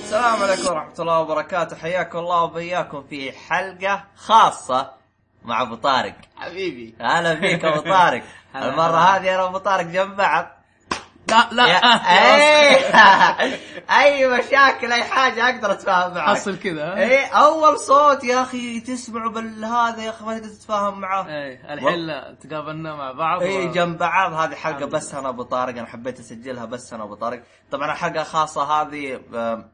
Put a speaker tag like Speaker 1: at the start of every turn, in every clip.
Speaker 1: السلام عليكم ورحمة الله وبركاته حياكم الله وبياكم في حلقة خاصة مع أبو طارق
Speaker 2: حبيبي
Speaker 1: أهلا فيك أبو طارق
Speaker 2: هلا
Speaker 1: المرة
Speaker 2: هلا.
Speaker 1: هذه أنا وأبو طارق جنب بعض
Speaker 2: لا لا آه،
Speaker 1: يا- إيه. أي- أي مشاكل أي حاجة أقدر أتفاهم معك
Speaker 2: حصل كذا ها؟
Speaker 1: ايه اول صوت يا اخي تسمعه بالهذا يا اخي ما تقدر تتفاهم معاه
Speaker 2: ايه الحين لا، تقابلنا مع بعض
Speaker 1: اي
Speaker 2: و-
Speaker 1: إيه، جنب بعض هذه حلقه
Speaker 2: الحمد
Speaker 1: بس انا ابو طارق انا حبيت اسجلها بس انا ابو طارق طبعا الحلقه خاصه هذه آم،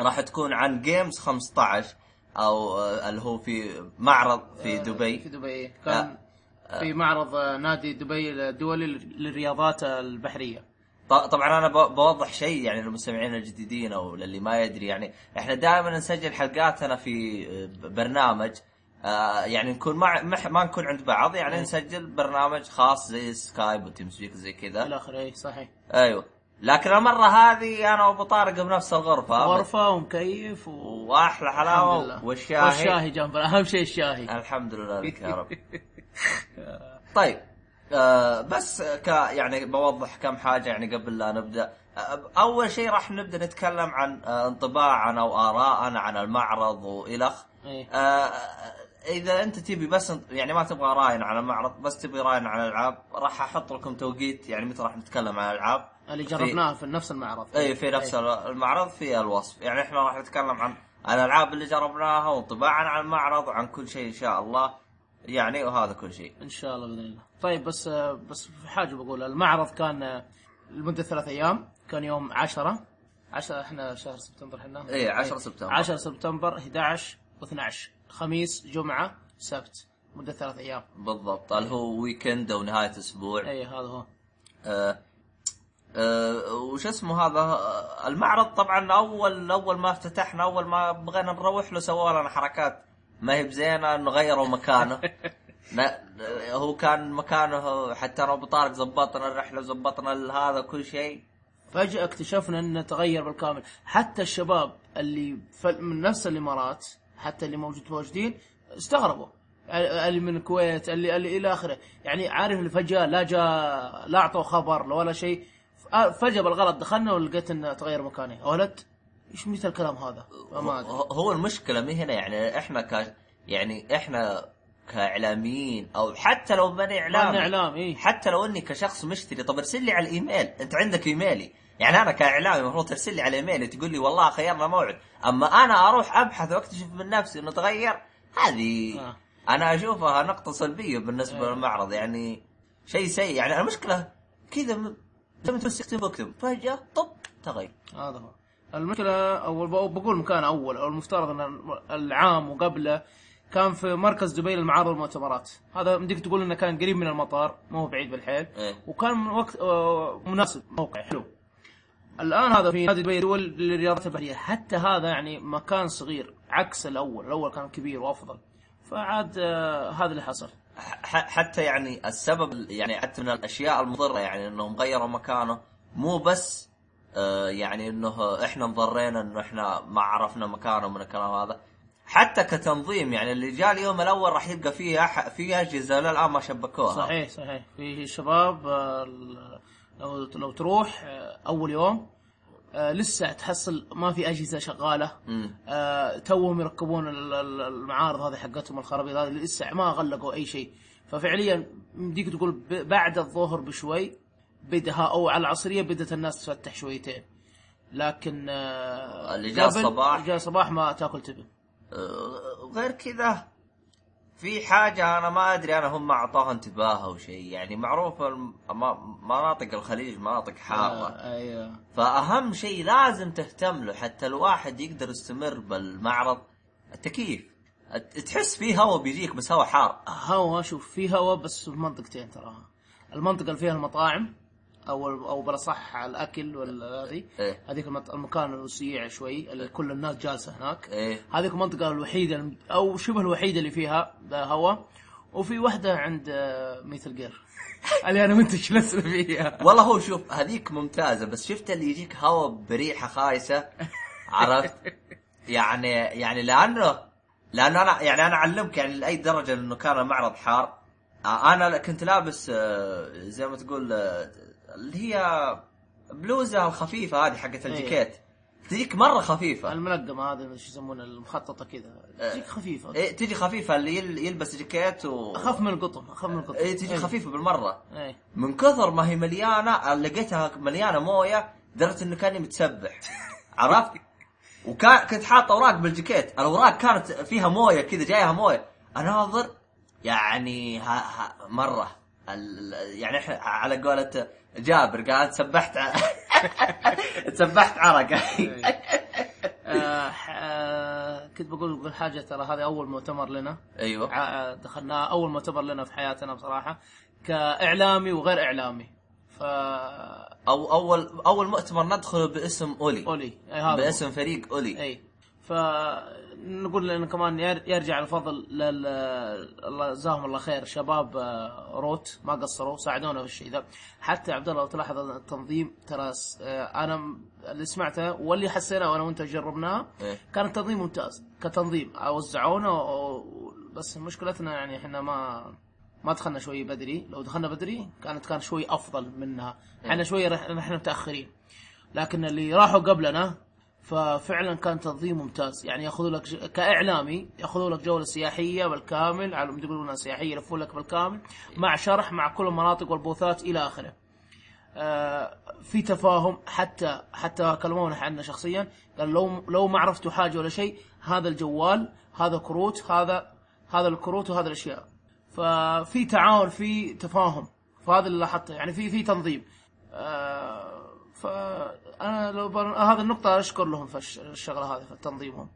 Speaker 1: راح تكون عن جيمز 15 او آه، اللي هو في معرض في
Speaker 2: آه، في
Speaker 1: دبي آه.
Speaker 2: دبي كان في معرض آه، نادي دبي الدولي لل- للرياضات البحريه
Speaker 1: ط- طبعا انا ب- بوضح شيء يعني للمستمعين الجديدين او للي ما يدري يعني احنا دائما نسجل حلقاتنا في آه، ب- برنامج آه، يعني نكون مع مح- ما نكون عند بعض
Speaker 2: إيه.
Speaker 1: يعني نسجل برنامج خاص زي سكايب وتمسويك زي كذا
Speaker 2: الى اخره اي إيه، صحيح
Speaker 1: ايوه لكن المره هذه انا وابو طارق بنفس الغرفه
Speaker 2: غرفه ومكيف و
Speaker 1: واحلى
Speaker 2: الحمد لله.
Speaker 1: حلاوه والشاهي
Speaker 2: والشاهي جنبنا اهم شيء الشاهي
Speaker 1: الحمد لله لك يا رب طيب آه بس ك يعني بوضح كم حاجه يعني قبل لا نبدا آه اول شيء راح نبدا نتكلم عن آه انطباعنا وارائنا عن المعرض والخ
Speaker 2: إيه.
Speaker 1: آه اذا انت تبي بس انت- يعني ما تبغى راينا على المعرض بس تبي راينا على الالعاب راح احط لكم توقيت يعني متى راح نتكلم عن الالعاب
Speaker 2: اللي
Speaker 1: في-
Speaker 2: جربناها في نفس المعرض
Speaker 1: اي إيه، في نفس المعرض في الوصف يعني احنا راح نتكلم عن الالعاب اللي جربناها وانطباعنا عن المعرض وعن كل شيء ان شاء الله يعني وهذا كل شيء
Speaker 2: ان شاء الله باذن الله طيب بس آه، بس في حاجه بقول المعرض كان آه، لمده ثلاث ايام كان يوم 10 10 احنا شهر سبتمبر احنا
Speaker 1: إيه، 10 سبتمبر.
Speaker 2: 10 سبتمبر 11 و12 خميس جمعه سبت مده ثلاث ايام
Speaker 1: بالضبط اللي هو ويكند او نهايه اسبوع
Speaker 2: اي إيه، هذا هو
Speaker 1: آه آه وش اسمه هذا آه، المعرض طبعا اول اول ما افتتحنا اول ما بغينا نروح له سووا لنا حركات ما هي بزينه انه غيروا مكانه لا آه، هو كان مكانه حتى انا وابو طارق زبطنا الرحله زبطنا هذا كل شيء
Speaker 2: فجاه اكتشفنا انه تغير بالكامل حتى الشباب اللي ف- من نفس الامارات حتى اللي موجود موجودين استغربوا اللي من الكويت اللي, اللي الى اخره يعني عارف اللي فجاه لا جاء لا اعطوا خبر لا ولا شيء ف- فجاه بالغلط دخلنا ولقيت انه تغير مكاني يا ولد ايش مثل الكلام هذا ما ادري
Speaker 1: هو- هو المشكله مي هنا يعني احنا ك يعني احنا كاعلاميين او حتى لو ماني
Speaker 2: كان
Speaker 1: اعلامي
Speaker 2: اعلام اي
Speaker 1: حتى لو اني كشخص مشتري طب ارسل لي على الايميل انت عندك ايميلي يعني انا كاعلامي المفروض ترسل لي على ايميلي تقول لي والله خيرنا موعد اما انا اروح ابحث واكتشف من نفسي انه تغير هذه
Speaker 2: آه.
Speaker 1: انا اشوفها نقطه سلبيه بالنسبه
Speaker 2: أيوة.
Speaker 1: للمعرض يعني شيء سيء يعني المشكله كذا م- زي ما تمسك اكتب اكتب فجاه طب تغير
Speaker 2: هذا هو المشكلة أول بق- بقول مكان أول أو المفترض أن الم- العام وقبله كان في مركز دبي للمعارض والمؤتمرات هذا مديك تقول انه كان قريب من المطار ما هو بعيد بالحيل
Speaker 1: إيه.
Speaker 2: وكان من وقت آه، مناسب موقع حلو الان هذا في نادي دبي دول للرياضات البحريه حتى هذا يعني مكان صغير عكس الاول الاول كان كبير وافضل فعاد آه، هذا اللي حصل
Speaker 1: ح- حتى يعني السبب يعني حتى من الاشياء المضره يعني انهم غيروا مكانه مو بس آه، يعني انه احنا انضرينا انه احنا ما عرفنا مكانه من الكلام هذا حتى كتنظيم يعني اللي جاء اليوم الاول راح يبقى فيه أح- فيه اجهزه للان ما شبكوها
Speaker 2: صحيح صحيح في شباب آه، ال- لو لو تروح آه، اول يوم آه، لسه تحصل ما في اجهزه شغاله
Speaker 1: مم.
Speaker 2: آه، توهم يركبون ال- ال- المعارض هذه حقتهم الخرابيط هذه لسه ما غلقوا اي شيء ففعليا مديك تقول ب- بعد الظهر بشوي بدها او على العصريه بدت الناس تفتح شويتين لكن آه،
Speaker 1: اللي جاء
Speaker 2: قبل-
Speaker 1: الصباح.
Speaker 2: جاء الصباح ما تاكل تبن
Speaker 1: آه، غير كذا في حاجة أنا ما أدري أنا هم ما أعطوها انتباه أو شيء يعني معروف الم- ما- مناطق الخليج مناطق حارة
Speaker 2: آه، ايوه
Speaker 1: فاهم شيء لازم تهتم له حتى الواحد يقدر يستمر بالمعرض التكييف الت- تحس فيه هواء بيجيك بس هواء حار
Speaker 2: هوا شوف في هوا بس في منطقتين تراها المنطقه اللي فيها المطاعم او او بالاصح الاكل ولا هذه
Speaker 1: إيه.
Speaker 2: هذيك المط- المكان الوسيع شوي اللي كل الناس جالسه هناك
Speaker 1: ايه
Speaker 2: هذيك المنطقه الوحيده الم- او شبه الوحيده اللي فيها هواء وفي واحده عند ميتل جير اللي انا وانت جلسنا فيها
Speaker 1: والله هو شوف هذيك ممتازه بس شفت اللي يجيك هواء بريحه خايسه عرفت يعني يعني لانه لانه انا يعني انا اعلمك يعني لاي درجه انه كان المعرض حار آه، انا كنت لابس آه، زي ما تقول آه، اللي هي بلوزه الخفيفه هذه حقت الجاكيت تجيك مره خفيفه
Speaker 2: الملقمه هذا شو يسمونها المخططه كذا تجيك خفيفه
Speaker 1: إيه تجي خفيفه اللي يل- يلبس جاكيت و
Speaker 2: اخف من القطن اخف من القطن
Speaker 1: إيه تجي خفيفه بالمره
Speaker 2: ايه
Speaker 1: من كثر ما هي مليانه لقيتها مليانه مويه لدرجه انه كاني متسبح عرفت؟ وكان كنت حاط اوراق بالجاكيت، الاوراق كانت فيها مويه كذا جايها مويه، اناظر يعني ها ها مره ال- ال- يعني احنا على قولة جابر قال تسبحت ع- تسبحت عرق
Speaker 2: إيه. آه، آه، كنت بقول بقول حاجه ترى هذا اول مؤتمر لنا
Speaker 1: ايوه
Speaker 2: ع- دخلناه اول مؤتمر لنا في حياتنا بصراحه كاعلامي وغير اعلامي ف
Speaker 1: او اول اول مؤتمر ندخله باسم اولي
Speaker 2: اولي أي هذا هو.
Speaker 1: باسم فريق اولي
Speaker 2: اي فنقول لنا كمان ير- يرجع الفضل لل الله جزاهم الله خير شباب آه، روت ما قصروا ساعدونا في الشيء ذا حتى عبد الله لو تلاحظ التنظيم ترى س- آه، انا م- اللي سمعته واللي حسيناه وانا وانت جربناها
Speaker 1: إيه.
Speaker 2: كان التنظيم ممتاز كتنظيم وزعونا و- و- بس مشكلتنا يعني احنا ما ما دخلنا شوي بدري لو دخلنا بدري كانت كان شوي افضل منها احنا شوي رح- نحن متاخرين لكن اللي راحوا قبلنا ففعلا كان تنظيم ممتاز يعني ياخذوا لك ج... كاعلامي ياخذوا لك جوله سياحيه بالكامل على ما يقولون سياحيه يلفوا لك بالكامل مع شرح مع كل المناطق والبوثات الى اخره. آه في تفاهم حتى حتى كلمونا عنا شخصيا قال لو لو ما عرفتوا حاجه ولا شيء هذا الجوال هذا كروت هذا هذا الكروت وهذا الاشياء. ففي تعاون في تفاهم فهذا اللي لاحظته يعني في في تنظيم. آه فانا لو بر... هذه النقطه اشكر لهم في الش- الشغله هذه في تنظيمهم.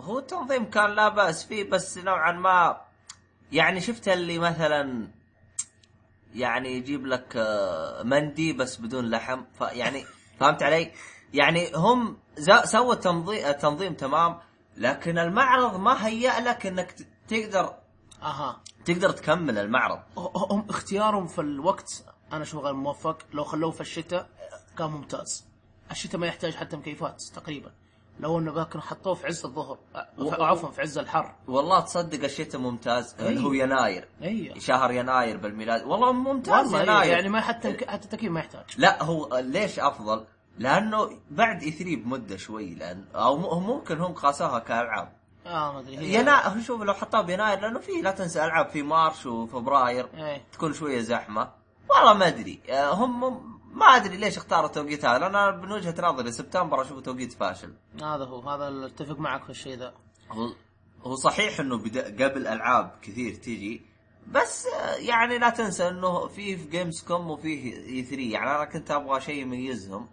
Speaker 1: هو التنظيم كان لا باس فيه بس نوعا ما يعني شفت اللي مثلا يعني يجيب لك آه، مندي بس بدون لحم فيعني فهمت علي؟ يعني هم زا- سووا تنظيم تنظيم تمام لكن المعرض ما هيأ لك انك ت- تقدر
Speaker 2: اها
Speaker 1: تقدر تكمل المعرض
Speaker 2: ه- هم اختيارهم في الوقت انا اشوف غير موفق لو خلوه في الشتاء كان ممتاز الشتاء ما يحتاج حتى مكيفات تقريبا لو انه كانوا حطوه في عز الظهر
Speaker 1: و-
Speaker 2: أه، عفوا في عز الحر
Speaker 1: والله تصدق الشتاء ممتاز اللي هو
Speaker 2: أي.
Speaker 1: يناير
Speaker 2: اي
Speaker 1: شهر يناير بالميلاد والله إيه. ممتاز
Speaker 2: والله أيوة.
Speaker 1: يناير
Speaker 2: يعني ما حتى مك... حتى التكييف ما يحتاج
Speaker 1: لا هو ليش افضل؟ لانه بعد اي 3 بمده شوي لان او م- ممكن هم قاسوها كالعاب
Speaker 2: اه ما ادري هي
Speaker 1: يناير هو شوف لو حطوها بيناير لانه في لا تنسى العاب في مارش وفبراير
Speaker 2: ايه
Speaker 1: تكون شويه زحمه والله ما ادري آه، هم هم- ما ادري ليش اختاروا التوقيت هذا لأن انا من وجهه نظري سبتمبر اشوفه توقيت فاشل
Speaker 2: هذا هو هذا اللي اتفق معك في الشيء ذا
Speaker 1: هو هو صحيح انه بدا قبل العاب كثير تجي بس آه، يعني لا تنسى انه في في جيمز كوم وفيه اي 3 يعني انا كنت ابغى شيء يميزهم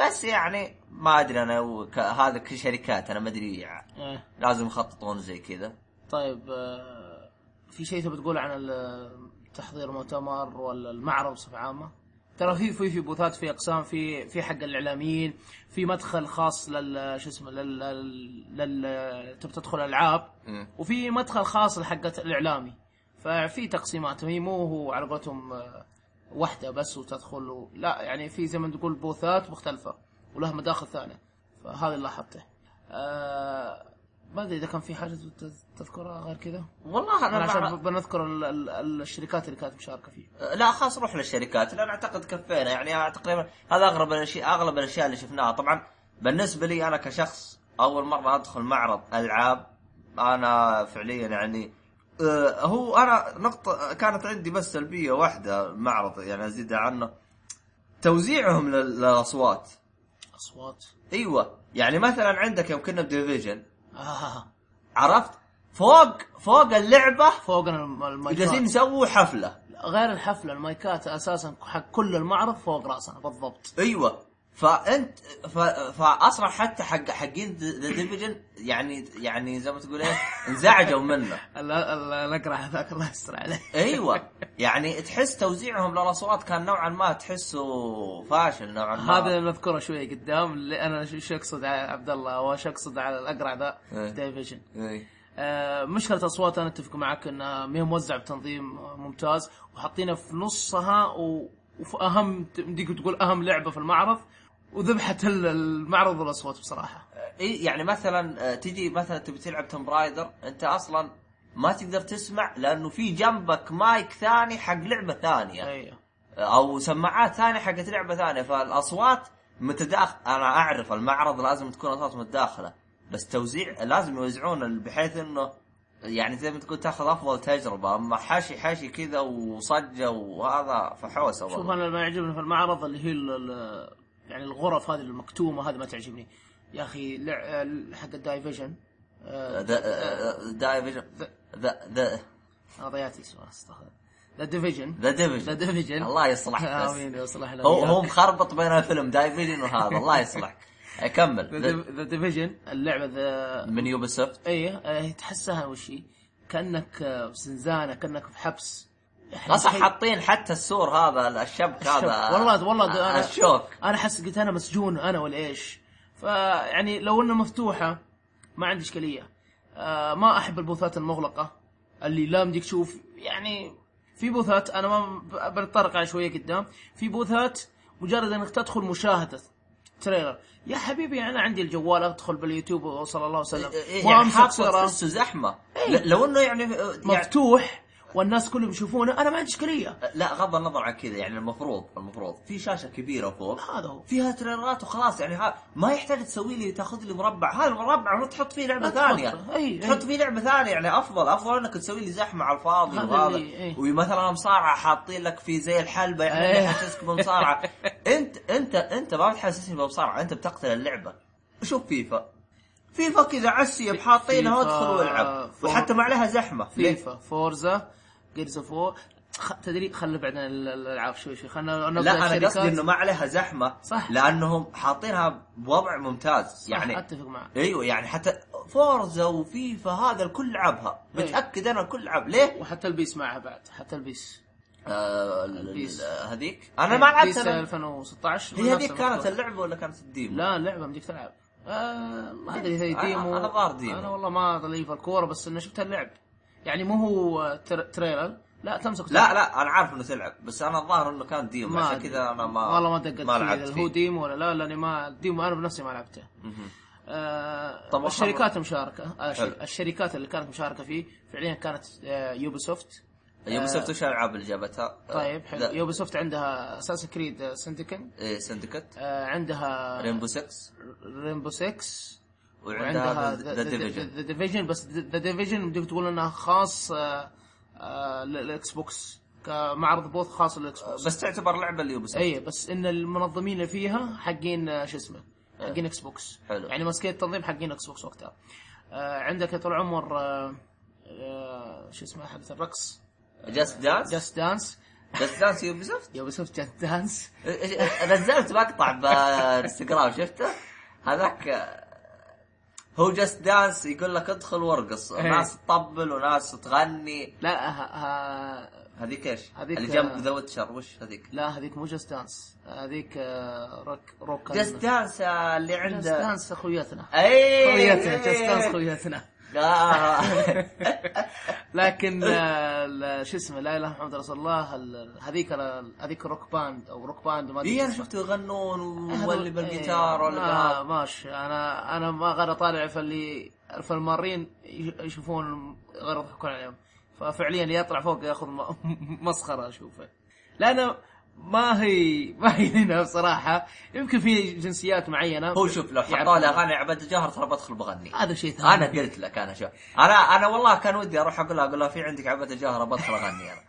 Speaker 1: بس يعني ما ادري انا و- ك- هذا كشركات انا ما ادري يعني
Speaker 2: ايه
Speaker 1: لازم يخططون زي كذا
Speaker 2: طيب آه، في شيء تبي تقول عن ال- تحضير مؤتمر ولا المعرض بصفه عامه؟ ترى في في في بوثات في اقسام في في حق الاعلاميين في مدخل خاص لل شو اسمه لل لل لل- تبي تدخل العاب
Speaker 1: مم.
Speaker 2: وفي مدخل خاص لحق الاعلامي ففي تقسيمات هي مو هو على قولتهم آه، واحده بس وتدخل و... لا يعني في زي ما تقول بوثات مختلفه ولها مداخل ثانيه فهذا اللي لاحظته آه، ما ادري اذا كان في حاجه تت- تذكرها غير كذا
Speaker 1: والله
Speaker 2: انا
Speaker 1: انا
Speaker 2: عشان
Speaker 1: مع...
Speaker 2: بنذكر ال- ال- ال- الشركات اللي كانت مشاركه فيه
Speaker 1: لا خلاص روح للشركات لان اعتقد كفينا يعني تقريبا هذا اغلب الاشياء اغلب الاشياء اللي شفناها طبعا بالنسبه لي انا كشخص اول مره ادخل معرض العاب انا فعليا يعني آه، هو انا نقطه كانت عندي بس سلبيه واحده معرض يعني ازيد عنه توزيعهم لل- للاصوات
Speaker 2: اصوات
Speaker 1: ايوه يعني مثلا عندك يوم كنا بديفيجن
Speaker 2: آه.
Speaker 1: عرفت فوق فوق اللعبه
Speaker 2: فوقنا الم-
Speaker 1: جالسين
Speaker 2: المايكات
Speaker 1: يسووا حفله
Speaker 2: غير الحفله المايكات اساسا حق كل المعرض فوق راسنا بالضبط
Speaker 1: ايوه فانت ف... فاصلا حتى حق حقين ذا ديفيجن يعني يعني زي ما تقول ايه انزعجوا منه
Speaker 2: الاقرا هذاك الله يستر عليه
Speaker 1: ايوه يعني تحس توزيعهم للاصوات كان نوعا ما تحسه فاشل نوعا ما
Speaker 2: هذا اللي نذكره شوي قدام اللي انا شو شو اقصد على عبد الله وش اقصد على الاقرع ذا
Speaker 1: إيه.
Speaker 2: ديفيجن
Speaker 1: إيه.
Speaker 2: آه، مشكله الاصوات انا اتفق معك انها ما هي موزعه بتنظيم آه، ممتاز وحاطينها في نصها و... وفي اهم تمديك تقول اهم لعبه في المعرض وذبحت ال- المعرض والاصوات بصراحه
Speaker 1: إيه يعني مثلا آه، تجي مثلا تبي تلعب توم رايدر انت اصلا ما تقدر تسمع لانه في جنبك مايك ثاني حق لعبه ثانيه
Speaker 2: ايوه
Speaker 1: او سماعات ثانيه حقت لعبه ثانيه فالاصوات متداخل انا اعرف المعرض لازم تكون اصوات متداخله بس توزيع لازم يوزعون ال- بحيث انه يعني زي ما تقول تاخذ افضل تجربه اما حاشي حاشي كذا وصجه وهذا فحوسه
Speaker 2: شوف
Speaker 1: والله
Speaker 2: انا ما يعجبني في المعرض اللي هي ال- ال- يعني الغرف هذه المكتومه هذه ما تعجبني يا اخي لع- ال- حق الدايفيجن آه،
Speaker 1: ذا ذا ذا
Speaker 2: انا ضيعت اسمه استغفر ذا ديفيجن
Speaker 1: ذا
Speaker 2: ذا
Speaker 1: ديفيجن
Speaker 2: ديفيجن
Speaker 1: الله يصلحك بس
Speaker 2: امين يصلح لنا
Speaker 1: هو هو مخربط بين الفيلم دايفيجن وهذا الله يصلحك كمل
Speaker 2: ذا ديفيجن اللعبه ذا
Speaker 1: من يوبيسوفت
Speaker 2: ايه آه، تحسها وش هي؟ كانك آه، في زنزانه كانك في حبس يعني
Speaker 1: اصلا
Speaker 2: شيء-
Speaker 1: حاطين حتى السور هذا الشبك هذا
Speaker 2: الشوك. والله والله ده
Speaker 1: آه،
Speaker 2: انا
Speaker 1: الشوك
Speaker 2: انا حس قلت انا مسجون انا ولا ايش فيعني لو انها مفتوحه ما عندي اشكاليه آه ما احب البوثات المغلقه اللي لا مديك تشوف يعني في بوثات انا ما ب- بنتطرق على شويه قدام في بوثات مجرد انك تدخل مشاهده تريلر يا حبيبي انا عندي الجوال ادخل باليوتيوب وصلى الله وسلم
Speaker 1: يعني
Speaker 2: وامسك
Speaker 1: حاطه
Speaker 2: صورة
Speaker 1: تحسه زحمه ل- لو انه يعني يعني- آه،
Speaker 2: مفتوح والناس كلهم يشوفونه انا ما عندي اشكاليه
Speaker 1: لا غض النظر عن كذا يعني المفروض المفروض في شاشه كبيره فوق
Speaker 2: هذا هو
Speaker 1: فيها تريلرات وخلاص يعني ها ما يحتاج تسوي لي تاخذ لي مربع هذا المربع المفروض تحط فيه لعبه
Speaker 2: لا تحط-
Speaker 1: ثانيه
Speaker 2: أي-
Speaker 1: تحط
Speaker 2: أي.
Speaker 1: فيه لعبه ثانيه يعني افضل افضل انك تسوي لي زحمه على الفاضي
Speaker 2: هذا
Speaker 1: وهذا
Speaker 2: اللي- إيه. أي.
Speaker 1: ومثلا مصارعه حاطين لك في زي الحلبه
Speaker 2: أي.
Speaker 1: يعني يحسسك بمصارعه انت انت انت ما بتحسسني بمصارعه انت بتقتل اللعبه شوف فيفا فيفا كذا عسي حاطينها
Speaker 2: فيفا-
Speaker 1: وادخل والعب
Speaker 2: فور-
Speaker 1: وحتى ما عليها زحمه ليه؟
Speaker 2: فيفا فورزا جيرز اوف وور خ... تدري خلنا بعدين ال- الالعاب شوي شوي خلنا نبدا
Speaker 1: لا انا
Speaker 2: الشركات.
Speaker 1: قصدي انه ما عليها زحمه
Speaker 2: صح.
Speaker 1: لانهم حاطينها بوضع ممتاز
Speaker 2: صح،
Speaker 1: يعني
Speaker 2: اتفق معك
Speaker 1: ايوه يعني حتى فورزا وفيفا هذا الكل لعبها
Speaker 2: إيه.
Speaker 1: متاكد انا الكل لعب ليه؟
Speaker 2: وحتى البيس معها بعد حتى البيس
Speaker 1: آه، ال- ال-
Speaker 2: بيس.
Speaker 1: هذيك انا ما لعبت
Speaker 2: بيس
Speaker 1: أنا.
Speaker 2: 2016
Speaker 1: هي
Speaker 2: نفس
Speaker 1: هذيك
Speaker 2: الموضوع.
Speaker 1: كانت اللعبه ولا كانت الديمو؟
Speaker 2: لا لعبه مديك تلعب آه ما ادري هي
Speaker 1: أنا-
Speaker 2: ديمو
Speaker 1: أنا ظاهر ديمو.
Speaker 2: انا والله ما ضليف الكوره بس انه شفت اللعب يعني مو هو تر... تريلر لا تمسك
Speaker 1: لا لا انا عارف انه تلعب بس انا الظاهر انه كان ديمو
Speaker 2: ما
Speaker 1: عشان
Speaker 2: أدري.
Speaker 1: كذا انا ما
Speaker 2: والله ما دققت
Speaker 1: ما
Speaker 2: فيه
Speaker 1: لعبت
Speaker 2: اذا هو
Speaker 1: فيه
Speaker 2: ديمو ولا لا لاني ما ديمو انا بنفسي ما لعبته
Speaker 1: مهم.
Speaker 2: آه
Speaker 1: طب
Speaker 2: طب الشركات
Speaker 1: محمد.
Speaker 2: المشاركه آه
Speaker 1: حلو.
Speaker 2: الشركات اللي كانت مشاركه فيه فعليا كانت آه يوبي سوفت
Speaker 1: يوبي سوفت وش الالعاب اللي جابتها؟
Speaker 2: آه. طيب حلو
Speaker 1: آه، لا،
Speaker 2: يوبي سوفت عندها اساسن كريد سندكن
Speaker 1: إيه، سندكت
Speaker 2: آه عندها
Speaker 1: رينبو 6
Speaker 2: رينبو 6
Speaker 1: وعندها ذا ديفيجن
Speaker 2: ذا ديفيجن بس ذا ديفيجن ممكن تقول انها خاص آه، آه، للاكس بوكس كمعرض بوث خاص للاكس بوكس
Speaker 1: بس تعتبر لعبه اليوبي سوفت
Speaker 2: اي بس ان المنظمين اللي فيها حقين آه، شو اسمه حقين اكس بوكس
Speaker 1: حلو.
Speaker 2: يعني مسكين التنظيم حقين اكس بوكس وقتها آه عندك يا طول العمر آه آه شو اسمه حقت الرقص
Speaker 1: جاست دانس
Speaker 2: جاست دانس
Speaker 1: جاست دانس يوبي سوفت
Speaker 2: يوم شفت جاست دانس
Speaker 1: نزلت مقطع بانستغرام شفته هذاك هو جاست دانس يقول لك ادخل وارقص
Speaker 2: إيه.
Speaker 1: ناس تطبل وناس تغني
Speaker 2: لا آه، ها ها
Speaker 1: هذيك ايش؟
Speaker 2: هذيك-
Speaker 1: اللي جنب ذا ويتشر وش هذيك؟
Speaker 2: لا هذيك مو جاست دانس هذيك آه، روك روك
Speaker 1: جاست دانس اللي عنده إيه.
Speaker 2: دانس خوياتنا
Speaker 1: اي
Speaker 2: خوياتنا جاست دانس خوياتنا
Speaker 1: آه.
Speaker 2: لكن آه، ال- شو اسمه لا اله الا محمد رسول الله ال- هذيك ال- هذيك روك باند او روك باند
Speaker 1: اي
Speaker 2: ما
Speaker 1: انا
Speaker 2: اسمها.
Speaker 1: إيه، شفته يغنون
Speaker 2: هذول- إيه،
Speaker 1: ولا بالجيتار ولا
Speaker 2: ما
Speaker 1: بهذا
Speaker 2: ماشي انا انا ما غير اطالع فاللي فالمارين يش- يشوفون غير يضحكون عليهم ففعليا اللي يطلع فوق ياخذ م- مسخره اشوفه لان ما هي ما هي هنا بصراحه يمكن في جنسيات معينه
Speaker 1: هو شوف لو حطوا لي اغاني عبد الجهر ترى بدخل بغني
Speaker 2: هذا شيء ثاني
Speaker 1: انا قلت لك انا شو انا انا والله كان ودي اروح اقول لها اقول لها في عندك عبد الجهر بدخل اغني انا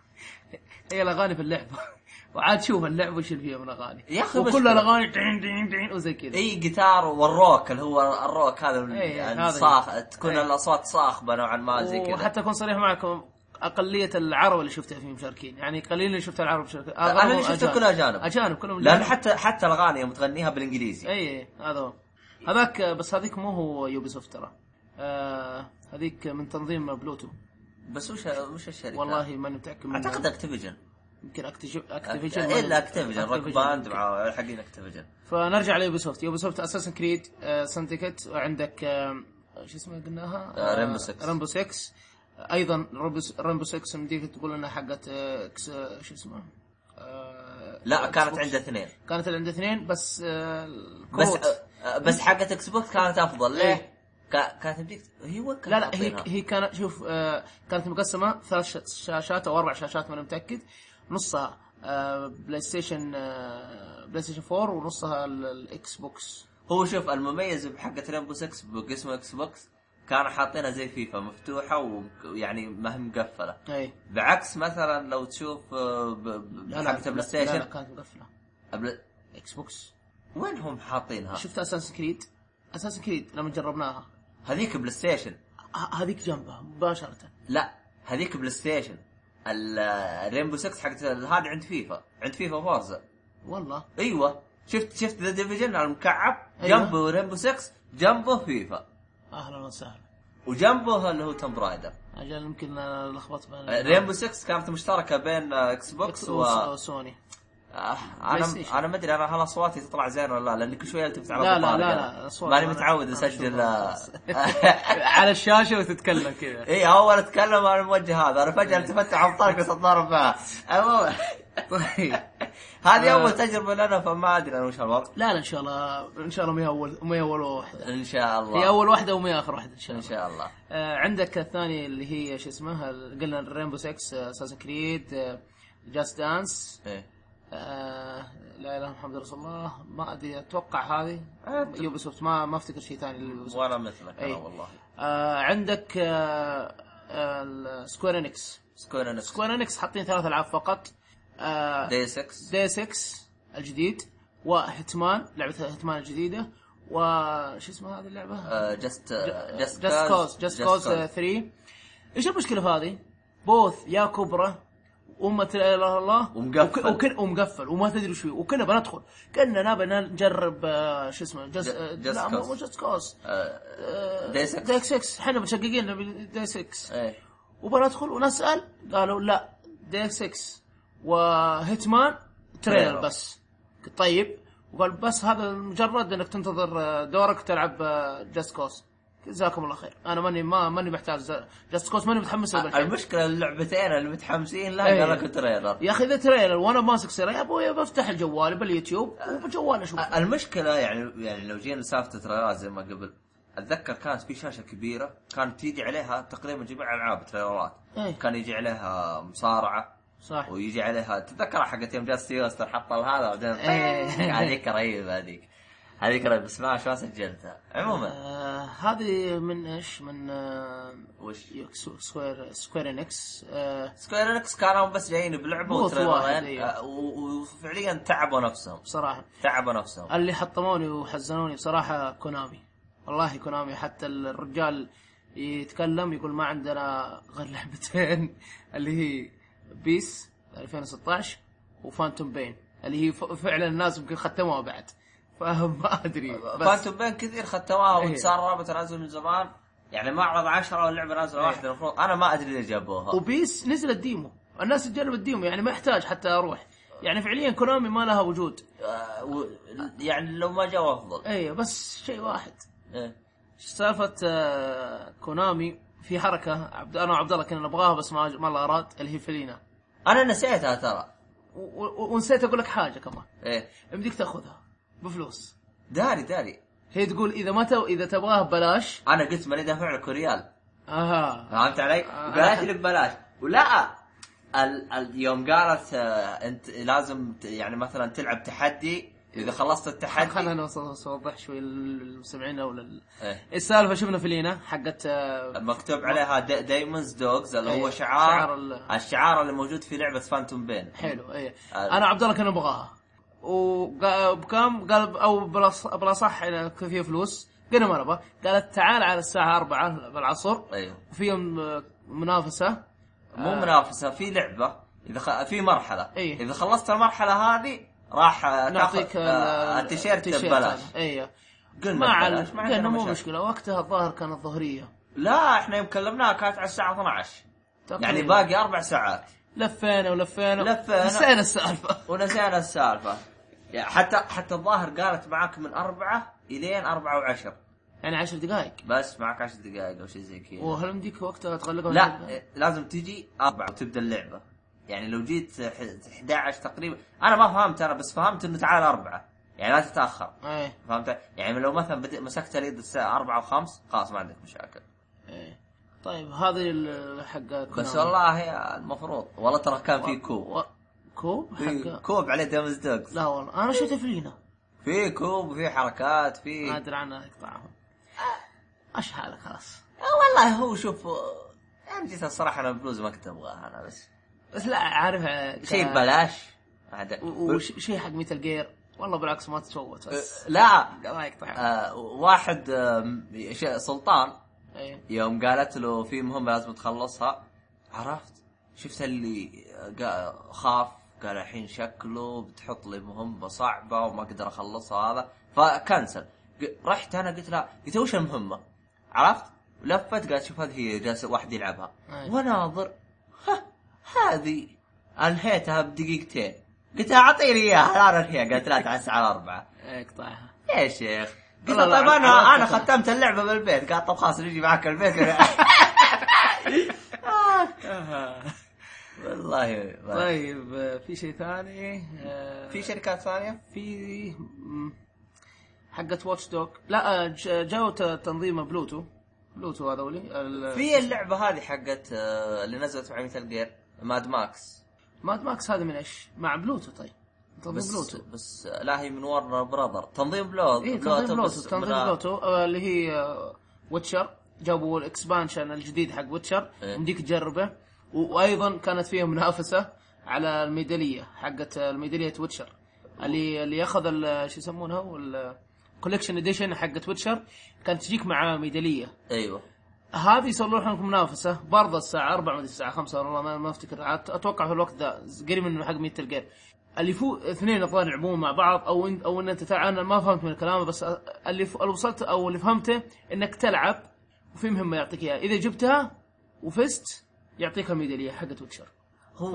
Speaker 2: هي الاغاني إيه، في اللعبه وعاد شوف اللعبه وش اللي فيها من اغاني
Speaker 1: يا أخي
Speaker 2: وكل
Speaker 1: مشكلة.
Speaker 2: الاغاني دين دين دين وزي كذا
Speaker 1: اي جيتار والروك اللي هو الروك هذا
Speaker 2: إي،
Speaker 1: ال-
Speaker 2: إيه، هذا يعني. إيه.
Speaker 1: الصاخ تكون
Speaker 2: إي.
Speaker 1: الاصوات صاخبه نوعا ما زي كذا
Speaker 2: وحتى اكون صريح معكم اقليه العرب اللي شفتها فيه مشاركين يعني قليل اللي شفت العرب مشاركين
Speaker 1: انا اللي شفته
Speaker 2: أجانب.
Speaker 1: كله اجانب
Speaker 2: اجانب كلهم
Speaker 1: لان حتى حتى الاغاني يوم تغنيها بالانجليزي
Speaker 2: اي إي، هذا هو هذاك بس هذيك مو هو يوبي سوفت ترى آه هذيك من تنظيم بلوتو
Speaker 1: بس وش وش الشركه؟
Speaker 2: والله ماني متاكد من
Speaker 1: اعتقد اكتيفيجن
Speaker 2: يمكن
Speaker 1: أه،
Speaker 2: اكتيفيجن
Speaker 1: الا اكتيفيجن روك باند مع حقين اكتيفيجن
Speaker 2: فنرجع ليوبي سوفت يوبي سوفت اساسن كريد سندكت آه، وعندك آه، شو اسمها قلناها
Speaker 1: آه، Rainbow Six.
Speaker 2: رامبو 6 ايضا رامبو 6 مديك تقول انها حقت آه، إكس- آه، شو اسمها آه،
Speaker 1: لا
Speaker 2: Xbox.
Speaker 1: كانت عنده اثنين
Speaker 2: كانت اللي عند اثنين بس آه،
Speaker 1: بس
Speaker 2: كروت.
Speaker 1: آه، بس حقت اكس بوكس كانت افضل
Speaker 2: إي.
Speaker 1: ليه؟ كا- كانت تمديك هي وين كانت
Speaker 2: إيه. لا لا هي
Speaker 1: حاطينها؟
Speaker 2: هي كانت شوف آه، كانت مقسمه ثلاث ش- شاشات او اربع شاشات ماني متاكد نصها آه، بلاي ستيشن آه، بلاي ستيشن 4 ونصها ال- الاكس بوكس
Speaker 1: هو شوف المميز بحقة ريمبو 6 بقسم اكس بوكس كانوا حاطينها زي فيفا مفتوحه و- يعني ويعني ما هي مقفله
Speaker 2: اي
Speaker 1: بعكس مثلا لو تشوف آه، ب- ب- حقة بلاي
Speaker 2: إيه، لا, لا
Speaker 1: ستيشن
Speaker 2: كانت مقفله
Speaker 1: أبل-
Speaker 2: اكس بوكس
Speaker 1: وين هم حاطينها؟
Speaker 2: شفت اساس كريد اساس كريد لما جربناها
Speaker 1: هذيك بلاي ستيشن
Speaker 2: ه- هذيك جنبها مباشره
Speaker 1: لا هذيك بلاي ستيشن الريمبو 6 حقت هذا عند فيفا عند فيفا فورزا
Speaker 2: والله
Speaker 1: ايوه شفت شفت ذا ديفيجن على المكعب
Speaker 2: أيوة.
Speaker 1: جنبه ريمبو 6 جنبه فيفا
Speaker 2: اهلا وسهلا
Speaker 1: وجنبه اللي هو توم رايدر
Speaker 2: اجل يمكن أنا لخبطت بين
Speaker 1: ريمبو 6 كانت مشتركه بين آه، اكس بوكس
Speaker 2: إكس
Speaker 1: آه، و
Speaker 2: وس-
Speaker 1: آه،
Speaker 2: وسوني بلاي ستيشن.
Speaker 1: انا انا ما ادري انا هل اصواتي تطلع زين ولا لا لان كل شويه التفت على
Speaker 2: لا لا
Speaker 1: أبو
Speaker 2: لا
Speaker 1: طارق.
Speaker 2: لا أصوات
Speaker 1: ماني
Speaker 2: أنا-
Speaker 1: متعود
Speaker 2: أنا
Speaker 1: اسجل
Speaker 2: أشوفها.
Speaker 1: آه،
Speaker 2: على الشاشه وتتكلم كذا
Speaker 1: اي اول اتكلم انا الموجه هذا انا فجاه التفت على طارق وصدرت معه المهم،
Speaker 2: طيب
Speaker 1: هذه اول تجربه لنا فما ادري انا وش الوضع
Speaker 2: لا لا ان شاء الله ان شاء الله ما هي اول ما هي اول واحده
Speaker 1: ان شاء الله
Speaker 2: هي اول واحده وما هي اخر واحده ان شاء
Speaker 1: ان
Speaker 2: الله
Speaker 1: شاء الله
Speaker 2: آه عندك الثاني اللي هي شو اسمها ال- قلنا آه، رينبو 6 اساسن كريد جاست دانس
Speaker 1: إيه.
Speaker 2: آه، لا اله الا محمد رسول الله ما ادري اتوقع هذه
Speaker 1: آه،
Speaker 2: يوبي سوفت ما ما افتكر شيء ثاني لليوبيسوفت.
Speaker 1: وانا مثلك
Speaker 2: أي.
Speaker 1: انا والله
Speaker 2: آه عندك آه، سكوير انكس
Speaker 1: سكوير انكس
Speaker 2: سكوير انكس حاطين ثلاث العاب فقط آه
Speaker 1: دي 6
Speaker 2: دي 6 الجديد وهيتمان لعبه هيتمان الجديده وش اسمها هذه اللعبه؟
Speaker 1: جست
Speaker 2: جاست كوز جاست كوز 3 ايش المشكله في هذه؟ بوث يا كبرى وما لا اله الا الله
Speaker 1: ومقفل.
Speaker 2: وك- وكل ومقفل وما تدري شو وكنا بندخل كنا نبى نجرب آه، شو اسمه جاست
Speaker 1: Just- Just Cause.
Speaker 2: جاست كوز آه،
Speaker 1: دي 6
Speaker 2: دايك 6 احنا متشققين نبي دايك 6
Speaker 1: ايه
Speaker 2: وبندخل ونسال قالوا لا ديك 6 وهيتمان تريلر
Speaker 1: تريلر.
Speaker 2: بس طيب وقال بس هذا مجرد انك تنتظر آه، دورك تلعب جاست كوس جزاكم الله خير انا ماني ما ماني محتاج جاست كوس ماني متحمس له بالحين.
Speaker 1: المشكله آه، اللعبتين اللي متحمسين لها
Speaker 2: إيه.
Speaker 1: قال لك تريلر
Speaker 2: يا اخي اذا تريلر وانا ماسك سيرة يا ابوي بفتح الجوال باليوتيوب وبجوال اشوف
Speaker 1: المشكله يعني يعني لو جينا لسالفه تريلرات زي ما قبل اتذكر كانت في شاشه كبيره كانت تيجي عليها تقريبا جميع العاب تريلرات
Speaker 2: إيه.
Speaker 1: كان يجي عليها مصارعه
Speaker 2: صح
Speaker 1: ويجي عليها تتذكر حقت يوم جاء سيوستر حط هذا وبعدين
Speaker 2: إيه.
Speaker 1: هذيك رهيبه هذيك هذيك رهيبه بس ما ما سجلتها عموما
Speaker 2: آه هذه من ايش من آه
Speaker 1: وش
Speaker 2: سكوير سكوير انكس آه
Speaker 1: سكوير انكس كانوا بس جايين بلعبه
Speaker 2: بوث واحد،
Speaker 1: وتريلرين
Speaker 2: أيوه.
Speaker 1: آه، و- وفعليا تعبوا نفسهم
Speaker 2: بصراحه
Speaker 1: تعبوا نفسهم
Speaker 2: اللي حطموني وحزنوني بصراحة كونامي والله كونامي حتى الرجال يتكلم يقول ما عندنا غير لعبتين اللي هي بيس 2016 وفانتوم بين اللي هي ف- فعلا الناس يمكن ختموها بعد فما ادري بس
Speaker 1: فانتوم بين كثير ختموها
Speaker 2: إيه.
Speaker 1: وتسار رابط نازل من زمان يعني معرض عشرة واللعبه
Speaker 2: إيه.
Speaker 1: نازله واحده المفروض انا ما ادري ليش جابوها
Speaker 2: وبيس نزلت ديمو الناس تجرب ديمو يعني ما يحتاج حتى اروح يعني فعليا كونامي ما لها وجود
Speaker 1: آه، و- يعني لو ما جاوا افضل
Speaker 2: اي بس شيء واحد
Speaker 1: إيه.
Speaker 2: سالفة آه، كونامي في حركة عبد انا وعبد الله كنا نبغاها بس ما ما الله اراد اللي هي فلينا
Speaker 1: انا نسيتها ترى
Speaker 2: و- و- ونسيت اقول لك حاجة كمان
Speaker 1: ايه
Speaker 2: يمديك تاخذها بفلوس
Speaker 1: داري داري
Speaker 2: هي تقول اذا ما تو- اذا تبغاها ببلاش
Speaker 1: انا قلت ماني دافع لك ريال
Speaker 2: اها
Speaker 1: فهمت علي؟
Speaker 2: آه.
Speaker 1: بلاش اللي ببلاش ولا ال ال يوم قالت آه، انت لازم ت- يعني مثلا تلعب تحدي
Speaker 2: إيه.
Speaker 1: اذا خلصت التحدي
Speaker 2: خلينا نوصل نوضح شوي للمستمعين او لل...
Speaker 1: إيه.
Speaker 2: السالفة شفنا فلينا حقت آه،
Speaker 1: مكتوب عليها دايموندز دوجز اللي هو
Speaker 2: أيوة.
Speaker 1: شعار
Speaker 2: شعار ال-
Speaker 1: الشعار اللي موجود في لعبه فانتوم بين
Speaker 2: حلو اي
Speaker 1: آه.
Speaker 2: انا وعبد الله كنا نبغاها وبكم قال ب- او بالأص- بالاصح إنه كان فيها فلوس قلنا ما نبغى قالت تعال على الساعه 4 بالعصر
Speaker 1: ايوه
Speaker 2: في م- منافسه آه.
Speaker 1: مو منافسه في لعبه اذا خ... في مرحله
Speaker 2: أيوة.
Speaker 1: اذا خلصت المرحله هذه راح آه،
Speaker 2: نعطيك
Speaker 1: تاخذ آه،
Speaker 2: ال-
Speaker 1: التيشيرت
Speaker 2: التيشيرت
Speaker 1: ببلاش
Speaker 2: هذا. ايوه
Speaker 1: قلنا
Speaker 2: ما
Speaker 1: ببلاش،
Speaker 2: علم
Speaker 1: ما عندنا
Speaker 2: قلنا مو
Speaker 1: مشاكل.
Speaker 2: مشكله وقتها الظاهر كانت ظهريه
Speaker 1: لا احنا يوم كلمناها كانت على الساعه 12
Speaker 2: تقريباً.
Speaker 1: يعني باقي اربع ساعات
Speaker 2: لفينا ولفينا
Speaker 1: لفينا.
Speaker 2: نسينا السالفه
Speaker 1: ونسينا السالفه يعني حتى حتى الظاهر قالت معاك من أربعة إلين أربعة وعشر
Speaker 2: يعني عشر دقائق
Speaker 1: بس معك عشر دقائق أو شيء زي كذا
Speaker 2: وهل يمديك وقتها تغلقها
Speaker 1: لا إيه، لازم تجي أربعة وتبدأ اللعبة يعني لو جيت ح- 11 تقريبا أنا ما فهمت أنا بس فهمت إنه تعال أربعة يعني لا تتأخر
Speaker 2: ايه
Speaker 1: فهمت يعني لو مثلا بدأ مسكت اليد الساعة أربعة وخمس خلاص ما عندك مشاكل
Speaker 2: ايه طيب هذه ال- حق
Speaker 1: بس
Speaker 2: كونامي.
Speaker 1: والله المفروض والله ترى كان في كو
Speaker 2: نعم. و... كوب
Speaker 1: في
Speaker 2: حق
Speaker 1: كوب عليه دامز دوجز
Speaker 2: لا والله انا شفته في لينا
Speaker 1: في كوب في حركات
Speaker 2: ما
Speaker 1: في
Speaker 2: ادري عنه اقطعهم ايش حالك خلاص
Speaker 1: آه، والله هو شوف آه، يعني جيت الصراحه انا الفلوس ما كنت ابغاها انا بس
Speaker 2: بس لا عارف آه، ك-
Speaker 1: شيء ببلاش عاد-
Speaker 2: و- وشيء حق مثل جير والله بالعكس ما تتفوت بس
Speaker 1: لا
Speaker 2: الله يقطع
Speaker 1: آه، واحد آم، ش- سلطان
Speaker 2: ايه
Speaker 1: يوم قالت له في مهمه لازم تخلصها عرفت شفت اللي آه، قا- خاف قال الحين شكله بتحط لي مهمه صعبه وما اقدر اخلصها هذا فكنسل ق- رحت انا قلت لها قلت وش المهمه عرفت لفت قالت شوف هذه هي جالسه واحد يلعبها
Speaker 2: أي.
Speaker 1: وناظر ها هذه انهيتها بدقيقتين قلت لها اعطيني اياها انا الحين قالت لا تعس على اربعه
Speaker 2: إيه، اقطعها
Speaker 1: يا شيخ قلت
Speaker 2: والله
Speaker 1: له طيب
Speaker 2: لا،
Speaker 1: انا
Speaker 2: لا،
Speaker 1: انا
Speaker 2: لا.
Speaker 1: ختمت اللعبه بالبيت قال طب خلاص نجي معك البيت والله والله.
Speaker 2: طيب آه، في شيء ثاني آه،
Speaker 1: في شركات ثانيه؟
Speaker 2: في مم، حقت واتش دوج لا آه، ج- جو ت- تنظيم بلوتو بلوتو هذولي ال-
Speaker 1: في اللعبه هذه حقت آه، اللي نزلت مع مثل جير ماد ماكس
Speaker 2: ماد ماكس هذا من ايش؟ مع بلوتو طيب تنظيم
Speaker 1: بس
Speaker 2: بلوتو
Speaker 1: بس آه، لا هي من ورنر براذر تنظيم بلوتو
Speaker 2: اي إيه، تنظيم بلوتو
Speaker 1: بس من
Speaker 2: تنظيم
Speaker 1: ال-
Speaker 2: بلوتو آه، اللي هي آه، ويتشر جابوا الاكسبانشن الجديد حق ويتشر
Speaker 1: إيه.
Speaker 2: يمديك تجربه و- وايضا كانت فيها منافسه على الميداليه حقت آه، الميداليه ويتشر اللي اللي ياخذ ال- شو يسمونها والكوليكشن اديشن حقت ويتشر كانت تجيك مع ميداليه
Speaker 1: ايوه
Speaker 2: هذه يصلحون لكم منافسه برضه الساعه 4 مدري الساعه 5 والله ما, ما افتكر عاد اتوقع في الوقت ذا قريب من حق ميتل جير اللي يفوز اثنين الظاهر يلعبون مع بعض او انت او ان انت تلعب انا ما فهمت من كلامه بس اللي ف... اللي وصلت او اللي فهمته انك تلعب وفي مهمه يعطيك اياها اذا جبتها وفزت يعطيك الميداليه حقت ويتشر
Speaker 1: هو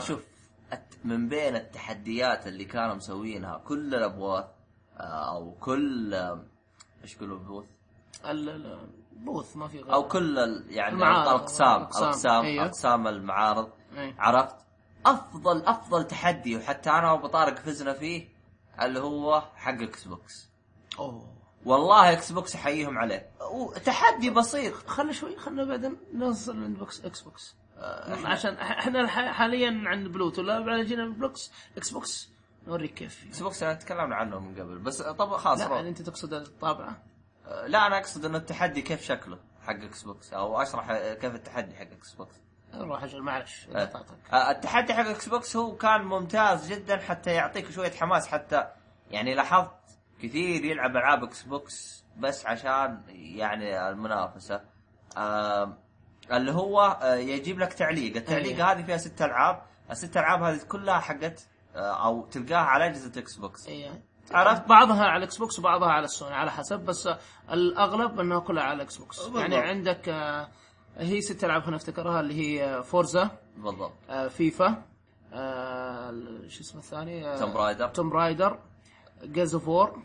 Speaker 2: ف-
Speaker 1: شوف الت- من بين التحديات اللي كانوا مسوينها كل الابواث آه، او كل آه، ايش يقولوا بوث
Speaker 2: ال- ال- البوث ما في غير
Speaker 1: او كل ال- يعني
Speaker 2: المعارض.
Speaker 1: الاقسام
Speaker 2: الأقسام.
Speaker 1: الاقسام
Speaker 2: أيوه.
Speaker 1: اقسام المعارض
Speaker 2: أي.
Speaker 1: عرفت افضل افضل تحدي وحتى انا وابو طارق فزنا فيه اللي هو حق اكس بوكس
Speaker 2: اوه
Speaker 1: والله اكس بوكس احييهم عليه تحدي بسيط
Speaker 2: خلنا شوي خلنا بعدين نوصل عند بوكس اكس بوكس آه، عشان احنا الح- حاليا عند بلوتو لا بعد جينا من بلوكس اكس بوكس نوريك كيف
Speaker 1: اكس بوكس انا تكلمنا عنه من قبل بس طب خلاص
Speaker 2: لا يعني
Speaker 1: لا,
Speaker 2: انت تقصد الطابعه
Speaker 1: لا انا اقصد انه التحدي كيف شكله حق اكس بوكس او اشرح كيف التحدي حق اكس بوكس
Speaker 2: روح اجل معلش
Speaker 1: آه.
Speaker 2: قطعتك
Speaker 1: آه، التحدي حق اكس بوكس هو كان ممتاز جدا حتى يعطيك شويه حماس حتى يعني لاحظت كثير يلعب العاب اكس بوكس بس عشان يعني المنافسه آم، اللي هو آه، يجيب لك تعليق التعليق
Speaker 2: أيوه.
Speaker 1: هذه فيها ست العاب الست العاب هذه كلها حقت آه، او تلقاها على اجهزه اكس بوكس
Speaker 2: اي
Speaker 1: عرفت؟
Speaker 2: إيه. بعضها على الاكس بوكس وبعضها على السوني على حسب بس الاغلب انها كلها على الاكس بوكس
Speaker 1: أه، بالضبط.
Speaker 2: يعني عندك آه، هي ست العاب خلينا نفتكرها اللي هي آه، فورزا
Speaker 1: بالضبط
Speaker 2: آه، فيفا آه، ال- شو اسمه الثاني آه،
Speaker 1: توم رايدر.
Speaker 2: توم رايدر جيز اوف وور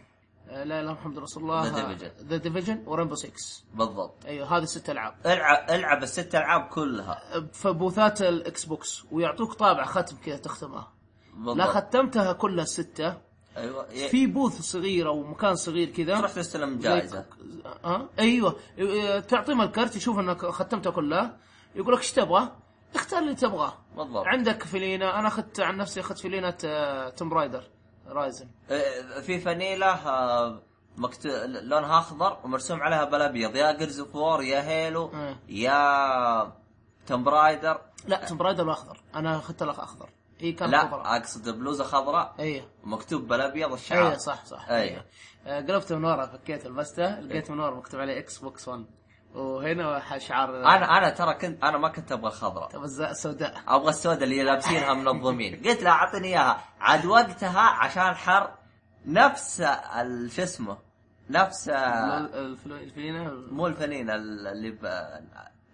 Speaker 2: آه، لا اله الا محمد رسول الله
Speaker 1: The Division.
Speaker 2: ذا ديفيجن ورمبو 6
Speaker 1: بالضبط
Speaker 2: ايوه هذه ست العاب
Speaker 1: العب العب الست العاب كلها
Speaker 2: فبوثات الاكس بوكس ويعطوك طابع ختم كذا تختمها
Speaker 1: بالضبط
Speaker 2: لا ختمتها كلها السته
Speaker 1: ايوه في
Speaker 2: في بوث صغير او مكان صغير كذا
Speaker 1: تروح تستلم جائزه
Speaker 2: ها ايوه إيه، تعطيهم الكرت يشوف انك ختمته كله يقول لك ايش تبغى؟ اختار اللي تبغاه
Speaker 1: بالضبط.
Speaker 2: عندك فيلينا انا اخذت عن نفسي اخذت فيلينا آه، توم رايدر رايزن
Speaker 1: آه، في فانيلة آه، مكتو... لونها اخضر ومرسوم عليها بالابيض يا جيرز اوف وور يا هيلو
Speaker 2: آه.
Speaker 1: يا توم رايدر
Speaker 2: لا توم رايدر الاخضر انا اخذت الاخ اخضر هي كان
Speaker 1: لا اقصد بلوزه خضراء
Speaker 2: ايوه
Speaker 1: مكتوب بالابيض الشعار
Speaker 2: ايوه صح صح
Speaker 1: أيوة.
Speaker 2: آه، قلبته من ورا فكيته لبسته لقيت من ورا مكتوب عليه اكس بوكس 1 وهنا شعار
Speaker 1: انا انا ترى كنت انا ما كنت ابغى الخضراء
Speaker 2: تبى الزق- السوداء
Speaker 1: ابغى السوداء اللي لابسينها منظمين قلت له اعطني اياها عاد وقتها عشان حر نفس ال- شو اسمه نفس
Speaker 2: الفلو- الفلو- الفلينة
Speaker 1: مو الفنين ال- اللي ب...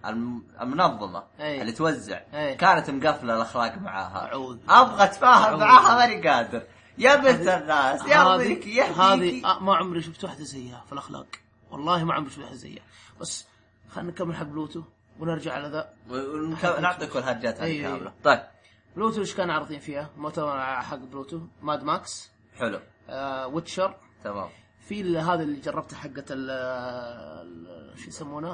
Speaker 1: الم- المنظمه
Speaker 2: أي.
Speaker 1: اللي توزع
Speaker 2: أي.
Speaker 1: كانت مقفله الاخلاق معاها
Speaker 2: أعوذ.
Speaker 1: ابغى اتفاهم
Speaker 2: أعوذ.
Speaker 1: معاها ماني قادر يا بنت الناس يا ابوك يا
Speaker 2: هذه
Speaker 1: هذه
Speaker 2: آه، ما عمري شفت واحده زيها في الاخلاق والله ما عمري شفت واحده زيها بس خلينا نكمل حق بلوتو ونرجع على ذا
Speaker 1: نعطيك الهرجات هذه
Speaker 2: أي.
Speaker 1: كامله طيب
Speaker 2: بلوتو ايش كانوا عارضين فيها؟ مؤتمر حق بلوتو ماد ماكس
Speaker 1: حلو
Speaker 2: آه، ويتشر
Speaker 1: تمام
Speaker 2: في ال- هذا اللي جربته حقه ال- ال- شو يسمونه؟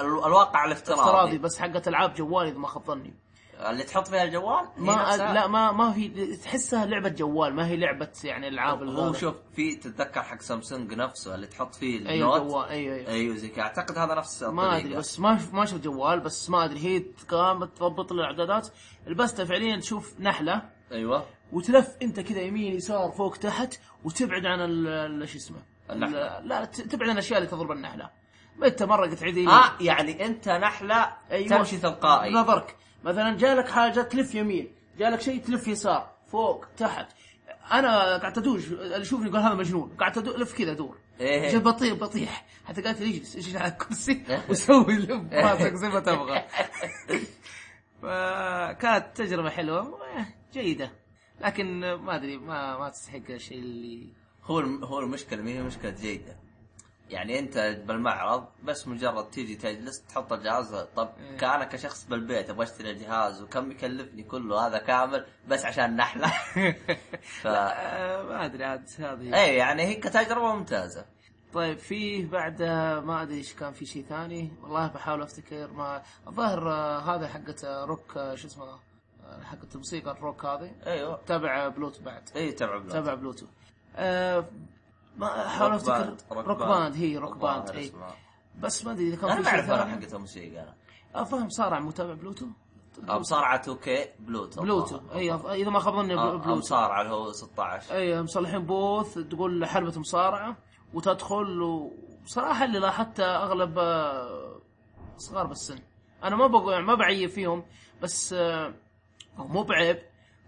Speaker 1: ال- الواقع الافتراضي
Speaker 2: افتراضي بس حقه العاب جوالي اذا ما خاب ظني
Speaker 1: اللي تحط فيها الجوال هي
Speaker 2: ما
Speaker 1: نفسها.
Speaker 2: لا ما ما في تحسها لعبه جوال ما هي لعبه يعني العاب
Speaker 1: هو
Speaker 2: الغالب.
Speaker 1: شوف في تتذكر حق سامسونج نفسه اللي تحط فيه
Speaker 2: ايوه
Speaker 1: النوت
Speaker 2: جوال ايوه ايوه
Speaker 1: ايوه زي كذا اعتقد هذا نفس
Speaker 2: ما
Speaker 1: الطريقة.
Speaker 2: ادري بس ما ما شفت جوال بس ما ادري هي قامت تضبط الاعدادات البسته فعليا تشوف نحله
Speaker 1: ايوه
Speaker 2: وتلف انت كذا يمين يسار فوق تحت وتبعد عن ال- ال- شو اسمه
Speaker 1: النحلة.
Speaker 2: لا- لا ت- تبعد عن الاشياء اللي تضرب النحله متى مره قد يمين
Speaker 1: اه يعني انت نحله
Speaker 2: أيوة.
Speaker 1: تمشي تلقائي
Speaker 2: نظرك مثلا جالك حاجه تلف يمين جالك شيء تلف يسار فوق تحت انا قعدت ادوج اللي يشوفني يقول هذا مجنون قعدت أدو- الف كذا ادور
Speaker 1: إيه.
Speaker 2: جا بطيح بطيح حتى قالت لي اجلس اجلس على الكرسي وسوي لف براسك زي ما تبغى فكانت تجربه حلوه جيده لكن ما ادري ما ما تستحق الشيء اللي
Speaker 1: هو الم- هو المشكله ما هي مشكله جيده يعني انت بالمعرض بس مجرد تيجي تجلس تحط الجهاز طب
Speaker 2: إيه.
Speaker 1: كأنا كشخص بالبيت ابغى اشتري الجهاز وكم يكلفني كله هذا كامل بس عشان نحله ف...
Speaker 2: لا، ما ادري عاد هذه
Speaker 1: اي يعني هي كتجربه ممتازه
Speaker 2: طيب فيه بعد ما ادري ايش كان في شيء ثاني والله بحاول افتكر ما الظاهر آه، هذا حقت آه، روك آه، شو اسمه آه، حقت موسيقى الروك هذه
Speaker 1: ايوه
Speaker 2: تابع آه، بلوتو بعد
Speaker 1: اي تبع بلوت.
Speaker 2: تابع بلوتو آه، ما احاول
Speaker 1: روك
Speaker 2: افتكر
Speaker 1: باند،
Speaker 2: روك باند هي روك باند
Speaker 1: هذا
Speaker 2: اي
Speaker 1: اسمه.
Speaker 2: بس ما ادري اذا
Speaker 1: انا
Speaker 2: كان
Speaker 1: ما
Speaker 2: في شيء
Speaker 1: اعرف انا
Speaker 2: ثاني
Speaker 1: حقت الموسيقى انا
Speaker 2: افهم صارع متابع بلوتو
Speaker 1: أو مصارعه 2K بلوتو
Speaker 2: بلوتو اي أف- اذا ما خاب ظني بلو-
Speaker 1: بلوتو
Speaker 2: بلوتو
Speaker 1: مصارعه اللي هو 16
Speaker 2: اي مصلحين بوث تقول حلبة مصارعة وتدخل وصراحة اللي لاحظته اغلب آه، صغار بالسن انا ما بقول يعني ما بعيب فيهم بس آه، هو مو بعيب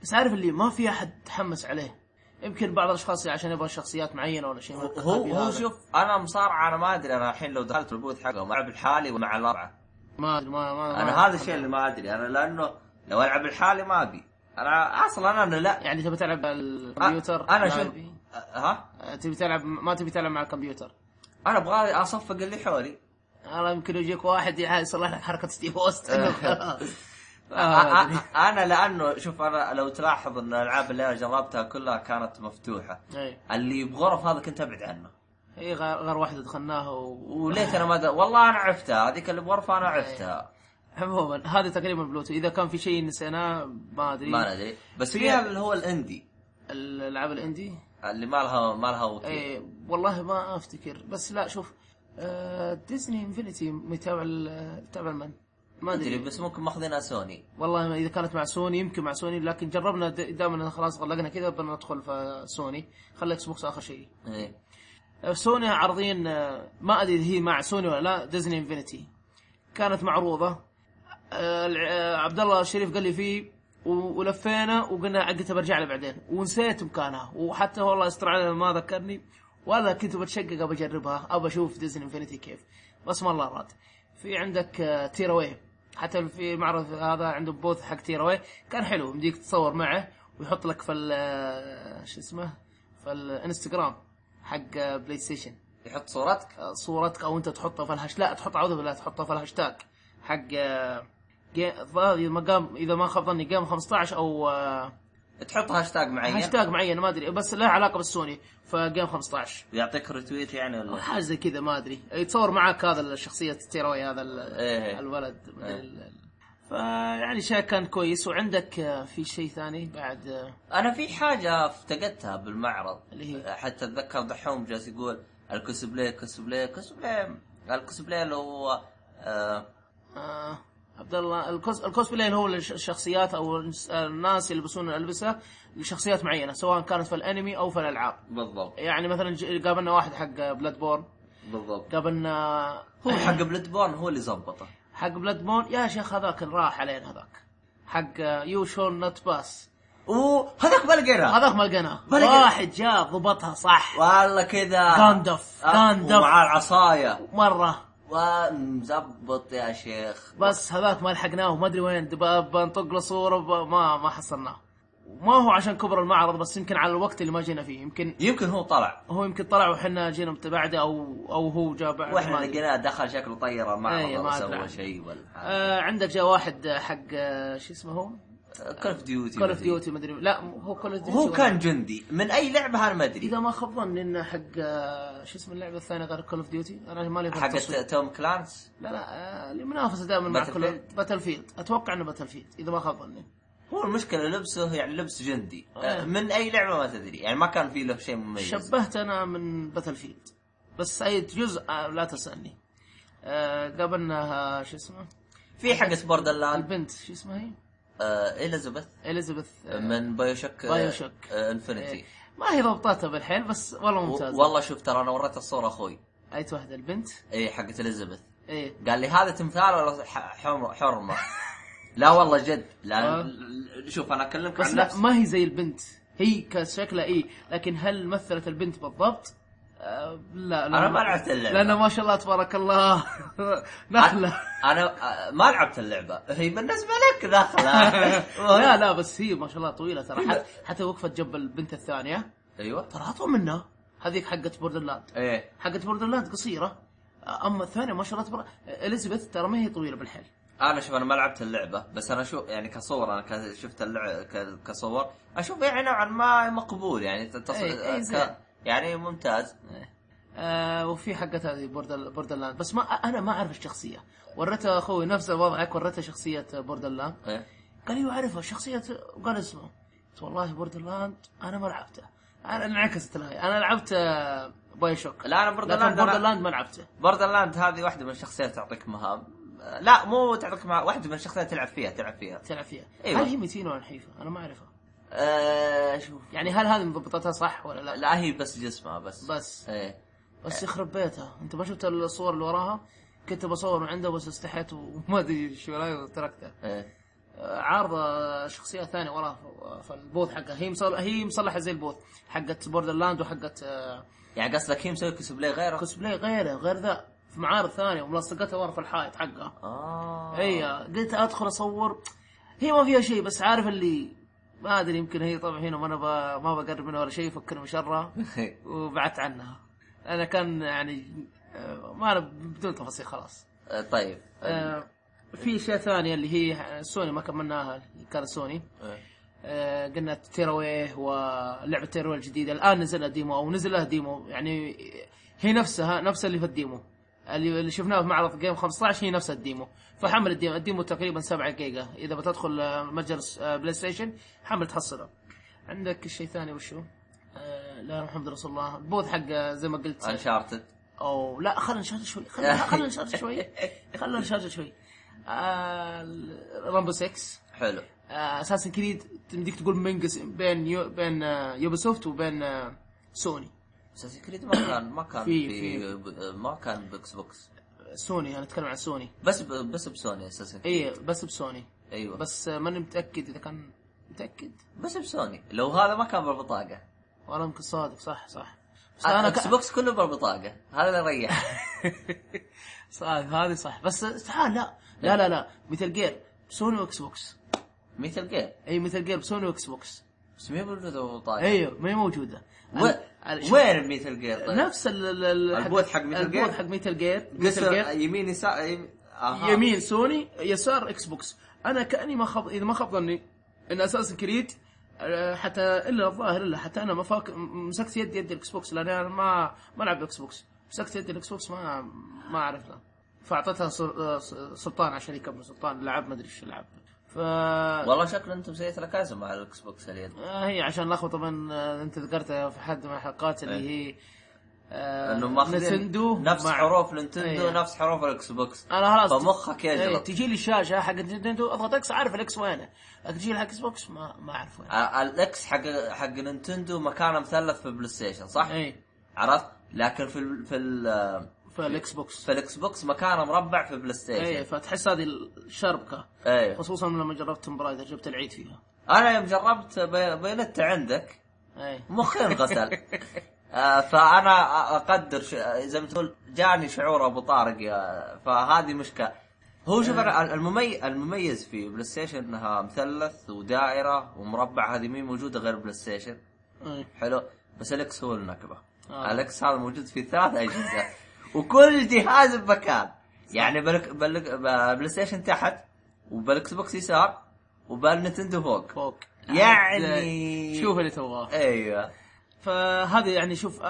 Speaker 2: بس عارف اللي ما في احد تحمس عليه يمكن بعض الاشخاص عشان يبغى شخصيات معينة ولا شيء من
Speaker 1: هو
Speaker 2: القبيل
Speaker 1: هو
Speaker 2: هذا.
Speaker 1: شوف انا مصارعه انا ما ادري انا الحين لو دخلت البوث حقهم العب لحالي ومع الاربعه
Speaker 2: ما ادري ما ما
Speaker 1: انا
Speaker 2: ما-
Speaker 1: هذا الشيء اللي ما ادري انا لانه لو العب لحالي ما ابي انا اصلا انا لا
Speaker 2: يعني تبي تلعب على الكمبيوتر
Speaker 1: انا
Speaker 2: لا
Speaker 1: شوف
Speaker 2: أبي.
Speaker 1: ها
Speaker 2: آه، تبي تلعب ما تبي تلعب مع الكمبيوتر
Speaker 1: انا ابغى اصفق اللي حولي
Speaker 2: الله يمكن يجيك واحد يصلح لك حركة ستيف اوستن وخلاص. آه، ما أدري.
Speaker 1: أ- انا لانه شوف انا لو تلاحظ ان الالعاب اللي انا جربتها كلها كانت مفتوحه
Speaker 2: اي
Speaker 1: اللي بغرف هذا كنت ابعد عنه
Speaker 2: اي إيه. غير, غير واحده دخلناها و...
Speaker 1: وليت انا ما د... والله انا عرفتها هذيك اللي بغرفه انا عرفتها
Speaker 2: عموما هذا تقريبا بلوتو اذا كان في شيء نسيناه ما ادري
Speaker 1: ما ندري بس
Speaker 2: إيه. في-
Speaker 1: فيها اللي هو الاندي
Speaker 2: الالعاب الاندي
Speaker 1: اللي ما لها ما لها وكيل
Speaker 2: اي إيه، والله ما افتكر بس لا شوف آه ديزني انفنتي متابع ال- تابع من؟ ما
Speaker 1: ادري
Speaker 2: ادري
Speaker 1: بس ممكن ماخذينها سوني
Speaker 2: والله ما- اذا كانت مع سوني يمكن مع سوني لكن جربنا د- دائما خلاص غلقنا كذا بندخل في سوني خلي اكس بوكس اخر شيء
Speaker 1: إيه.
Speaker 2: سوني عارضين آه، ما ادري هي مع سوني ولا لا ديزني انفينيتي كانت معروضه آه، الع- آه، عبد الله الشريف قال لي فيه و- ولفينا وقلنا عقتها برجع لها بعدين ونسيت مكانها وحتى والله استر على ما ذكرني ولا كنت بتشقق ابى اجربها ابى اشوف ديزني انفينيتي كيف بس ما الله راد في عندك آه، تيراوي حتى في معرض هذا عنده بوث حق تيراوي كان حلو مديك تتصور معه ويحط لك في ال- آه، شو اسمه في الانستغرام حق آه، بلاي ستيشن
Speaker 1: يحط صورتك
Speaker 2: صورتك او انت تحطها في الهاش لا تحط اعوذ بالله تحطها في الهاشتاج حق آه، جي- الظاهر اذا ما قام اذا ما خاب ظني قام 15 او آه،
Speaker 1: تحط هاشتاج معين
Speaker 2: هاشتاج معين ما ادري بس له علاقه بالسوني فقام 15
Speaker 1: يعطيك ريتويت يعني
Speaker 2: أو
Speaker 1: ولا
Speaker 2: حاجه زي كذا ما ادري يتصور معاك هذا الشخصيه التيروي هذا ال-
Speaker 1: إيه.
Speaker 2: الولد مدري ال- فيعني شيء كان كويس وعندك آه، في شيء ثاني بعد آه،
Speaker 1: انا في حاجه افتقدتها بالمعرض
Speaker 2: اللي
Speaker 1: حتى اتذكر دحوم جالس يقول الكوسبلاي كوسبلاي كوسبلاي الكوسبلاي اللي هو آه
Speaker 2: آه، عبد الله الكوس الكوسبلاي اللي هو الش- الشخصيات او الس- الناس اللي يلبسون الالبسه لشخصيات معينه سواء كانت في الانمي او في الالعاب
Speaker 1: بالضبط
Speaker 2: يعني مثلا ج- قابلنا واحد حق بلاد بورن
Speaker 1: بالضبط
Speaker 2: قابلنا
Speaker 1: هو حق بلاد بورن هو اللي زبطه
Speaker 2: حق بلاد بورن يا شيخ هذاك راح علينا هذاك حق يو شون نوت باس
Speaker 1: اوه هذاك ما لقيناه
Speaker 2: هذاك ما لقيناه
Speaker 1: ما لقينا.
Speaker 2: واحد جاء ضبطها صح
Speaker 1: والله كذا
Speaker 2: غاندف،
Speaker 1: آه،
Speaker 2: غاندف.
Speaker 1: ومعاه العصايه
Speaker 2: مره
Speaker 1: ومزبط يا شيخ
Speaker 2: بس هذاك ما لحقناه وما ادري وين دب- بنطق له صوره ب- ما ما حصلناه ما هو عشان كبر المعرض بس يمكن على الوقت اللي ما جينا فيه يمكن
Speaker 1: يمكن هو طلع
Speaker 2: هو يمكن طلع واحنا جينا متبعده او او هو جاء بعد
Speaker 1: واحنا
Speaker 2: ما أدري.
Speaker 1: لقيناه دخل شكله طير
Speaker 2: إيه،
Speaker 1: المعرض
Speaker 2: ما
Speaker 1: ولا
Speaker 2: أدري. إيه،
Speaker 1: سوى شيء ولا حاجة.
Speaker 2: آه عندك جاء واحد آه، حق آه، شو اسمه هو
Speaker 1: كول اوف ديوتي
Speaker 2: كول اوف ديوتي مدري لا م- هو كول اوف ديوتي
Speaker 1: هو كان جندي من اي لعبه انا ما ادري
Speaker 2: اذا ما خاب ظني انه حق آه، شو اسم اللعبه الثانيه غير كول اوف ديوتي انا مالي في
Speaker 1: حقت
Speaker 2: التصوير.
Speaker 1: توم كلانس
Speaker 2: لا لا آه، اللي منافسه دائما مع
Speaker 1: Battlefield؟
Speaker 2: كل باتل فيلد اتوقع انه باتل فيلد اذا ما خاب ظني
Speaker 1: هو المشكله لبسه يعني لبس جندي
Speaker 2: آه.
Speaker 1: آه، من اي لعبه ما تدري يعني ما كان فيه له شيء مميز
Speaker 2: شبهت انا من باتل فيلد بس اي جزء آه، لا تسالني آه، قابلنا آه، شو اسمه
Speaker 1: في حقت بوردر لاند
Speaker 2: البنت شو اسمها هي؟
Speaker 1: اليزابيث
Speaker 2: اليزابيث آه،
Speaker 1: من آه، بايوشك
Speaker 2: بايوشوك. إيه.
Speaker 1: انفنتي
Speaker 2: ما هي ضبطتها بالحيل بس والله ممتازه
Speaker 1: والله شوف ترى انا وريت الصوره اخوي
Speaker 2: اي واحده البنت
Speaker 1: اي حقت اليزابيث
Speaker 2: ايه
Speaker 1: قال لي هذا تمثال ولا ح- حمر- حرمه لا والله جد
Speaker 2: آه.
Speaker 1: لا ل- شوف انا اكلمك
Speaker 2: بس
Speaker 1: عن
Speaker 2: لا
Speaker 1: نفسي
Speaker 2: ما هي زي البنت هي كشكلها ايه لكن هل مثلت البنت بالضبط؟ آه لا لا
Speaker 1: أنا ما لعبت اللعبة.
Speaker 2: لان ما شاء الله تبارك الله نخله
Speaker 1: انا آه، ما لعبت اللعبه هي بالنسبه لك داخله
Speaker 2: لا لا بس هي ما شاء الله طويله ترى حت- حتى وقفت جنب البنت الثانيه
Speaker 1: ايوه
Speaker 2: ترى اطول منها هذيك حقت بوردرلاند
Speaker 1: ايه
Speaker 2: حقت بوردرلاند قصيره اما الثانيه ما شاء الله تبارك اليزابيث ترى ما هي طويله بالحيل
Speaker 1: انا شوف انا ما لعبت اللعبه بس انا شو يعني كصور انا ك- شفت اللعبه ك- كصور اشوف يعني نوعا ما مقبول يعني تص...
Speaker 2: إيه، إيه،
Speaker 1: ك-
Speaker 2: زين.
Speaker 1: يعني ممتاز
Speaker 2: آه وفي حقت هذه بوردر بوردرلاند بس ما انا ما اعرف الشخصيه وريته اخوي نفس وضعك وريته شخصيه بوردرلاند
Speaker 1: إيه.
Speaker 2: قال ايوه اعرفها شخصيه قال اسمه قلت والله بوردرلاند انا ما لعبته انا انعكست الهي انا لعبت آه، باي شوك
Speaker 1: لا انا
Speaker 2: لكن
Speaker 1: بوردرلاند أنا-
Speaker 2: بوردرلاند ما لعبته
Speaker 1: بوردرلاند هذه واحده من الشخصيات تعطيك مهام آه، لا مو تعطيك مهام واحده من الشخصيات تلعب فيها تلعب فيها
Speaker 2: تلعب فيها
Speaker 1: أيوة.
Speaker 2: هل هي متينه ولا نحيفه؟ انا ما اعرفها
Speaker 1: أه شوف
Speaker 2: يعني هل هذه مضبطتها صح ولا لا؟
Speaker 1: لا هي بس جسمها بس
Speaker 2: بس
Speaker 1: ايه
Speaker 2: بس يخرب بيتها انت ما شفت الصور اللي وراها؟ كنت بصور من عنده بس استحيت وما ادري شو رايي وتركته
Speaker 1: ايه
Speaker 2: عارضه شخصيه ثانيه وراها ف- فالبوث حقها هي مصلحه هي مصلحه زي البوث حقت بوردر لاند وحقت آه،
Speaker 1: يعني قصدك هي مسوي كوسبلاي غيره
Speaker 2: كوسبلاي غيره غير ذا في معارض ثانيه وملصقتها ورا في الحائط حقها
Speaker 1: اه
Speaker 2: هي قلت ادخل اصور هي ما فيها شيء بس عارف اللي ما ادري يمكن هي طبعا هنا ما انا ب- ما بقرب منها ولا شيء فكر من شرها وبعدت عنها انا كان يعني آه، ما انا بدون تفاصيل خلاص
Speaker 1: آه، طيب
Speaker 2: آه، في اشياء ثانيه اللي هي سوني ما كملناها اللي كانت سوني
Speaker 1: إيه.
Speaker 2: آه، قلنا تيرويه ولعبه تيرويه الجديده الان نزل لها ديمو او نزل لها ديمو يعني هي نفسها نفس اللي في الديمو اللي اللي شفناه في معرض جيم 15 هي نفس الديمو فحمل الديمو الديمو تقريبا 7 جيجا اذا بتدخل آه، متجر س- آه، بلاي ستيشن حمل تحصله عندك شيء ثاني وشو؟ آه، لا محمد رسول الله البوث حق آه، زي ما قلت
Speaker 1: انشارتد
Speaker 2: او لا خلينا نشارج شوي خلينا خلينا نشارج شوي خلينا نشارج شوي آه، رامبو 6
Speaker 1: حلو
Speaker 2: اساسن كريد آه، تمديك تقول منقس بين يو بين يوبي سوفت وبين آه، سوني
Speaker 1: اساسن كريد ما كان ما كان
Speaker 2: في-
Speaker 1: في,
Speaker 2: في.
Speaker 1: ب- ما كان بوكس بوكس
Speaker 2: سوني انا اتكلم عن سوني
Speaker 1: بس ب... بس بسوني اساسن كريد
Speaker 2: اي بس بسوني
Speaker 1: ايوه بس
Speaker 2: إيه. بس آه، ماني متاكد اذا كان متاكد
Speaker 1: بس بسوني لو هذا ما كان بالبطاقه
Speaker 2: والله يمكن صادق صح صح بس انا
Speaker 1: اكس
Speaker 2: ك...
Speaker 1: بوكس كله بالبطاقه هذا اللي ريح
Speaker 2: صادق هذه صح بس آه، تعال لا لا لا لا مثل جير سوني واكس بوكس
Speaker 1: ميتال جير
Speaker 2: اي مثل جير سوني واكس بوكس
Speaker 1: بس مين موجوده بالبطاقه
Speaker 2: ايوه ما هي موجوده
Speaker 1: و...
Speaker 2: ال- ال- شوف،
Speaker 1: وين ميتال جير طيب؟
Speaker 2: نفس ال- ال- ال-
Speaker 1: البوث حق Metal
Speaker 2: البوث
Speaker 1: Gear؟
Speaker 2: حق ميتال جير
Speaker 1: قصر يمين يسار يم... آه. أها.
Speaker 2: يمين سوني يسار اكس بوكس انا كاني ما خب اذا ما خاب ظني ان اساس كريد آه، حتى الا الظاهر الا حتى انا ما فاك... م- مسكت يدي يد الاكس بوكس لان انا ما ما العب الاكس بوكس مسكت يدي الاكس بوكس ما ما اعرف له فاعطتها سل- آه، س- سلطان عشان يكمل سلطان لعب ما ادري ايش لعب ف
Speaker 1: والله شكله انتم سيئة الكاسه مع الاكس بوكس اليد
Speaker 2: آه، هي عشان لخبطه من آه، انت ذكرتها في حد من الحلقات اللي هي آه،
Speaker 1: انه إيه. ماخذين
Speaker 2: نتندو
Speaker 1: نفس
Speaker 2: مع-
Speaker 1: حروف نينتندو
Speaker 2: أيه.
Speaker 1: نفس حروف الاكس بوكس
Speaker 2: انا خلاص
Speaker 1: فمخك يجرب.
Speaker 2: إيه، تجي لي الشاشه حق نينتندو اضغط اكس اعرف الاكس وينه لكن تجي لي حق اكس بوكس ما ما اعرف وينه
Speaker 1: ع- الاكس حق حق نينتندو مكانه مثلث في بلاي ستيشن صح؟
Speaker 2: اي
Speaker 1: عرفت؟ لكن في ال... في ال...
Speaker 2: فالاكس بوكس
Speaker 1: في الاكس بوكس مكانه مربع في بلاي
Speaker 2: اي
Speaker 1: ستيشن
Speaker 2: فتحس هذه الشربكه
Speaker 1: ايوه
Speaker 2: خصوصا لما جربت توم برايدر جبت العيد فيها
Speaker 1: انا يوم جربت بي- بينتا عندك
Speaker 2: اي
Speaker 1: مخي انغسل آه، فانا أ- اقدر ش... زي ما تقول جاني شعور ابو طارق يا... فهذه مشكله هو شوف أنا ال- الممي... المميز في بلاي ستيشن انها مثلث ودائره ومربع هذه مين موجوده غير بلاي ستيشن
Speaker 2: إي.
Speaker 1: حلو بس الاكس هو النكبه
Speaker 2: آه.
Speaker 1: آه. الاكس هذا موجود في ثلاث اجهزه وكل جهاز بمكان يعني بالك بالك بلاي ستيشن تحت وبالاكس بوكس يسار وبالنتندو فوق
Speaker 2: فوق
Speaker 1: يعني-
Speaker 2: شوف اللي تبغاه
Speaker 1: ايوه
Speaker 2: فهذا يعني شوف آه،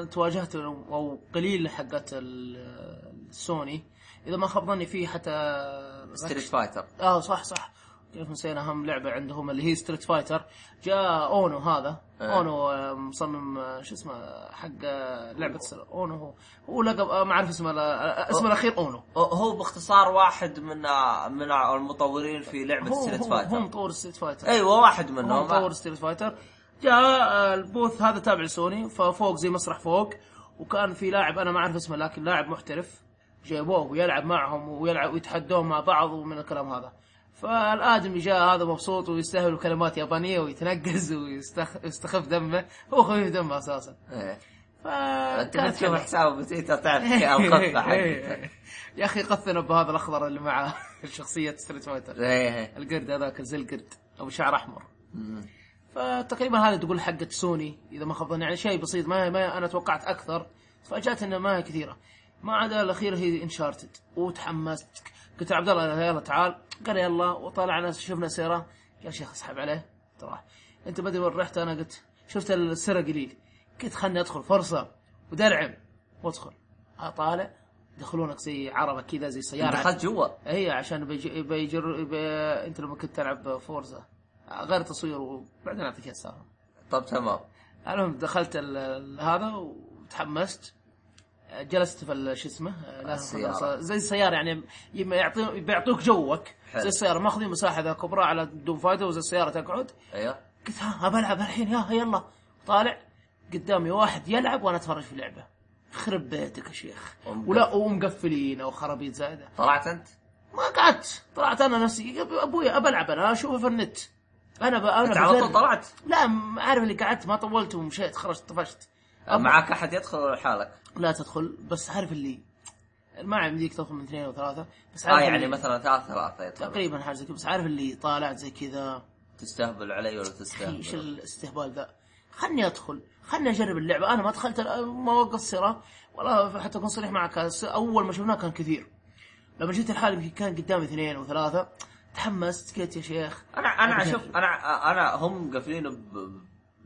Speaker 2: آه، تواجهت او قليل حقت ال- السوني اذا ما خاب ظني في حتى
Speaker 1: ستريت فايتر
Speaker 2: اه صح صح كيف نسينا اهم لعبه عندهم اللي هي ستريت فايتر جاء اونو هذا
Speaker 1: آه.
Speaker 2: اونو آه، مصمم آه، شو اسمه حق آه، لعبه سل- اونو هو هو لقب آه، ما اعرف اسمه لا- آه، اسمه الاخير اونو
Speaker 1: هو باختصار واحد من آه، من المطورين في لعبه
Speaker 2: هو
Speaker 1: ستريت
Speaker 2: هو هو
Speaker 1: فايتر
Speaker 2: مطور ستريت فايتر
Speaker 1: ايوه واحد
Speaker 2: هو
Speaker 1: منهم
Speaker 2: مطور ستريت فايتر جاء آه، البوث هذا تابع لسوني ففوق زي مسرح فوق وكان في لاعب انا ما اعرف اسمه لكن لاعب محترف جايبوه ويلعب معهم ويلعب ويتحدون مع بعض ومن الكلام هذا فالادمي جاء هذا مبسوط ويستهبل بكلمات يابانيه ويتنقز ويستخ- ويستخف دمه هو خفيف دمه اساسا
Speaker 1: إيه.
Speaker 2: ف
Speaker 1: انت بتشوف حسابه بتويتر تعرف كم قطه حقته
Speaker 2: يا اخي قثنا بهذا الاخضر اللي معه شخصيه ستريت فايتر
Speaker 1: ايه
Speaker 2: القرد هذاك زي القرد او شعر احمر
Speaker 1: مم.
Speaker 2: فتقريبا هذه تقول حقت سوني اذا ما خاب ظني، يعني شيء بسيط ما, ما انا توقعت اكثر تفاجات انها ما هي كثيره ما عدا الاخيره هي انشارتد وتحمست قلت يا عبد الله يلا تعال قال يلا وطلعنا شفنا سيره يا شيخ اسحب عليه ترى انت بدري وين رحت انا قلت شفت السيره قليل قلت خلني ادخل فرصه ودرعم وادخل اطالع دخلونك زي عربه كذا زي سياره
Speaker 1: دخلت جوا
Speaker 2: هي عشان بيجر, بيجر... بي... انت لما كنت تلعب فورزا غير تصوير وبعدين اعطيك السالفه
Speaker 1: طب تمام
Speaker 2: المهم دخلت ال... ال- هذا وتحمست جلست في ال- شو اسمه لا
Speaker 1: السيارة.
Speaker 2: تفضل. زي السياره يعني يما يعطي بيعطوك جوك
Speaker 1: حلو.
Speaker 2: زي السياره ماخذين مساحه ذا كبرى على دوم فايتر وزي السياره تقعد
Speaker 1: ايوه
Speaker 2: قلت ها بلعب الحين يا يلا طالع قدامي واحد يلعب وانا اتفرج في لعبه خرب بيتك يا شيخ
Speaker 1: ومقفل.
Speaker 2: ولا ومقفلين او خرابيط زايده
Speaker 1: طلعت انت
Speaker 2: ما قعدت طلعت انا نفسي ابوي ابى العب انا اشوفه في النت انا ب... انا
Speaker 1: انت على طول
Speaker 2: بجرب.
Speaker 1: طلعت
Speaker 2: لا م- عارف اللي قعدت ما طولت ومشيت خرجت طفشت أبا-
Speaker 1: معك احد يدخل ولا حالك؟
Speaker 2: لا تدخل بس عارف اللي ما عندك تدخل من اثنين وثلاثه بس عارف
Speaker 1: اه يعني
Speaker 2: اللي-
Speaker 1: مثلا ثلاث ثلاثه يدخل
Speaker 2: تقريبا حاجه زي كذا بس عارف اللي طالعت زي كذا
Speaker 1: تستهبل علي ولا
Speaker 2: ايش
Speaker 1: تستهبل؟
Speaker 2: الاستهبال ذا خلني ادخل خلني اجرب اللعبه انا ما دخلت الآن ما وقصرة والله حتى اكون صريح معك الس- اول ما شفناه كان كثير لما جيت الحال يمكن كان قدامي اثنين وثلاثه تحمست قلت يا شيخ
Speaker 1: انا انا
Speaker 2: أبداً.
Speaker 1: شوف انا انا هم مقفلين ب...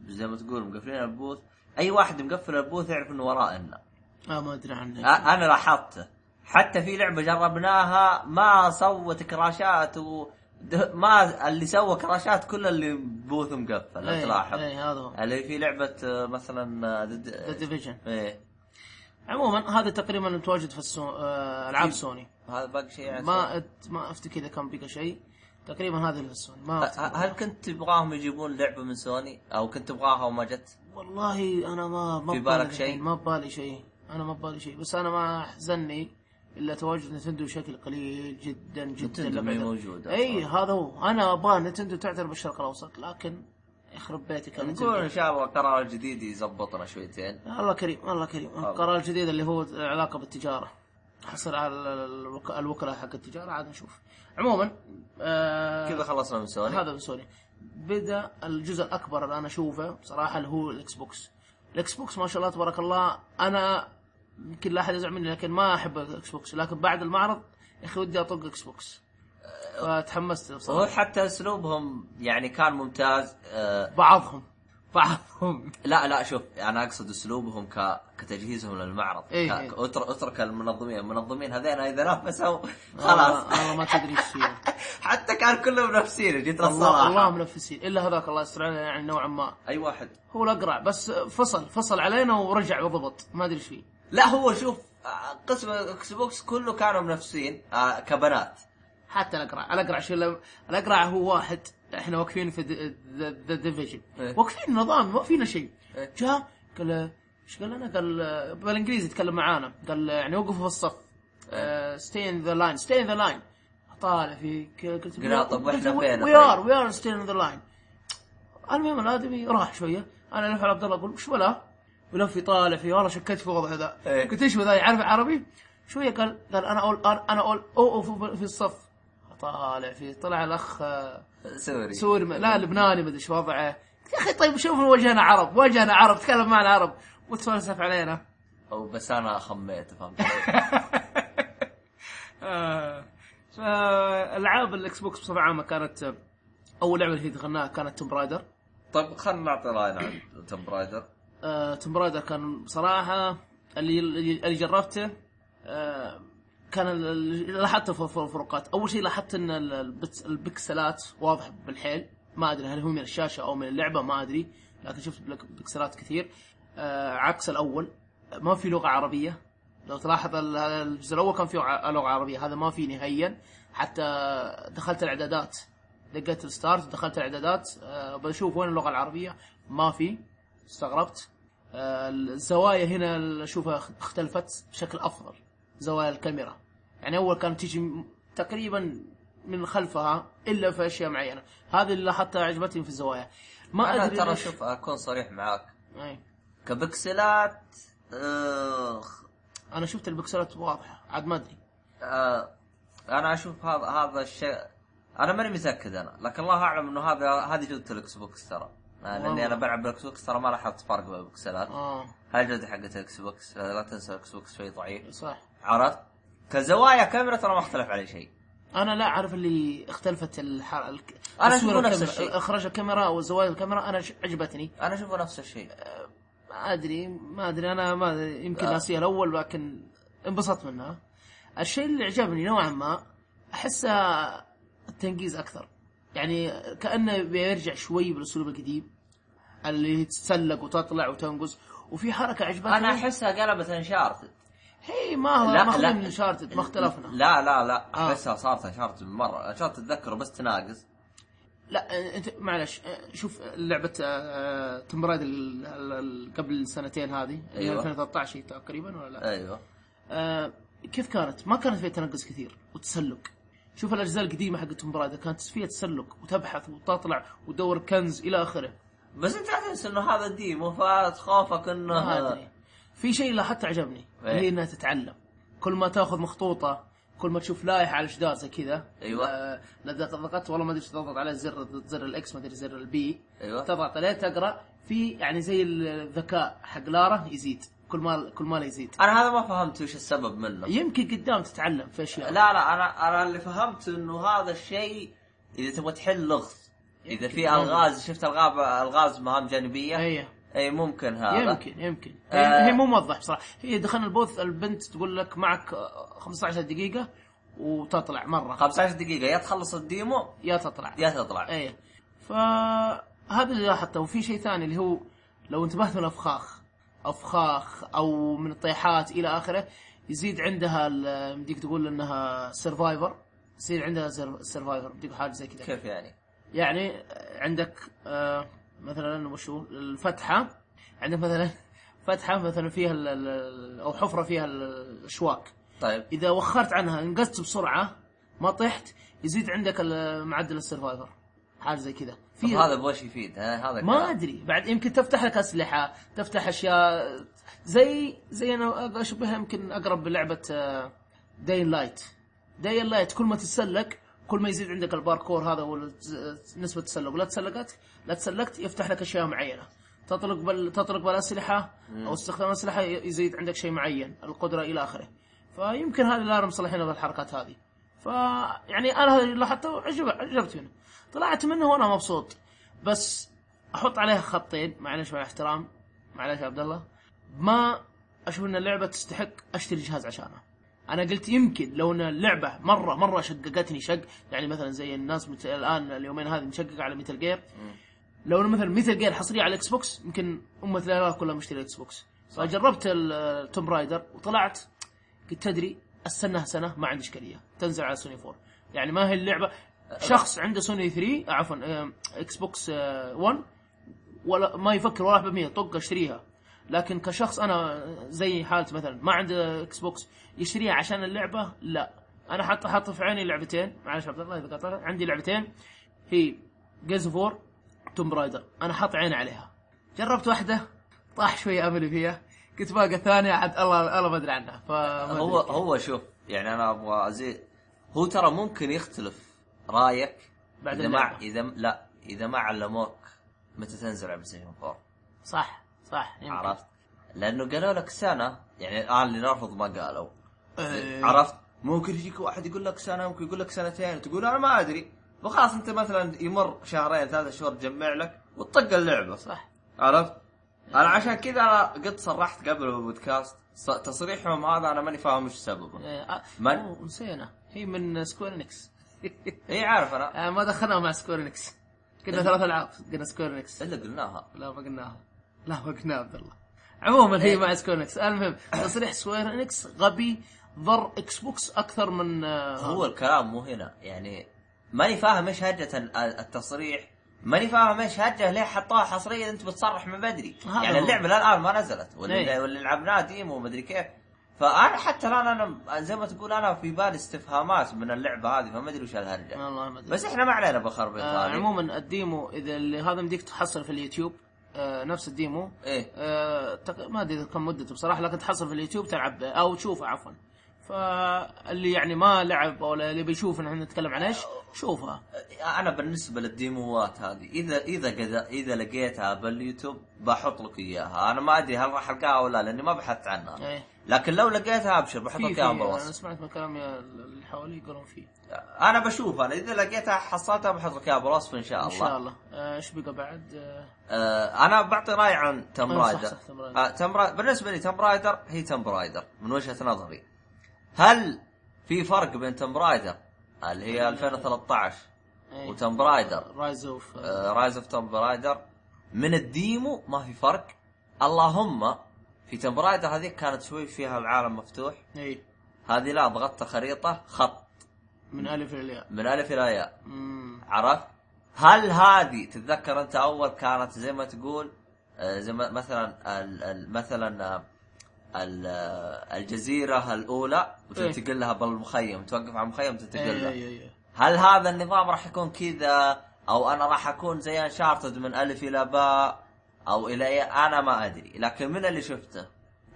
Speaker 1: زي ما تقول مقفلين البوث اي واحد مقفل البوث يعرف انه ورائنا
Speaker 2: آه ما ادري عنك
Speaker 1: أ- انا لاحظته حتى في لعبه جربناها ما سوت كراشات و ده- ما اللي سوى كراشات كل اللي بوث مقفل لو
Speaker 2: إيه،
Speaker 1: تلاحظ
Speaker 2: إيه، هذا هو
Speaker 1: اللي في لعبه آه، مثلا آه، ضد
Speaker 2: ذا ديفيجن
Speaker 1: ايه
Speaker 2: عموما هذا تقريبا المتواجد في السو... آه،
Speaker 1: إيه.
Speaker 2: العاب سوني
Speaker 1: هذا باقي شيء يعني
Speaker 2: ما أت... ما افتكر اذا كان بقى شيء تقريبا هذا اللي في سوني ما
Speaker 1: ه-
Speaker 2: أفتكر.
Speaker 1: آه، هل كنت تبغاهم يجيبون لعبه من سوني او كنت تبغاها وما جت؟
Speaker 2: والله انا ما ما
Speaker 1: آه. في
Speaker 2: ببالي
Speaker 1: بالك شيء؟
Speaker 2: الحين، ما ببالي شيء انا ما ببالي شيء بس انا ما احزنني الا تواجد نتندو بشكل قليل جدا جدا
Speaker 1: نتندو ما هي
Speaker 2: لما-
Speaker 1: موجودة أصلاً.
Speaker 2: اي إيه، هذا هو انا ابغى نتندو تعترف بالشرق الاوسط لكن يخرب بيتك يا
Speaker 1: نقول
Speaker 2: نتندو
Speaker 1: ان شاء الله قرار جديد يزبطنا شويتين
Speaker 2: الله كريم الله كريم القرار الجديد اللي هو العلاقه بالتجاره حصل على الوك- الوكلاء حق التجاره عاد نشوف عموما آه
Speaker 1: كذا خلصنا من سوني
Speaker 2: هذا من سوني بدا الجزء الاكبر اللي انا اشوفه بصراحه اللي هو الاكس بوكس الاكس بوكس ما شاء الله تبارك الله انا يمكن لا احد يزعل مني لكن ما احب الاكس بوكس لكن بعد المعرض يا اخي ودي اطق اكس بوكس
Speaker 1: أه.
Speaker 2: فتحمست
Speaker 1: هو
Speaker 2: بصراحه
Speaker 1: حتى اسلوبهم يعني كان ممتاز آه
Speaker 2: بعضهم بعضهم
Speaker 1: لا لا شوف انا اقصد اسلوبهم ك... كتجهيزهم للمعرض
Speaker 2: إيه،
Speaker 1: ك-
Speaker 2: إيه.
Speaker 1: ك- اترك اترك المنظمين المنظمين هذين اذا نافسوا
Speaker 2: والله-
Speaker 1: خلاص
Speaker 2: والله ما تدري ايش فيه
Speaker 1: حتى كان كلهم نفسين جيت
Speaker 2: الله الله
Speaker 1: الصراحه
Speaker 2: منفسين الا هذاك الله يستر علينا يعني نوعا ما
Speaker 1: اي واحد
Speaker 2: هو الاقرع بس فصل فصل علينا ورجع وضبط ما ادري ايش فيه
Speaker 1: لا هو شوف آه، قسم اكس بوكس كله كانوا منافسين آه كبنات
Speaker 2: حتى الاقرع الاقرع شو لم- الاقرع هو واحد احنا واقفين في ذا ديفيجن
Speaker 1: إيه.
Speaker 2: واقفين نظام ما فينا شيء
Speaker 1: إيه.
Speaker 2: جاء قال له، ايش قال لنا قال آه، بالانجليزي يتكلم معانا قال آه، يعني وقفوا في الصف
Speaker 1: إيه.
Speaker 2: آه، ستي ان ذا لاين ستي ان ذا لاين طالع فيك قلت
Speaker 1: قال، طب طيب." وإحنا فين؟
Speaker 2: وي ار وي ار ستي ان ذا لاين المهم الادمي راح شويه انا الف على عبد الله اقول وش ولا ولف يطالع فيه والله شكيت في وضعه ذا
Speaker 1: إيه.
Speaker 2: قلت ايش هو ذا يعرف عربي شويه قال قال انا اول انا اول او او في- في الصف طالع فيه طلع الاخ آه،
Speaker 1: سوري
Speaker 2: سوري ما- لا لبناني مدري ايش وضعه قلت يا اخي طيب شوف وجهنا عرب وجهنا عرب تكلم معنا عرب وتفلسف علينا
Speaker 1: أو بس انا خميت فهمت
Speaker 2: آه. فالعاب الاكس بوكس بصفه عامه كانت اول لعبه اللي دخلناها كانت توم برايدر
Speaker 1: طيب خلنا نعطي راينا عن توم رايدر
Speaker 2: آه، توم برايدر كان بصراحه اللي اللي جربته آه، كان ال- ال- لاحظت الف- الف- الفروقات اول شيء لاحظت ان ال- البت- البكسلات واضح بالحيل ما ادري هل هو من الشاشه او من اللعبه ما ادري لكن شفت بلك- بكسلات كثير آه، عكس الاول ما في لغه عربيه لو تلاحظ ال- الجزء الاول كان فيه ع- لغه عربيه هذا ما في نهائيا حتى دخلت الاعدادات لقيت الستارت دخلت الاعدادات آه، بشوف وين اللغه العربيه ما في استغربت آه، الزوايا هنا اللي اشوفها اختلفت بشكل افضل زوايا الكاميرا يعني اول كانت تيجي م- تقريبا من خلفها الا في اشياء معينه هذه اللي حتى عجبتني في الزوايا ما
Speaker 1: انا
Speaker 2: ادري
Speaker 1: ترى
Speaker 2: ليش- إيه.
Speaker 1: شوف اكون صريح معاك
Speaker 2: أي.
Speaker 1: كبكسلات آه
Speaker 2: انا شفت البكسلات واضحه عاد ما ادري
Speaker 1: آه انا اشوف هذا هذا الشيء انا ماني متاكد انا لكن الله اعلم انه هذا هذه جوده الاكس بوكس ترى آه، لاني
Speaker 2: والله.
Speaker 1: انا بلعب بالاكس بوكس ترى ما لاحظت فرق بين البكسلات
Speaker 2: اه
Speaker 1: هاي الجوده حقت الاكس بوكس آه، لا تنسى الاكس بوكس شوي ضعيف
Speaker 2: صح
Speaker 1: عرفت كزوايا كاميرا ترى ما اختلف عليه شيء
Speaker 2: انا لا اعرف اللي اختلفت الحر... الك...
Speaker 1: أنا
Speaker 2: تصوير
Speaker 1: أشوفه نفس
Speaker 2: الكاميرا-
Speaker 1: الشيء.
Speaker 2: اخراج الكاميرا او زوايا الكاميرا انا ش... عجبتني
Speaker 1: انا اشوفه نفس الشيء
Speaker 2: ما ادري ما ادري انا ما أدري. يمكن ناسيه الاول لكن انبسطت منها الشيء اللي عجبني نوعا ما احسه التنقيز اكثر يعني كانه بيرجع شوي بالاسلوب القديم اللي تتسلق وتطلع وتنقز وفي حركه عجبتني
Speaker 1: انا احسها قلبت انشارتد
Speaker 2: هي ما هو
Speaker 1: لا،
Speaker 2: آه،
Speaker 1: لا.
Speaker 2: ما اخذنا من شارتد ما اختلفنا
Speaker 1: لا لا لا
Speaker 2: آه.
Speaker 1: احسها صارت انشارتد مره انشارتد تذكره بس تناقص
Speaker 2: لا انت معلش أه، شوف أه، لعبه توم رايدر قبل سنتين هذه اللي هي
Speaker 1: أيوة.
Speaker 2: 2013 تقريبا ولا لا؟
Speaker 1: ايوه
Speaker 2: آه، كيف كانت؟ ما كانت فيها تنقص كثير وتسلق. شوف الاجزاء القديمه حقت توم رايدر كانت فيها تسلق وتبحث وتطلع وتدور كنز الى اخره.
Speaker 1: بس انت تحس انه هذا ديمو فتخافك انه
Speaker 2: ما ادري. في شيء لاحظت عجبني
Speaker 1: إيه.
Speaker 2: اللي هي انها تتعلم. كل ما تاخذ مخطوطه كل ما تشوف لائحه على شداد زي كذا
Speaker 1: أيوة.
Speaker 2: آه، لا ضغطت والله ما ادري إيش تضغط على زر زر الاكس ما ادري زر البي
Speaker 1: ايوه
Speaker 2: تضغط عليه تقرا في يعني زي الذكاء حق لارا يزيد كل ما كل ما لا يزيد
Speaker 1: انا هذا ما فهمت وش السبب منه
Speaker 2: يمكن قدام تتعلم في اشياء
Speaker 1: لا لا انا انا اللي فهمت انه هذا الشيء اذا تبغى تحل لغز اذا في
Speaker 2: يمكن.
Speaker 1: الغاز شفت الغاب الغاز مهام جانبيه
Speaker 2: ايوه
Speaker 1: اي ممكن هذا
Speaker 2: يمكن يمكن هي,
Speaker 1: آه.
Speaker 2: هي مو موضح بصراحه هي دخلنا البوث البنت تقول لك معك آه، 15 دقيقه وتطلع مره
Speaker 1: 15 دقيقه يا تخلص الديمو
Speaker 2: يا تطلع
Speaker 1: يا تطلع
Speaker 2: ايه فهذا اللي لاحظته وفي شيء ثاني اللي هو لو انتبهت من الافخاخ افخاخ او من الطيحات الى اخره يزيد عندها ال- مديك تقول انها سرفايفر يصير عندها سرفايفر مديك حاجه زي كذا
Speaker 1: كيف يعني؟
Speaker 2: يعني عندك آه، مثلا وشو الفتحه عندك مثلا فتحه مثلا فيها ال- ال- او حفره فيها ال- الاشواك
Speaker 1: طيب
Speaker 2: اذا وخرت عنها انقذت بسرعه ما طحت يزيد عندك ال- معدل السرفايفر حاجه زي كذا في
Speaker 1: طب هذا بوش يفيد ها هذا
Speaker 2: ما
Speaker 1: كلام.
Speaker 2: ادري بعد يمكن تفتح لك اسلحه تفتح اشياء زي زي انا اشبهها يمكن آه، اقرب بلعبه داين لايت داين لايت كل ما تتسلق كل ما يزيد عندك الباركور هذا والت- نسبه التسلق لا تسلقت لا تسلقت يفتح لك اشياء معينه تطلق بال تطلق بالاسلحه او استخدام اسلحه ي- يزيد عندك شيء معين القدره الى اخره فيمكن هذا اللي مصلحينه بالحركات هذه ف يعني انا هذا اللي لاحظته عجب عجبت منه طلعت منه وانا مبسوط بس احط عليها خطين معلش مع الاحترام معلش يا عبد الله ما اشوف ان اللعبه تستحق اشتري جهاز عشانها انا قلت يمكن لو ان اللعبه مره مره شققتني شق يعني مثلا زي الناس مت... الان اليومين هذه مشققه على ميتال جير لو إن مثلا ميتال جير حصريه على الاكس بوكس يمكن امه العراق كلها مشتريه اكس بوكس فجربت التوم رايدر وطلعت قلت تدري استناها سنه ما عندي اشكاليه تنزل على سوني 4 يعني ما هي اللعبه شخص عنده سوني 3 عفوا آه، اكس بوكس آه، 1 ولا ما يفكر ولا واحد بالمية طق اشتريها لكن كشخص انا زي حالتي مثلا ما عنده اكس بوكس يشتريها عشان اللعبه لا انا حاطه حاطه في عيني لعبتين معلش عبد الله اذا قطعت عندي لعبتين هي جيز اوف وور توم برايدر انا حاط عيني عليها جربت واحده طاح شويه املي فيها كنت باقي الثانيه عاد الله الله ما ادري عنها فما
Speaker 1: هو
Speaker 2: أدري.
Speaker 1: هو شوف يعني انا ابغى ازيد هو ترى ممكن يختلف رايك
Speaker 2: بعد
Speaker 1: اذا ما
Speaker 2: اللعبة.
Speaker 1: اذا لا اذا ما علموك متى تنزل على بلاي 4
Speaker 2: صح صح يمكن.
Speaker 1: عرفت؟ لانه قالوا لك سنه يعني الان اللي نرفض ما قالوا
Speaker 2: إيه.
Speaker 1: عرفت؟ ممكن يجيك واحد يقول لك سنه ممكن يقول لك سنتين تقول انا ما ادري فخلاص انت مثلا يمر شهرين ثلاثة شهور تجمع لك وتطق اللعبه
Speaker 2: صح
Speaker 1: عرفت؟ انا عشان كذا انا قد صرحت قبل بالبودكاست ص- تصريحهم هذا انا ماني فاهم ايش سببه
Speaker 2: إيه، آه،
Speaker 1: من؟
Speaker 2: أوه، نسينا هي من سكويرنكس
Speaker 1: اي إيه، عارف انا
Speaker 2: آه، ما دخلناها مع سكويرنكس
Speaker 1: إيه.
Speaker 2: قلنا ثلاث العاب قلنا سكويرنكس
Speaker 1: الا قلناها
Speaker 2: لا ما قلناها لا ما قلناها عبد الله عموما
Speaker 1: إيه.
Speaker 2: هي مع سكويرنكس المهم تصريح سكويرنكس غبي ضر اكس بوكس اكثر من آه،
Speaker 1: هو الكلام مو هنا يعني ماني فاهم ايش هرجة ال- التصريح ماني فاهم ايش هرجة ليه حطوها حصريا انت بتصرح من بدري
Speaker 2: هذا
Speaker 1: يعني
Speaker 2: هو.
Speaker 1: اللعبة للان ما نزلت
Speaker 2: إيه.
Speaker 1: واللي واللي لعبناها ديمو ومدري كيف فانا حتى الان انا زي ما تقول انا في بالي استفهامات من اللعبة هذه فما ادري وش الهرجة
Speaker 2: والله ما ادري
Speaker 1: بس احنا ما علينا بخربيط
Speaker 2: آه
Speaker 1: هذه
Speaker 2: عموما الديمو اذا اللي هذا مديك تحصل في اليوتيوب آه نفس الديمو
Speaker 1: ايه
Speaker 2: آه تق- ما ادري كم مدته بصراحه لكن تحصل في اليوتيوب تلعب او تشوفه عفوا فاللي يعني ما لعب او اللي بيشوف إن احنا نتكلم عن ايش شوفها
Speaker 1: انا بالنسبه للديموات هذه اذا اذا قد- اذا لقيتها باليوتيوب بحط لك اياها انا ما ادري هل راح القاها ولا لا، لاني ما بحثت عنها
Speaker 2: ايه
Speaker 1: لكن لو لقيتها ابشر بحط
Speaker 2: في
Speaker 1: لك
Speaker 2: في
Speaker 1: اياها
Speaker 2: انا
Speaker 1: بالوصف
Speaker 2: سمعت من كلام يا- اللي حوالي يقولون فيه
Speaker 1: انا بشوف انا اذا لقيتها حصلتها بحط لك اياها بالوصف ان شاء
Speaker 2: ان
Speaker 1: الله
Speaker 2: شاء الله آه، ايش بقى بعد آه،
Speaker 1: آه انا بعطي راي عن تم
Speaker 2: آه، صح،
Speaker 1: رايدر
Speaker 2: صح، تم رايدر.
Speaker 1: آه تم را... بالنسبه لي تم رايدر هي تم رايدر من وجهه نظري هل في فرق بين تم رايدر اللي هي 2013
Speaker 2: إيه.
Speaker 1: وتم رايدر
Speaker 2: رايز اوف آه،
Speaker 1: رايز اوف توم برايدر من الديمو ما في فرق اللهم في توم رايدر هذيك كانت شوي فيها العالم مفتوح
Speaker 2: ايه
Speaker 1: هذه لا ضغطت خريطه خط
Speaker 2: من الف للياء
Speaker 1: من الف الى ياء
Speaker 2: مم.
Speaker 1: عرفت هل هذه تتذكر انت اول كانت زي ما تقول آه، زي ما مثلا ال- ال- مثلا آه، ال- آه، الجزيره الاولى
Speaker 2: إيه.
Speaker 1: وتنتقل لها بالمخيم توقف على المخيم تنتقل
Speaker 2: ايه
Speaker 1: لها
Speaker 2: ايه ايه
Speaker 1: هل هذا النظام راح يكون كذا او انا راح اكون زي انشارتد من الف الى باء او الى إيه؟ انا ما ادري لكن من اللي شفته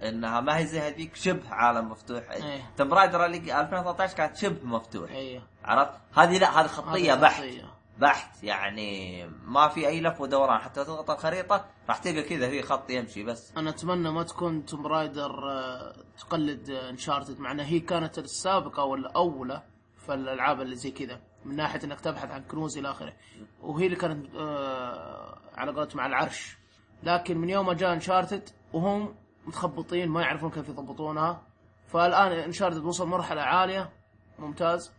Speaker 1: انها ما هي زي هذيك شبه عالم مفتوح
Speaker 2: إيه.
Speaker 1: تم رايدر اللي 2013 كانت شبه مفتوح
Speaker 2: ايه
Speaker 1: عرفت هذه لا هذه خطيه
Speaker 2: هذه
Speaker 1: بحت
Speaker 2: خطية.
Speaker 1: بحت يعني ما في اي لف ودوران حتى تضغط الخريطه راح تلقى كذا في خط يمشي بس
Speaker 2: انا اتمنى ما تكون توم رايدر آه، تقلد انشارتد مع انها هي كانت السابقه والاولى في الالعاب اللي زي كذا من ناحيه انك تبحث عن كنوز الى اخره وهي اللي كانت آه، على قولتهم على العرش لكن من يوم ما جاء انشارتد وهم متخبطين ما يعرفون كيف يضبطونها فالان انشارتد وصل مرحله عاليه ممتاز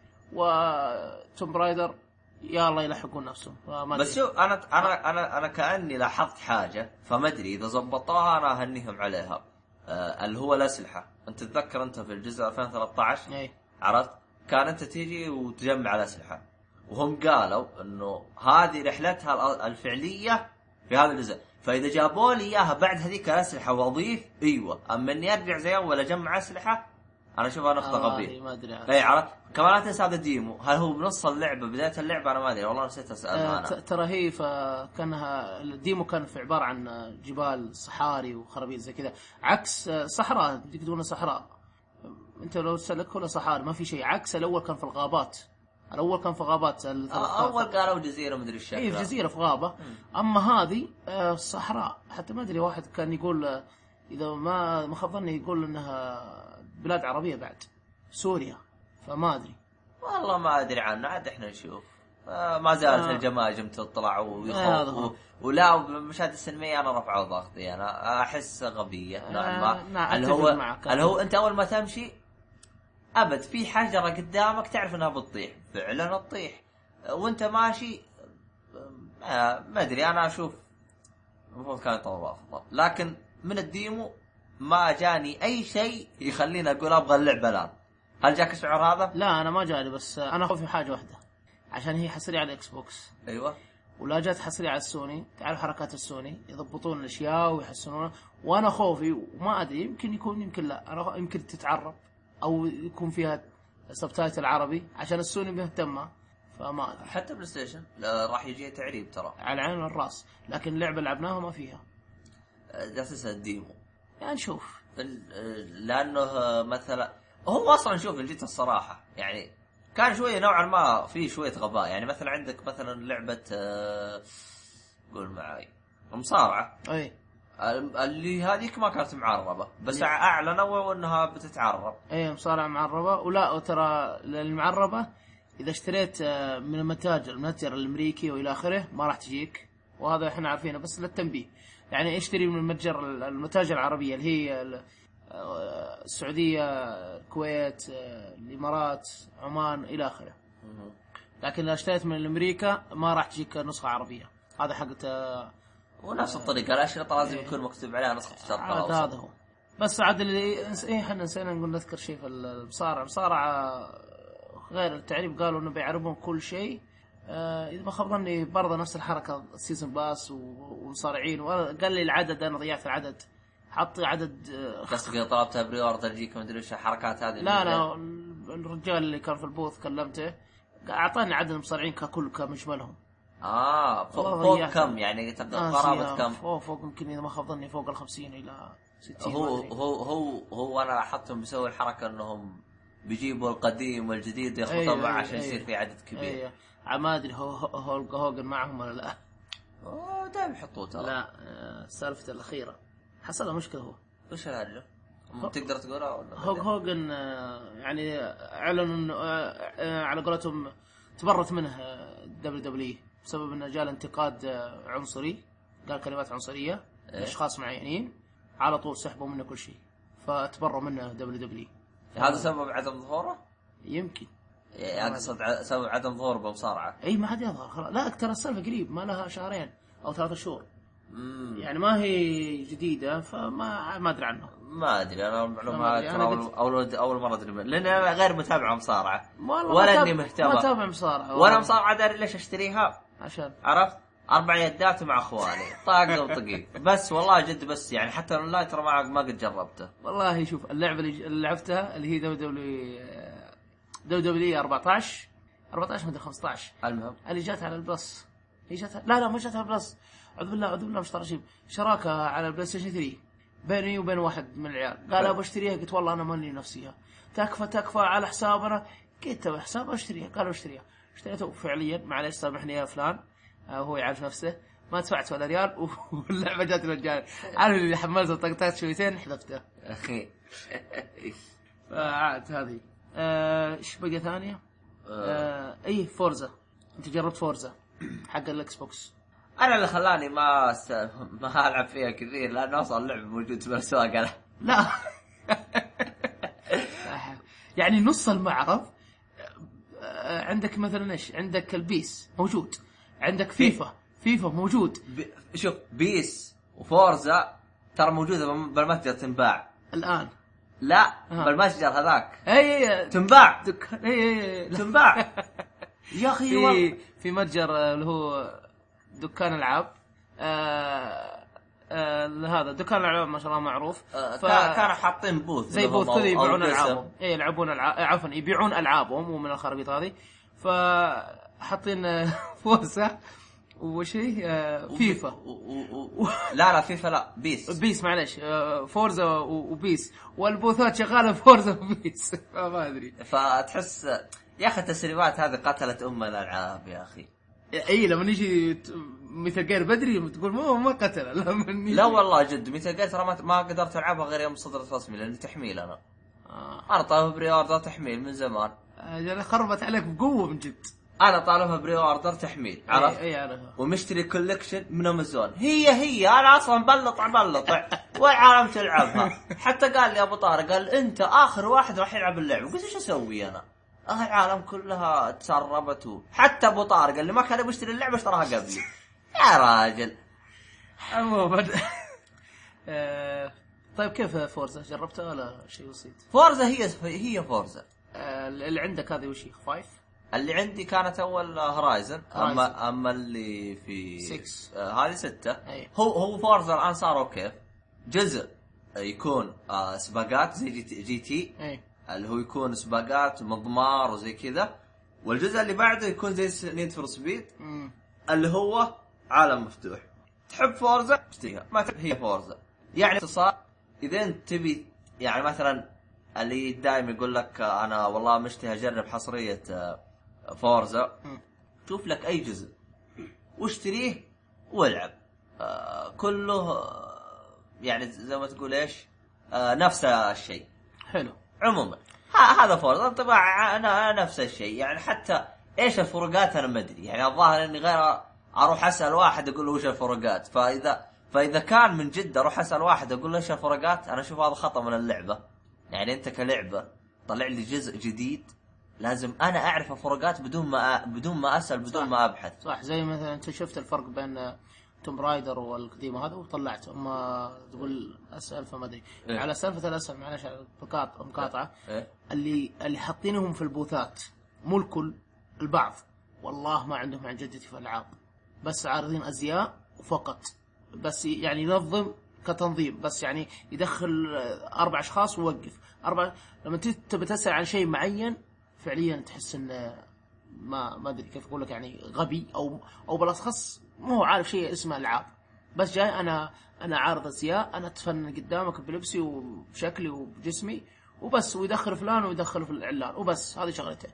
Speaker 2: وتوم رايدر يا الله يلحقون نفسهم فما
Speaker 1: بس
Speaker 2: أدري.
Speaker 1: شوف انا انا انا انا كاني لاحظت حاجه فما ادري اذا زبطوها انا اهنيهم عليها آه اللي هو الاسلحه انت تتذكر انت في الجزء 2013
Speaker 2: إيه.
Speaker 1: عرفت كان انت تيجي وتجمع الاسلحه وهم قالوا انه هذه رحلتها ال- الفعليه في هذا الجزء فاذا جابوا لي اياها بعد هذيك الاسلحه واضيف ايوه اما اني ارجع زي اول اجمع اسلحه انا اشوفها نقطه
Speaker 2: آه،
Speaker 1: غبيه
Speaker 2: ما ادري عاد.
Speaker 1: اي إيه، عرفت كمان لا تنسى هذا الديمو هل هو بنص اللعبه بدايه اللعبه انا ما ادري والله نسيت اسالها
Speaker 2: آه،
Speaker 1: انا
Speaker 2: ت- ترى هي فكانها الديمو كان في عباره عن جبال صحاري وخرابيط زي كذا عكس آه، صحراء تقولون صحراء انت لو تسلك ولا صحاري ما في شيء عكس الاول كان في الغابات الاول كان في غابات ال-
Speaker 1: اول آه، قالوا جزيره مدري الشكل
Speaker 2: هي في جزيره في غابه اما هذه آه، صحراء حتى ما ادري واحد كان يقول آه، اذا ما ما خاب ظني يقول انها بلاد عربيه بعد سوريا فما ادري
Speaker 1: والله ما ادري عنه عاد احنا نشوف آه، ما زالت
Speaker 2: آه.
Speaker 1: الجماجم تطلع
Speaker 2: آه، هذا هو.
Speaker 1: ويخوف ولا بالمشاهد السينمائيه انا رفعوا ضغطي انا احس غبيه نوعا
Speaker 2: آه،
Speaker 1: ما
Speaker 2: نعم،
Speaker 1: اللي
Speaker 2: أتفق
Speaker 1: هو
Speaker 2: معك.
Speaker 1: اللي هو انت اول ما تمشي ابد في حجره قدامك تعرف انها بتطيح فعلا تطيح آه، وانت ماشي آه، ما ادري انا اشوف المفروض كان يطور افضل لكن من الديمو ما جاني اي شيء يخليني اقول ابغى اللعبه الان هل جاك الشعور هذا؟
Speaker 2: لا انا ما جاني بس آه، انا خوفي حاجه واحده عشان هي حصريه على الاكس بوكس
Speaker 1: ايوه
Speaker 2: ولا جت حصريه على السوني تعرف حركات السوني يضبطون الاشياء ويحسنونها وانا خوفي وما ادري يمكن يكون يمكن لا انا خ- يمكن تتعرب او يكون فيها سبتايتل عربي عشان السوني مهتمه فما ادري
Speaker 1: حتى بلاي ستيشن لا، راح يجي تعريب ترى
Speaker 2: على عين الراس لكن اللعبه لعبناها ما فيها
Speaker 1: جالس الديمو
Speaker 2: يعني نشوف
Speaker 1: ال- لانه مثلا هو اصلا شوف إن جيت الصراحه يعني كان شويه نوعا ما في شويه غباء يعني مثلا عندك مثلا لعبه آه، قول معي مصارعه
Speaker 2: اي
Speaker 1: ال- اللي هذيك ما كانت معربه بس اعلنوا انها بتتعرب
Speaker 2: اي مصارعه معربه ولا ترى المعربه اذا اشتريت آه، من المتاجر المتجر الامريكي والى اخره ما راح تجيك وهذا احنا عارفينه بس للتنبيه يعني اشتري من المتجر المتاجر العربيه اللي هي ال- آه، السعوديه الكويت آه، الامارات عمان الى اخره لكن اذا اشتريت من امريكا ما راح تجيك نسخه عربيه هذا حقت آه،
Speaker 1: ونفس الطريقه الاشرطه لازم يكون مكتوب عليها نسخه الشرق
Speaker 2: عاد
Speaker 1: الاوسط
Speaker 2: هذا هو بس عاد اللي نس- ايه احنا نسينا نقول نذكر شيء في المصارعه المصارعه غير التعريب قالوا انه بيعربون كل شيء آه، اذا ما خاب ظني برضه نفس الحركه سيزون باس و- ومصارعين وأنا- قال لي العدد انا ضيعت العدد حط عدد آه،
Speaker 1: قصدك اذا طلبتها بري اوردر يجيك ما ادري وش الحركات هذه
Speaker 2: لا لا الرجال اللي كان في البوث كلمته اعطاني عدد المصارعين ككل كمجملهم
Speaker 1: اه فوق,
Speaker 2: والله
Speaker 1: فوق
Speaker 2: ضيعت.
Speaker 1: كم يعني تبدا
Speaker 2: آه،
Speaker 1: قرابه
Speaker 2: سيارة.
Speaker 1: كم
Speaker 2: فوق فوق يمكن اذا ما خاب ظني فوق ال 50 الى 60 ما
Speaker 1: هو
Speaker 2: أدري.
Speaker 1: هو هو هو انا لاحظتهم بيسووا الحركه انهم بيجيبوا القديم والجديد
Speaker 2: أيوه،
Speaker 1: يخلطوا معه
Speaker 2: أيوه،
Speaker 1: عشان يصير
Speaker 2: أيوه.
Speaker 1: في عدد كبير
Speaker 2: ايوه عاد ما ادري هو هو- هولك هوجن معهم ولا لا
Speaker 1: أوه، دايم يحطوه ترى
Speaker 2: لا آه، سالفته الاخيره حصل له مشكله هو
Speaker 1: وش الهرجه؟ تقدر تقولها ولا
Speaker 2: هوج
Speaker 1: بعدين؟
Speaker 2: هوجن آه، يعني اعلن انه آه، آه، على قولتهم تبرت منه آه، دبليو دبليو بسبب انه جاء انتقاد آه، عنصري قال كلمات عنصريه
Speaker 1: إيه.
Speaker 2: لاشخاص معينين على طول سحبوا منه كل شيء فتبروا منه دبليو دبليو
Speaker 1: هذا سبب عدم ظهوره؟
Speaker 2: يمكن
Speaker 1: يعني هذا صد- ع- سبب عدم ظهوره بمصارعه
Speaker 2: اي ما حد يظهر خلاص لا ترى السالفه قريب ما لها شهرين او ثلاثة شهور
Speaker 1: مم،
Speaker 2: يعني ما هي جديده فما ما ادري عنه
Speaker 1: ما ادري انا
Speaker 2: ما
Speaker 1: المعلومات
Speaker 2: أدري، أنا
Speaker 1: ترى اول اول اول مره ادري من- لان انا غير متابعه مصارعه
Speaker 2: والله
Speaker 1: ولا
Speaker 2: ما تاب-
Speaker 1: إني مهتم.
Speaker 2: ما تابع مصارعه
Speaker 1: وانا مصارعه داري ليش اشتريها
Speaker 2: عشان
Speaker 1: عرفت؟ اربع يدات مع اخواني طاقه وطقي بس والله جد بس يعني حتى الاونلاين ترى ما ما قد جربته
Speaker 2: والله شوف اللعبه اللي ج- اللي لعبتها اللي هي دبليو دبليو دبليو دبليو 14 14 مدري 15
Speaker 1: المهم
Speaker 2: اللي جات على البلس هي جات لا لا ما جات على البلس اعوذ بالله اعوذ بالله مش طرشيب شراكه على البلاي ستيشن 3 بيني وبين واحد من العيال قال
Speaker 1: حلو.
Speaker 2: ابغى اشتريها قلت والله انا ماني نفسيها تكفى تكفى على حسابنا قلت له حساب اشتريها قالوا اشتريها اشتريته فعليا معليش سامحني يا فلان آه، هو يعرف نفسه ما دفعت ولا ريال واللعبه جات مجانا عارف اللي حملته طقطقت شويتين حذفته
Speaker 1: اخي
Speaker 2: فعاد هذه آه، ايش بقى ثانيه؟ آه، اي فورزا انت جربت فورزا حق الاكس بوكس
Speaker 1: انا اللي خلاني ما س... ما العب فيها كثير لان اصلا اللعب موجود في الاسواق انا
Speaker 2: لا يعني نص المعرض آه، عندك مثلا ايش؟ عندك البيس موجود عندك فيفا فيفا موجود
Speaker 1: ب... شوف بيس وفورزا ترى موجوده بم- بالمتجر تنباع
Speaker 2: الان
Speaker 1: لا
Speaker 2: آه.
Speaker 1: بالمتجر هذاك
Speaker 2: اي اي
Speaker 1: تنباع
Speaker 2: دك- اي اي إيه، لا.
Speaker 1: تنباع يا اخي
Speaker 2: في
Speaker 1: والله
Speaker 2: في متجر آه، اللي هو دكان العاب آه آه هذا دكان الالعاب ما شاء الله معروف
Speaker 1: آه،
Speaker 2: ف-
Speaker 1: كا- كانوا حاطين بوث
Speaker 2: زي
Speaker 1: لهم
Speaker 2: بوث كذا
Speaker 1: أو- أو
Speaker 2: يبيعون
Speaker 1: قسم.
Speaker 2: العابهم اي يلعبون العاب عفوا يبيعون العابهم ومن الخرابيط هذه فحاطين فوزة وش هي آه، فيفا
Speaker 1: و... و... و... لا لا فيفا لا بيس
Speaker 2: بيس معلش آه، فورزا و- وبيس والبوثات شغاله فورزا وبيس ما ادري
Speaker 1: فتحس يا اخي التسريبات هذه قتلت ام الالعاب يا اخي
Speaker 2: اي لما يجي ت- مثل غير بدري تقول ما ما قتل لما يجي-
Speaker 1: لا والله جد متى قلت ترى ما- ما قدرت العبها غير يوم صدرت رسمي لان تحميل انا
Speaker 2: آه،
Speaker 1: انا طالبها بري اوردر تحميل من زمان
Speaker 2: آه، خربت عليك بقوه من جد
Speaker 1: انا طالبها بري اوردر تحميل عرفت
Speaker 2: اي اعرفها
Speaker 1: ومشتري كولكشن من امازون هي هي انا اصلا بلطع بلطع والعالم تلعبها حتى قال لي ابو طارق قال انت اخر واحد راح يلعب اللعبه قلت ايش اسوي انا؟ آه، العالم كلها تسربت و- حتى ابو طارق اللي ما كان يبغى يشتري اللعبه اشتراها قبلي يا راجل
Speaker 2: عموما آه، طيب كيف فورزا جربتها ولا شيء بسيط؟
Speaker 1: فورزا هي هي فورزا
Speaker 2: آه، اللي عندك هذه وش هي؟ 5
Speaker 1: اللي عندي كانت اول هورايزن
Speaker 2: هورايزن.
Speaker 1: اما اما اللي في
Speaker 2: Six.
Speaker 1: آه، هذه ستة
Speaker 2: أي.
Speaker 1: هو هو فورزا الان صاروا كيف؟ جزء يكون آه، سباقات زي جي تي, جي تي
Speaker 2: اي
Speaker 1: اللي هو يكون سباقات مضمار وزي كذا والجزء اللي بعده يكون زي نيد فور سبيد
Speaker 2: مم.
Speaker 1: اللي هو عالم مفتوح تحب فورزا اشتريها ما تحب هي فورزا يعني باختصار اذا انت تبي يعني مثلا اللي دائما يقول لك آه، انا والله مشتهي اجرب حصريه آه، فورزا
Speaker 2: مم.
Speaker 1: شوف لك اي جزء واشتريه والعب آه، كله آه، يعني زي ما تقول ايش آه، نفس الشيء
Speaker 2: حلو
Speaker 1: عموما ه- هذا فورزا طبعا انا أنا نفس الشيء يعني حتى ايش الفروقات انا ما ادري يعني الظاهر اني غير اروح اسال واحد اقول له وش الفروقات فاذا فاذا كان من جد اروح اسال واحد اقول له ايش الفروقات انا اشوف هذا خطا من اللعبه يعني انت كلعبه طلع لي جزء جديد لازم انا اعرف الفروقات بدون ما أ- بدون ما اسال بدون
Speaker 2: صح.
Speaker 1: ما ابحث
Speaker 2: صح زي مثلا انت شفت الفرق بين آه، توم رايدر والقديمه هذا وطلعت اما تقول اسال فما ادري
Speaker 1: إيه.
Speaker 2: على سالفه الاسئله معلش على المقاط- المقاطعه
Speaker 1: إيه؟
Speaker 2: اللي اللي حاطينهم في البوثات مو الكل البعض والله ما عندهم عن جدتي في العاب بس عارضين ازياء وفقط بس يعني ينظم كتنظيم بس يعني يدخل آه، اربع اشخاص ويوقف اربع لما تيجي تبي تسال عن شيء معين فعليا تحس انه ما ما ادري كيف اقول لك يعني غبي او او بالاخص ما هو عارف شيء اسمه العاب بس جاي انا انا عارض ازياء انا اتفنن قدامك بلبسي وبشكلي وبجسمي وبس ويدخل فلان ويدخل في الاعلان وبس هذه شغلته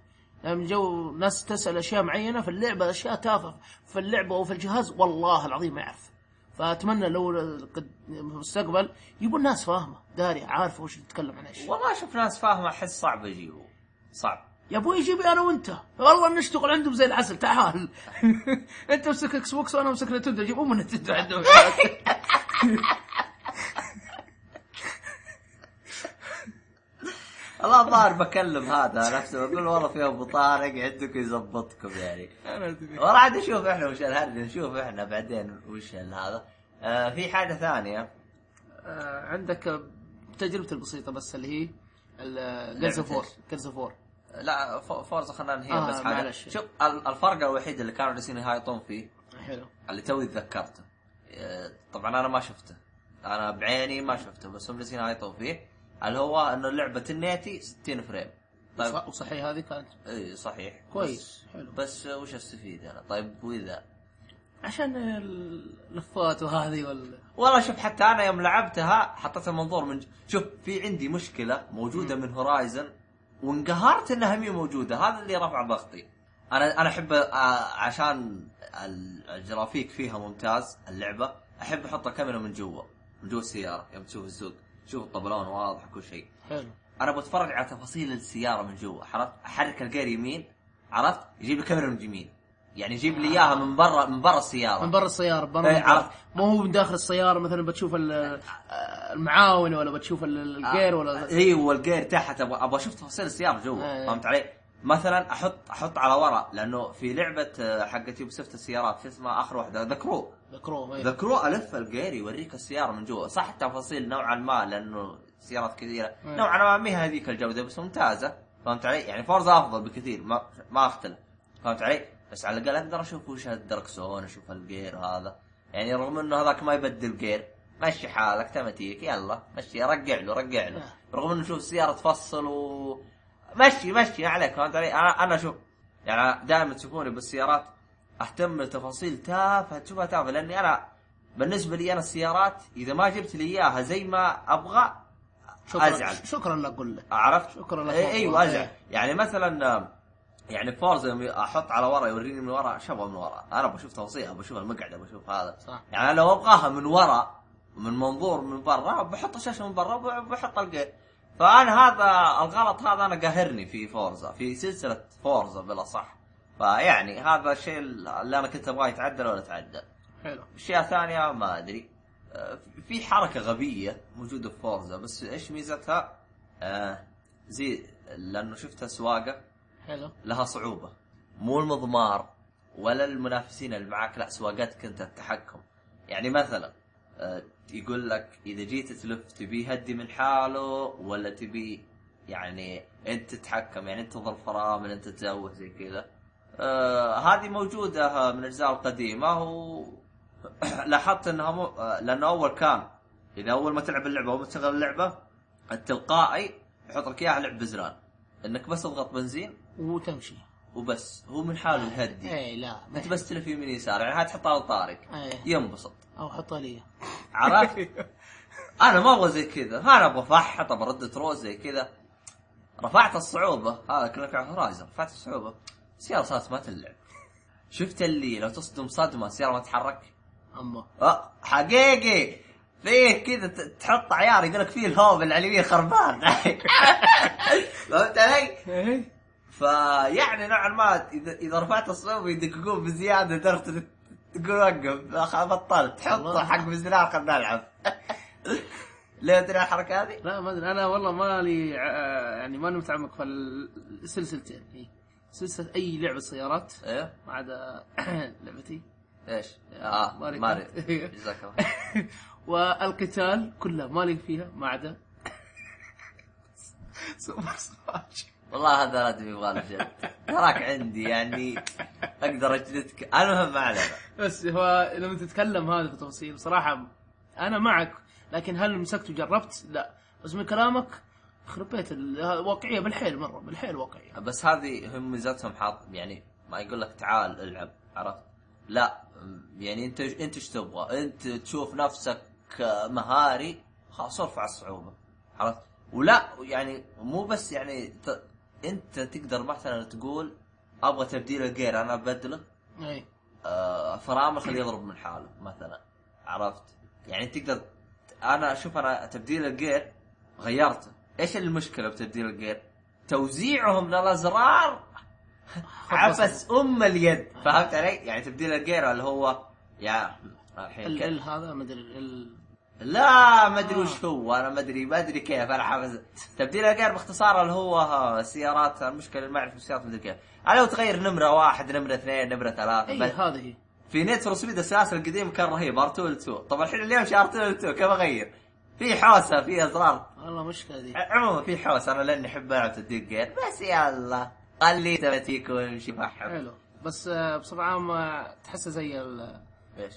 Speaker 2: لما جو ناس تسال اشياء معينه في اللعبه اشياء تافهه في اللعبه او في الجهاز والله العظيم ما يعرف فاتمنى لو قد- في المستقبل يبون ناس فاهمه داري عارفه وش تتكلم عن ايش
Speaker 1: والله اشوف ناس فاهمه احس صعب اجيبه صعب
Speaker 2: يا ابوي جيبي انا وانت والله نشتغل عندهم زي العسل تعال انت امسك اكس بوكس وانا امسك نتندو جيبوا من نتندو عندهم
Speaker 1: الله الظاهر بكلم هذا نفسه بقول والله في ابو طارق عندك يزبطكم يعني
Speaker 2: أنا أدري.
Speaker 1: والله عاد نشوف احنا وش الهرج نشوف احنا بعدين وش ال- هذا آه في حاجه ثانيه
Speaker 2: آه، عندك تجربتي البسيطه بس اللي هي جيرز اوف وور
Speaker 1: لعبة
Speaker 2: جيرز اوف وور
Speaker 1: لا فو- فورزا خلينا ننهي
Speaker 2: آه،
Speaker 1: بس حاجه
Speaker 2: معلش.
Speaker 1: شوف ال- الفرق الوحيد اللي كانوا جالسين يهايطون فيه
Speaker 2: حلو
Speaker 1: اللي توي تذكرته آه، طبعا انا ما شفته انا بعيني ما شفته بس هم جالسين يهايطون فيه اللي هو انه لعبه النيتي 60 فريم طيب
Speaker 2: وص- وصحيح هذه كانت
Speaker 1: اي صحيح
Speaker 2: كويس حلو
Speaker 1: بس, بس آه، وش استفيد انا طيب واذا
Speaker 2: عشان اللفات وهذه وال
Speaker 1: والله شوف حتى انا يوم لعبتها حطيت المنظور من ج- شوف في عندي مشكله موجوده من هورايزن وانقهرت انها مي موجوده هذا اللي رفع ضغطي انا انا احب آه، عشان ال- الجرافيك فيها ممتاز اللعبه احب احط الكاميرا من جوا من جوا السياره يوم تشوف السوق شوف الطبلون واضح كل شيء
Speaker 2: حلو
Speaker 1: انا بتفرج على تفاصيل السياره من جوا عرفت احرك الجير يمين عرفت يجيب لي كاميرا من يمين يعني يجيب لي اياها من برا من برا السياره
Speaker 2: من برا السياره برا
Speaker 1: إيه،
Speaker 2: المنطقة.
Speaker 1: عرفت.
Speaker 2: مو هو من داخل السياره مثلا بتشوف ال- آه، المعاون ولا بتشوف ال- الجير ولا
Speaker 1: ايوه آه. الجير تحت ابغى ابغى اشوف تفاصيل السياره جوا
Speaker 2: إيه.
Speaker 1: فهمت علي؟ مثلا احط احط على ورا لانه في لعبه آه، حقت يوبي سوفت السيارات شو اسمها اخر واحده ذا كرو
Speaker 2: ذكروه
Speaker 1: ذا
Speaker 2: إيه.
Speaker 1: كرو الف الجير يوريك السياره من جوا صح التفاصيل نوعا ما لانه سيارات كثيره
Speaker 2: إيه.
Speaker 1: نوعا ما ما هي هذيك الجوده بس ممتازه فهمت علي؟ يعني فورزا افضل بكثير ما ما اختلف فهمت علي؟ بس على الاقل اقدر اشوف وش الدركسون اشوف الجير هذا يعني رغم انه هذاك ما يبدل جير مشي حالك تمتيك يلا مشي رقع له رقع له رغم انه شوف السياره تفصل و مشي مشي ما عليك فهمت علي؟ انا انا شوف يعني دائما تشوفوني بالسيارات اهتم بتفاصيل تافهه تشوفها تافهه لاني انا بالنسبه لي انا السيارات اذا ما جبت لي اياها زي ما ابغى
Speaker 2: شكرا
Speaker 1: أزعل.
Speaker 2: شكرا لك قل لك
Speaker 1: عرفت؟
Speaker 2: شكراً لك
Speaker 1: إيه
Speaker 2: والله.
Speaker 1: ايوه ازعل
Speaker 2: إيه.
Speaker 1: يعني مثلا آم، يعني فورز يوم احط على ورا يوريني من ورا شبه من ورا انا بشوف تفاصيل ابى اشوف المقعد ابى اشوف هذا
Speaker 2: صح.
Speaker 1: يعني لو ابغاها من ورا من منظور من برا بحط الشاشه من برا وب- بحط الجير فانا هذا الغلط هذا انا قاهرني في فورزا في سلسله فورزا بالاصح فيعني هذا الشيء اللي انا كنت ابغاه يتعدل ولا تعدل
Speaker 2: حلو
Speaker 1: اشياء ثانيه ما ادري آه، في حركه غبيه موجوده في فورزا بس ايش ميزتها؟ آه، زي لانه شفتها سواقه
Speaker 2: حلو
Speaker 1: لها صعوبه مو المضمار ولا المنافسين اللي معاك لا سواقتك انت التحكم يعني مثلا آه، يقول لك اذا جيت تلف تبي هدي من حاله ولا تبي يعني انت تتحكم يعني انت تضرب فرامل انت تزوج زي كذا آه، هذه موجوده من الاجزاء القديمه و لاحظت انها مو... آه، لانه اول كان اذا اول ما تلعب اللعبه اول ما تشغل اللعبه التلقائي يحط لك اياها لعب بزران انك بس تضغط بنزين
Speaker 2: وتمشي
Speaker 1: وبس هو من حاله الهدي
Speaker 2: اي لا ما
Speaker 1: انت بس تلف يمين يسار يعني هاي تحطها على طارق
Speaker 2: إيه.
Speaker 1: ينبسط
Speaker 2: او حطها لي
Speaker 1: عرفت؟ انا ما ابغى زي كذا انا ابغى فحط ابغى ردة روز زي كذا رفعت الصعوبه هذا كلك على هورايزن رفعت الصعوبه السياره صارت ما تلعب شفت اللي لو تصدم صدمه السياره ما تتحرك
Speaker 2: اما
Speaker 1: أه، حقيقي فيه كذا ت- تحط عيار يقول لك فيه الهوب اللي على اليمين خربان فهمت علي؟
Speaker 2: إيه.
Speaker 1: فيعني نوعا ما اذا اذا رفعت الصوب يدققون بزياده لدرجه تقول وقف خ- بطلت حطه
Speaker 2: والله.
Speaker 1: حق مزرار خلنا نلعب ليه تدري الحركه هذه؟
Speaker 2: لا ما ادري انا والله مالي ع- يعني ماني متعمق في السلسلتين إيه. سلسله اي لعبه سيارات
Speaker 1: ايه
Speaker 2: ما عدا لعبتي
Speaker 1: ايش؟ اه
Speaker 2: آه، ماري إيه.
Speaker 1: ماري
Speaker 2: كارت.
Speaker 1: جزاك الله خير.
Speaker 2: والقتال كله مالي فيها ما عدا سوبر سماش
Speaker 1: والله هذا لا تبي يبغى له جد تراك عندي يعني اقدر اجلدك المهم ما علينا
Speaker 2: بس هو لما تتكلم هذا في تفاصيل بصراحه انا معك لكن هل مسكت وجربت؟ لا بس من كلامك يخرب بيت ال- ها- واقعيه بالحيل مره بالحيل واقعيه
Speaker 1: بس هذه هم ميزتهم حاط يعني ما يقول لك تعال العب عرفت؟ لا يعني انت انت ايش تبغى؟ انت تشوف نفسك مهاري خلاص ارفع الصعوبه عرفت؟ ولا يعني مو بس يعني ت... انت تقدر مثلا تقول ابغى تبديل الجير انا ابدله
Speaker 2: اي
Speaker 1: آه، فرامل خليه يضرب من حاله مثلا عرفت؟ يعني تقدر انا اشوف انا تبديل الجير غيرته، ايش المشكله بتبديل الجير؟ توزيعهم للازرار عبس ام اليد، فهمت علي؟ يعني تبديل الجير اللي هو يا الحين
Speaker 2: ال آه.
Speaker 1: كده.
Speaker 2: ال هذا ما ادري ال
Speaker 1: لا ما ادري وش هو انا ما ادري ما ادري كيف انا حافظ تبديل الجير باختصار اللي هو ها، سيارات المشكله ما اعرف سيارات مدري كيف انا لو تغير نمره واحد نمره اثنين نمره ثلاثه
Speaker 2: اي
Speaker 1: بس-
Speaker 2: إيه، هذه هي
Speaker 1: في نيت فور سبيد السلاسل القديم كان رهيب ار 2 ال 2 طبعا الحين اليوم شهر 2 ال 2 كيف اغير؟ في حوسه في ازرار
Speaker 2: والله مشكله ذي
Speaker 1: عموما في حوسه انا لاني احب العب تدق جير بس يلا خلي تماتيك وامشي محب
Speaker 2: حلو بس آه، بصفة عامة تحسها زي ال آه،
Speaker 1: ايش؟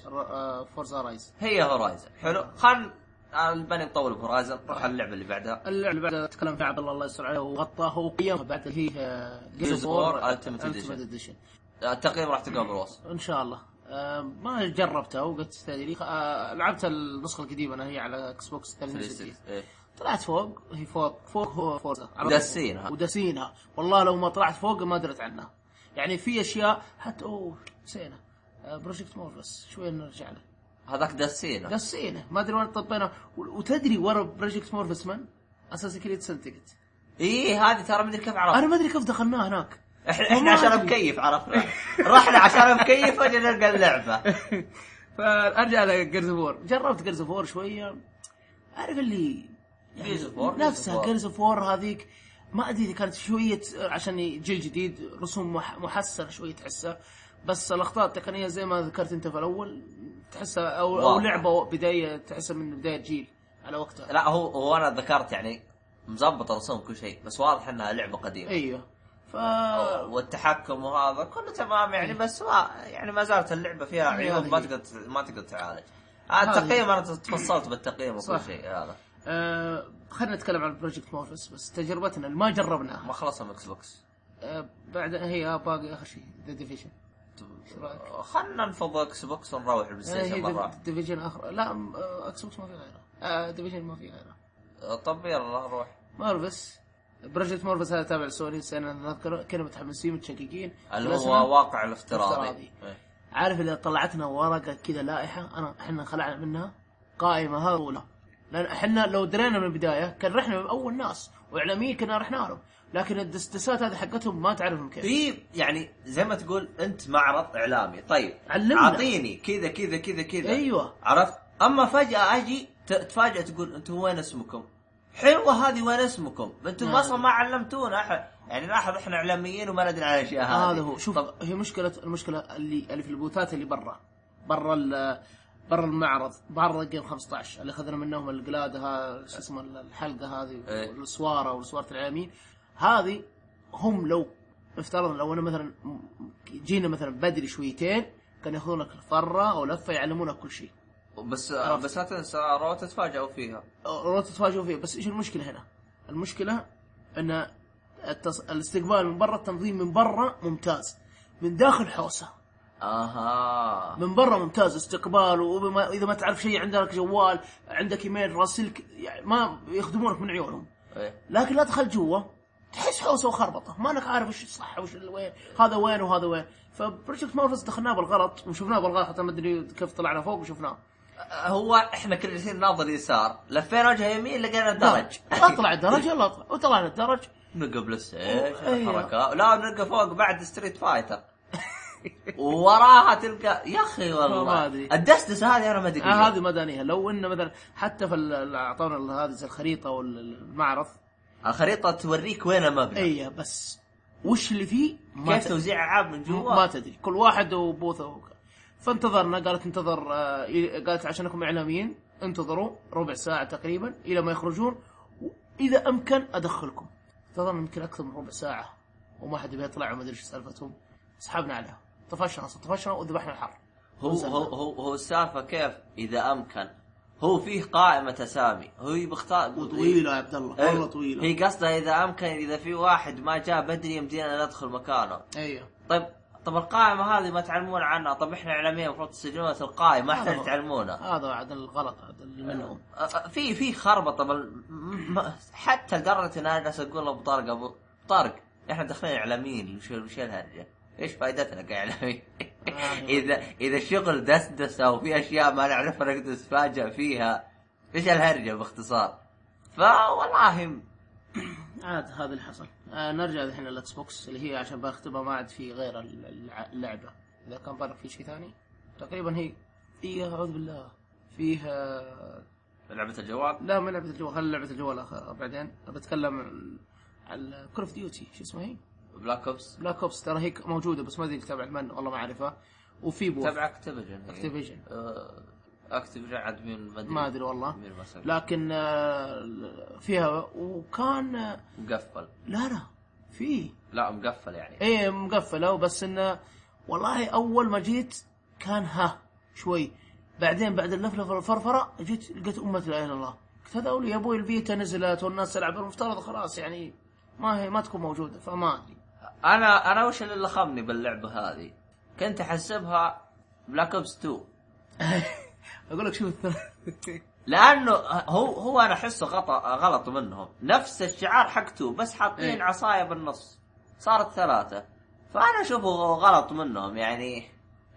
Speaker 2: فورزا رايز
Speaker 1: هي هورايزن حلو خل البني مطول بهورايزن نروح اللعبة اللي بعدها
Speaker 2: اللعبة اللي بعد تكلم فيها عبد الله الله يستر عليه وغطاه وقيمها بعد اللي هي آه،
Speaker 1: Gears of War Ultimate
Speaker 2: اديشن
Speaker 1: التقييم راح تلقاه بالوصف
Speaker 2: ان شاء الله آه، ما جربتها وقلت تدري آه، لعبت النسخة القديمة انا هي على اكس بوكس 360
Speaker 1: إيه.
Speaker 2: طلعت فوق هي فوق فوق هو فورزا
Speaker 1: وداسينها.
Speaker 2: ودسينها والله لو ما طلعت فوق ما درت عنها يعني في اشياء حتى اوه نسينا بروجكت مورفس شوي نرجع له
Speaker 1: هذاك دسينا
Speaker 2: قصينا ما ادري وين طبينا و- وتدري ورا بروجكت مورفس من؟ اساس كريد سنتيكت
Speaker 1: اي إيه، هذه ترى ما ادري كيف عرفت
Speaker 2: انا ما ادري كيف دخلناه هناك
Speaker 1: احنا
Speaker 2: وما
Speaker 1: احنا عشان
Speaker 2: أدري.
Speaker 1: مكيف عرفنا رحنا عشان مكيف فجاه نلقى اللعبه
Speaker 2: فارجع لجيرز فور جربت جيرز فور شويه عارف اللي يعني
Speaker 1: Gears of War- Gears
Speaker 2: نفسها
Speaker 1: of War.
Speaker 2: جيرز فور هذيك ما ادري اذا كانت شويه عشان جيل جديد رسوم مح- محسنه شويه تحسها بس الاخطاء التقنيه زي ما ذكرت انت في الاول تحسها او او
Speaker 1: واضح.
Speaker 2: لعبه بدايه تحسها من بدايه جيل على وقتها
Speaker 1: لا هو هو انا ذكرت يعني مزبط الرسوم كل شيء بس واضح انها لعبه قديمه
Speaker 2: ايوه ف
Speaker 1: والتحكم وهذا كله تمام
Speaker 2: إيه.
Speaker 1: يعني بس ما يعني ما زالت اللعبه فيها
Speaker 2: هذه
Speaker 1: عيوب ما
Speaker 2: هي.
Speaker 1: تقدر ما تقدر تعالج آه، التقييم انا تفصلت بالتقييم وكل
Speaker 2: صح.
Speaker 1: شيء هذا
Speaker 2: آه خلينا نتكلم عن بروجكت مورفس بس تجربتنا اللي ما جربناها
Speaker 1: ما خلصنا من اكس بوكس
Speaker 2: آه بعد هي آه، باقي اخر شيء ذا ديفيجن
Speaker 1: خلنا نفض اكس بوكس ونروح
Speaker 2: إيه،
Speaker 1: البلاي ستيشن مره
Speaker 2: آه، ديفيجن اخر لا م- آه، اكس بوكس ما في غيره آه ديفيجن ما في غيره
Speaker 1: آه، طب يلا نروح
Speaker 2: مورفس بروجكت مورفس هذا تابع لسوني السنه نذكر كنا متحمسين متشككين
Speaker 1: اللي
Speaker 2: جلسنا.
Speaker 1: هو واقع الافتراضي إيه.
Speaker 2: افتراضي. عارف اذا طلعتنا ورقه كذا لائحه انا احنا خلعنا منها قائمه ها الاولى لان احنا لو درينا من البدايه كان رحنا من اول ناس واعلاميا كنا رحنا لهم لكن الدستسات هذه حقتهم ما تعرفهم كيف
Speaker 1: في يعني زي ما تقول انت معرض اعلامي طيب
Speaker 2: علمنا.
Speaker 1: اعطيني كذا كذا كذا كذا
Speaker 2: أيوة.
Speaker 1: عرفت اما فجاه اجي ت- تفاجئ تقول انتم وين اسمكم حلوه هذه وين اسمكم انتم
Speaker 2: نعم.
Speaker 1: اصلا ما علمتونا احد يعني لاحظ احنا اعلاميين وما ندري عن الاشياء هذه
Speaker 2: هذا هو شوف طب. هي مشكله المشكله اللي, اللي في البوثات اللي برا برا ال- برا المعرض برا جيم 15 اللي اخذنا منهم القلاده ها- شو اسمه الحلقه هذه
Speaker 1: إيه.
Speaker 2: والسواره والسواره الاعلاميين هذه هم لو افترضنا لو انا مثلا م- جينا مثلا بدري شويتين كان ياخذونك فره او لفه يعلمونك كل شيء
Speaker 1: بس
Speaker 2: عرفت.
Speaker 1: بس لا تنسى رو تتفاجئوا فيها
Speaker 2: لو تتفاجئوا فيه بس ايش المشكله هنا؟ المشكله ان التص... الاستقبال من برا التنظيم من برا ممتاز من داخل حوسه
Speaker 1: اها
Speaker 2: من برا ممتاز استقبال واذا ما تعرف شيء عندك جوال عندك ايميل راسلك يعني ما يخدمونك من عيونهم
Speaker 1: إيه.
Speaker 2: لكن لا تدخل جوا تحس حوسه وخربطه ما انك عارف وش الصح وش ال- وين هذا وين وهذا وين فبروجكت مورفس دخلناه بالغلط وشفناه بالغلط حتى ما ادري كيف طلعنا فوق وشفناه
Speaker 1: هو احنا كنا جالسين ناظر يسار لفينا وجه يمين لقينا درج
Speaker 2: اطلع الدرج يلا اطلع وطلعنا الدرج آه،
Speaker 1: نقف للسيف
Speaker 2: أيوه.
Speaker 1: حركه لا نلقى فوق بعد ستريت فايتر ووراها تلقى يا اخي
Speaker 2: ما
Speaker 1: والله
Speaker 2: أدري.
Speaker 1: الدسدسه هذه انا ما ادري
Speaker 2: آه هذه مدنيه لو انه مثلا حتى في ال- ال- اعطونا ال- هذه زي الخريطه والمعرض
Speaker 1: نعم. الخريطه توريك وين المبنى
Speaker 2: اي إيه، بس وش اللي فيه ما
Speaker 1: كيف
Speaker 2: تدري
Speaker 1: توزيع العاب من
Speaker 2: ما
Speaker 1: جوا
Speaker 2: تدري كل واحد وبوثه وك- فانتظرنا قالت انتظر آه، إلى- قالت عشانكم اعلاميين انتظروا ربع ساعه تقريبا الى ما يخرجون واذا امكن ادخلكم انتظرنا يمكن اكثر من ربع ساعه وما حد بيطلع وما ادري ايش سالفتهم سحبنا عليها طفشنا أصلاً، طفشنا وذبحنا الحر
Speaker 1: هو هو هو, هو السالفه كيف اذا امكن هو فيه قائمه اسامي هو بيختار
Speaker 2: وطويله يا عبد الله والله طويله
Speaker 1: إيه، هي قصدها اذا امكن اذا في واحد ما جاء بدري يمدينا ندخل مكانه
Speaker 2: ايوه
Speaker 1: طيب طب القائمه هذه ما تعلمون عنها طب احنا اعلاميين المفروض تسجلون القائمه ما
Speaker 2: هذا
Speaker 1: احتاج
Speaker 2: هو.
Speaker 1: تعلمونها
Speaker 2: هذا عاد الغلط عاد اللي منهم
Speaker 1: أ- أ- في في خربطه بل م- حتى لدرجه ان انا جالس اقول لابو طارق ابو طارق احنا داخلين اعلاميين وش وش الهرجه؟ ايش فائدتنا كاعلاميين؟ اذا اذا الشغل دسدسه وفي اشياء ما نعرفها نقدر نتفاجئ فيها ايش الهرجه باختصار؟ فوالله م-
Speaker 2: عاد هذا اللي حصل آه نرجع الحين للاكس بوكس اللي هي عشان بختمها ما عاد في غير الع- اللعبه اذا كان بالك في شيء ثاني تقريبا هي هي اعوذ بالله فيها
Speaker 1: لعبه الجوال
Speaker 2: لا ما لعبه الجوال خلي لعبه الجوال أخ- بعدين بتكلم عن- على كول اوف ديوتي شو اسمها هي؟
Speaker 1: بلاك اوبس
Speaker 2: بلاك اوبس ترى هي موجوده بس ما ادري تبع من والله ما اعرفها وفي بوث
Speaker 1: تبع اكتيفيجن
Speaker 2: اكتيفيجن
Speaker 1: آه، اكتيفيجن عاد مين ما ادري
Speaker 2: ما ادري والله
Speaker 1: مين مسوي
Speaker 2: لكن آه، فيها وكان آه،
Speaker 1: مقفل
Speaker 2: لا لا في
Speaker 1: لا مقفل يعني
Speaker 2: ايه مقفله وبس انه والله اول ما جيت كان ها شوي بعدين بعد اللفلفه والفرفره جيت لقيت امه لا اله الا الله قلت هذا أولي يا ابوي البيتا نزلت والناس تلعب المفترض خلاص يعني ما هي ما تكون موجوده فما ادري
Speaker 1: انا انا وش اللي لخمني باللعبه هذه؟ كنت احسبها بلاك اوبس 2
Speaker 2: اقول لك شوف الثلاث
Speaker 1: لانه هو هو انا احسه غطا غلط منهم نفس الشعار حق 2 بس حاطين
Speaker 2: إيه.
Speaker 1: عصايه بالنص صارت ثلاثه فانا اشوفه غلط منهم يعني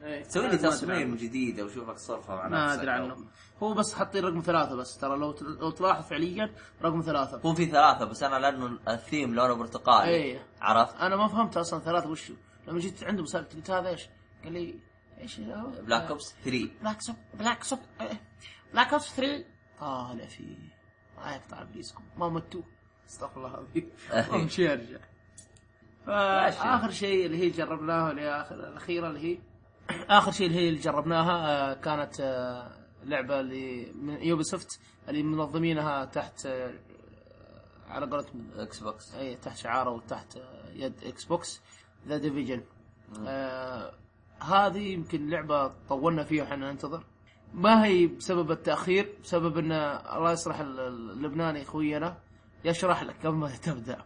Speaker 2: إيه.
Speaker 1: سوي لي تصميم جديد وشوفك صرفه مع
Speaker 2: ما
Speaker 1: نفسك
Speaker 2: ادري
Speaker 1: أو-
Speaker 2: عنهم هو بس حاطين رقم ثلاثه بس ترى لو تل- لو تلاحظ فعليا رقم ثلاثه
Speaker 1: هو في ثلاثه بس انا لانه الثيم لونه برتقالي
Speaker 2: إيه.
Speaker 1: عرفت؟
Speaker 2: انا ما فهمت اصلا ثلاثه وشو لما جيت عنده سالت قلت هذا ايش؟ قال لي ايش هذا؟
Speaker 1: بلاك اوبس 3
Speaker 2: بلاك سوب بلاك سوب إيه. بلاك اوبس 3 طالع فيه ما يقطع ابليسكم آية ما متوا استغفر الله العظيم امشي ارجع
Speaker 1: ماشي.
Speaker 2: اخر شيء اللي هي جربناها اللي هي آخر الاخيره اللي هي اخر شيء اللي هي اللي جربناها آه، كانت آه، لعبه اللي من يوبي سوفت اللي منظمينها تحت آه، على قولتهم
Speaker 1: اكس بوكس
Speaker 2: اي إيه، تحت شعاره وتحت آه، يد اكس بوكس ذا ديفيجن آه هذه يمكن لعبه طولنا فيها احنا ننتظر ما هي بسبب التاخير بسبب ان الله يصلح ال- ال- اللبناني خوينا يشرح لك قبل ما تبدا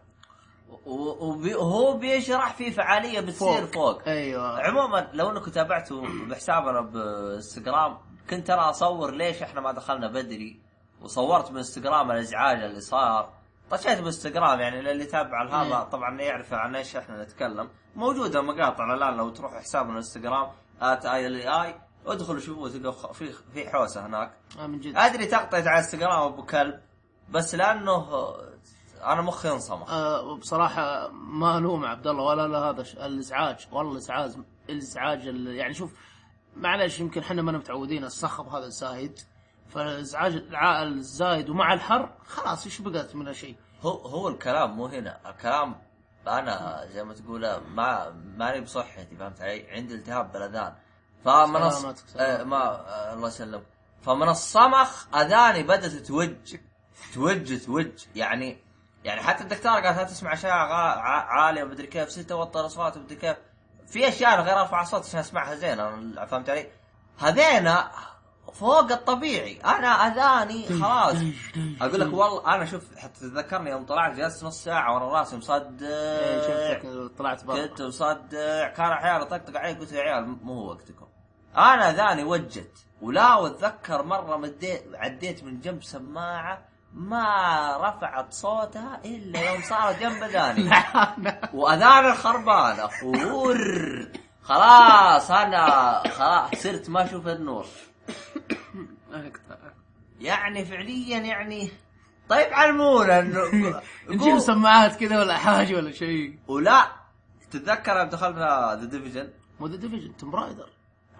Speaker 1: و- وبي- وهو بيشرح في فعاليه بتصير فوق,
Speaker 2: ايوه
Speaker 1: عموما لو انكم تابعتوا بحسابنا بانستغرام كنت انا اصور ليش احنا ما دخلنا بدري وصورت من انستغرام الازعاج اللي صار طشيت بانستغرام يعني للي تابع هذا
Speaker 2: إيه.
Speaker 1: طبعا يعرف عن ايش احنا نتكلم موجوده مقاطع الان لو تروح حسابنا انستغرام ات اي ال اي ادخلوا شوفوا تلقوا خ- في في حوسه هناك
Speaker 2: آه من جد
Speaker 1: ادري تغطيت على انستغرام ابو كلب بس لانه انا مخي انصمخ
Speaker 2: آه بصراحه ما الوم عبد الله ولا لا هذا ش- الازعاج والله ازعاج الازعاج ال- يعني شوف معلش يمكن احنا ما متعودين الصخب هذا الزايد فالازعاج الع- الزايد ومع الحر خلاص ايش بقت منه شيء
Speaker 1: هو هو الكلام مو هنا الكلام انا زي ما تقول ما ماني بصحتي فهمت علي عندي التهاب بالاذان فمن
Speaker 2: سلامتك، سلامتك.
Speaker 1: آه ما آه الله يسلمك فمن الصمخ اذاني بدات توج توج توج يعني يعني حتى الدكتور قال لا تسمع اشياء غا- ع- عاليه مدري كيف ستة وطر اصوات مدري كيف في اشياء انا غير ارفع صوت عشان اسمعها زين انا فهمت علي؟ هذينا فوق الطبيعي انا اذاني خلاص اقول لك والله انا شوف حتى تذكرني يوم طلعت جلست نص ساعه ورا راسي
Speaker 2: إيه،
Speaker 1: مصدع
Speaker 2: شفتك طلعت برا
Speaker 1: كنت مصدع كان احيانا اطقطق علي قلت يا عيال مو هو وقتكم انا اذاني وجت ولا اتذكر مره مديت عديت من جنب سماعه ما رفعت صوتها الا يوم صارت جنب اذاني واذان الخربانه فور خلاص انا خلاص صرت ما اشوف النور
Speaker 2: نقطع.
Speaker 1: يعني فعليا يعني طيب علمونا انه
Speaker 2: نجيب سماعات كذا ولا حاجه ولا شيء
Speaker 1: ولا تتذكر لما دخلنا ذا ديفيجن
Speaker 2: مو ذا ديفيجن توم رايدر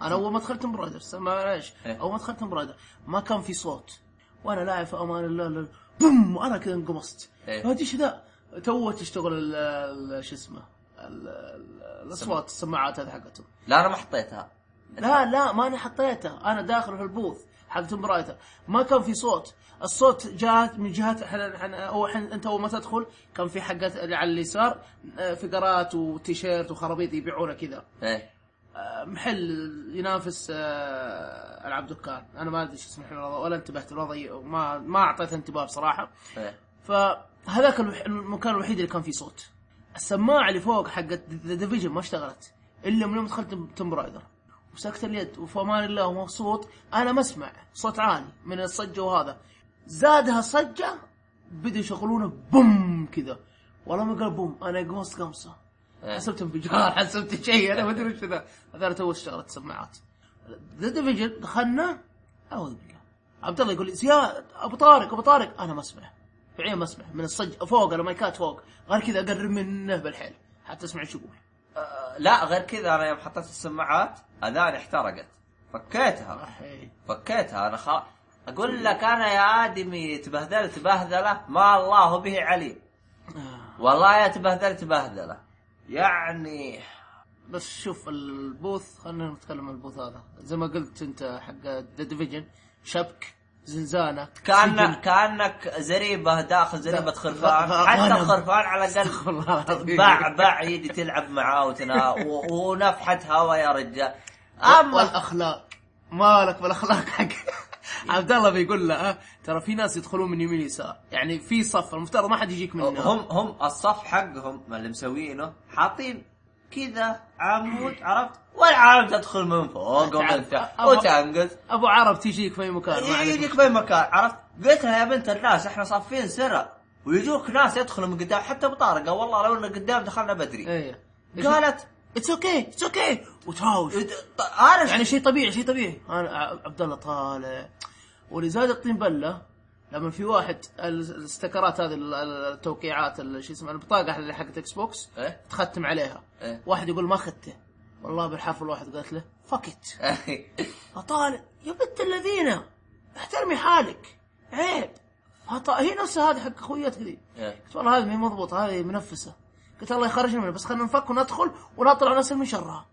Speaker 2: انا اول ما دخلت توم رايدر سمع ليش
Speaker 1: إيه.
Speaker 2: اول ما دخلت توم رايدر ما كان في صوت وانا لاعب في امان الله لا- بوم انا كذا انقمصت
Speaker 1: إيه.
Speaker 2: هذه ايش ذا تو تشتغل ال- ال- شو اسمه ال- ال- الاصوات السماعات هذه حقتهم
Speaker 1: لا انا ما حطيتها
Speaker 2: لا لا ما انا حطيتها انا داخل في البوث حق توم رايدر ما كان في صوت الصوت جاءت من جهات احنا احنا اول حين انت اول ما تدخل كان في حقات اللي على اليسار آه، فقرات وتيشيرت وخرابيط يبيعونها كذا
Speaker 1: ايه
Speaker 2: آه، محل ينافس آه، العاب دكان انا ما ادري شو اسمه الحين والله، ولا انتبهت ولا ضي- ما ما اعطيت انتباه بصراحه
Speaker 1: ايه
Speaker 2: فهذاك الوح- المكان الوحيد اللي كان فيه صوت السماعه اللي فوق حقت ذا ديفيجن ما اشتغلت الا من يوم دخلت توم رايدر وسكت اليد وفي امان الله ومبسوط انا ما اسمع صوت عالي من الصجه وهذا زادها صجه بدوا يشغلونه بوم كذا والله ما قال بوم انا قمصت قمصه
Speaker 1: إيه.
Speaker 2: حسبت انفجار حسبت شيء انا ما ادري وش ذا هذا تو اشتغلت سماعات ذا ديفيجن دخلنا اعوذ بالله عبد الله يقول لي زياد ابو طارق ابو طارق انا ما اسمع فعليا ما اسمع من الصج فوق المايكات فوق غير كذا اقرب منه بالحيل حتى اسمع ايش يقول
Speaker 1: آه، لا غير كذا انا يوم حطيت السماعات اذاني احترقت فكيتها
Speaker 2: أحي.
Speaker 1: فكيتها انا خلاص اقول لك انا يا ادمي تبهذلت بهذله ما الله به عليم
Speaker 2: آه.
Speaker 1: والله يا تبهذلت بهذله يعني
Speaker 2: بس شوف البوث خلينا نتكلم عن البوث هذا زي ما قلت انت حق ذا ديفيجن شبك زنزانه
Speaker 1: كان
Speaker 2: سجن.
Speaker 1: كانك زريبه داخل زريبه
Speaker 2: لا،
Speaker 1: خرفان
Speaker 2: لا،
Speaker 1: حتى
Speaker 2: أنا-
Speaker 1: الخرفان على
Speaker 2: استغفر
Speaker 1: الاقل
Speaker 2: الله العظيم.
Speaker 1: باع باع يدي تلعب معاه وتنا و- ونفحه هوا يا رجال اما
Speaker 2: والاخلاق مالك بالاخلاق حق عبد الله بيقول له آه، ترى في ناس يدخلون من يمين يسار يعني في صف المفترض ما حد يجيك منه
Speaker 1: هم هم الصف حقهم اللي مسوينه حاطين كذا عمود عرفت والعالم تدخل من فوق ومن تحت
Speaker 2: أبغى-
Speaker 1: وتنقز
Speaker 2: ابو عرب تجيك في أي مكان ما عليك
Speaker 1: يجيك بين مكان عرفت قلت لها يا بنت الناس احنا صافين سرة ويجوك ناس يدخلوا من قدام حتى بطارقه والله لو انه قدام دخلنا بدري
Speaker 2: ايه
Speaker 1: قالت
Speaker 2: اتس اوكي اتس اوكي وتهاوش
Speaker 1: انا
Speaker 2: يعني شيء طبيعي شيء طبيعي انا ع- عبد الله طالع ولزاد الطين بله لما في واحد ال- الاستكرات هذه ال- ال- التوقيعات ال- شو اسمها البطاقه اللي حقت اكس بوكس
Speaker 1: إيه.
Speaker 2: تختم عليها
Speaker 1: إيه.
Speaker 2: واحد يقول ما اخذته والله بالحرف الواحد قالت له فكت فطالع يا بنت الذين احترمي حالك عيب فطالع هي نفسها هذه حق اخويتك ذي
Speaker 1: إيه.
Speaker 2: قلت والله هذه مي مضبوطه هذه منفسه قلت الله يخرجنا منها بس خلينا نفك وندخل ونطلع نفسنا من شرها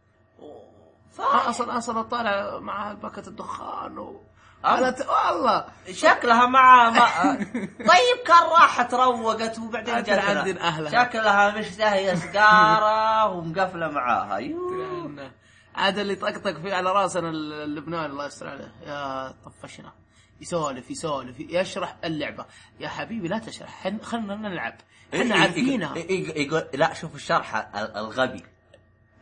Speaker 2: أنا اصلا اصلا طالع مع باكة الدخان و
Speaker 1: أه؟
Speaker 2: انا ت... والله
Speaker 1: شكلها مع ما... طيب كان راحت روقت وبعدين
Speaker 2: أنت
Speaker 1: جت
Speaker 2: عندن أهلها.
Speaker 1: شكلها مشتهيه سيجاره ومقفله معاها يوه.
Speaker 2: عاد اللي طقطق فيه على راسنا ال- اللبناني الله يستر عليه يا طفشنا يسولف يسولف يشرح اللعبه يا حبيبي لا تشرح حن- خلنا نلعب احنا
Speaker 1: إيه،
Speaker 2: عارفينها
Speaker 1: إيه، إيه، إيه، يقول لا شوف الشرح ال- الغبي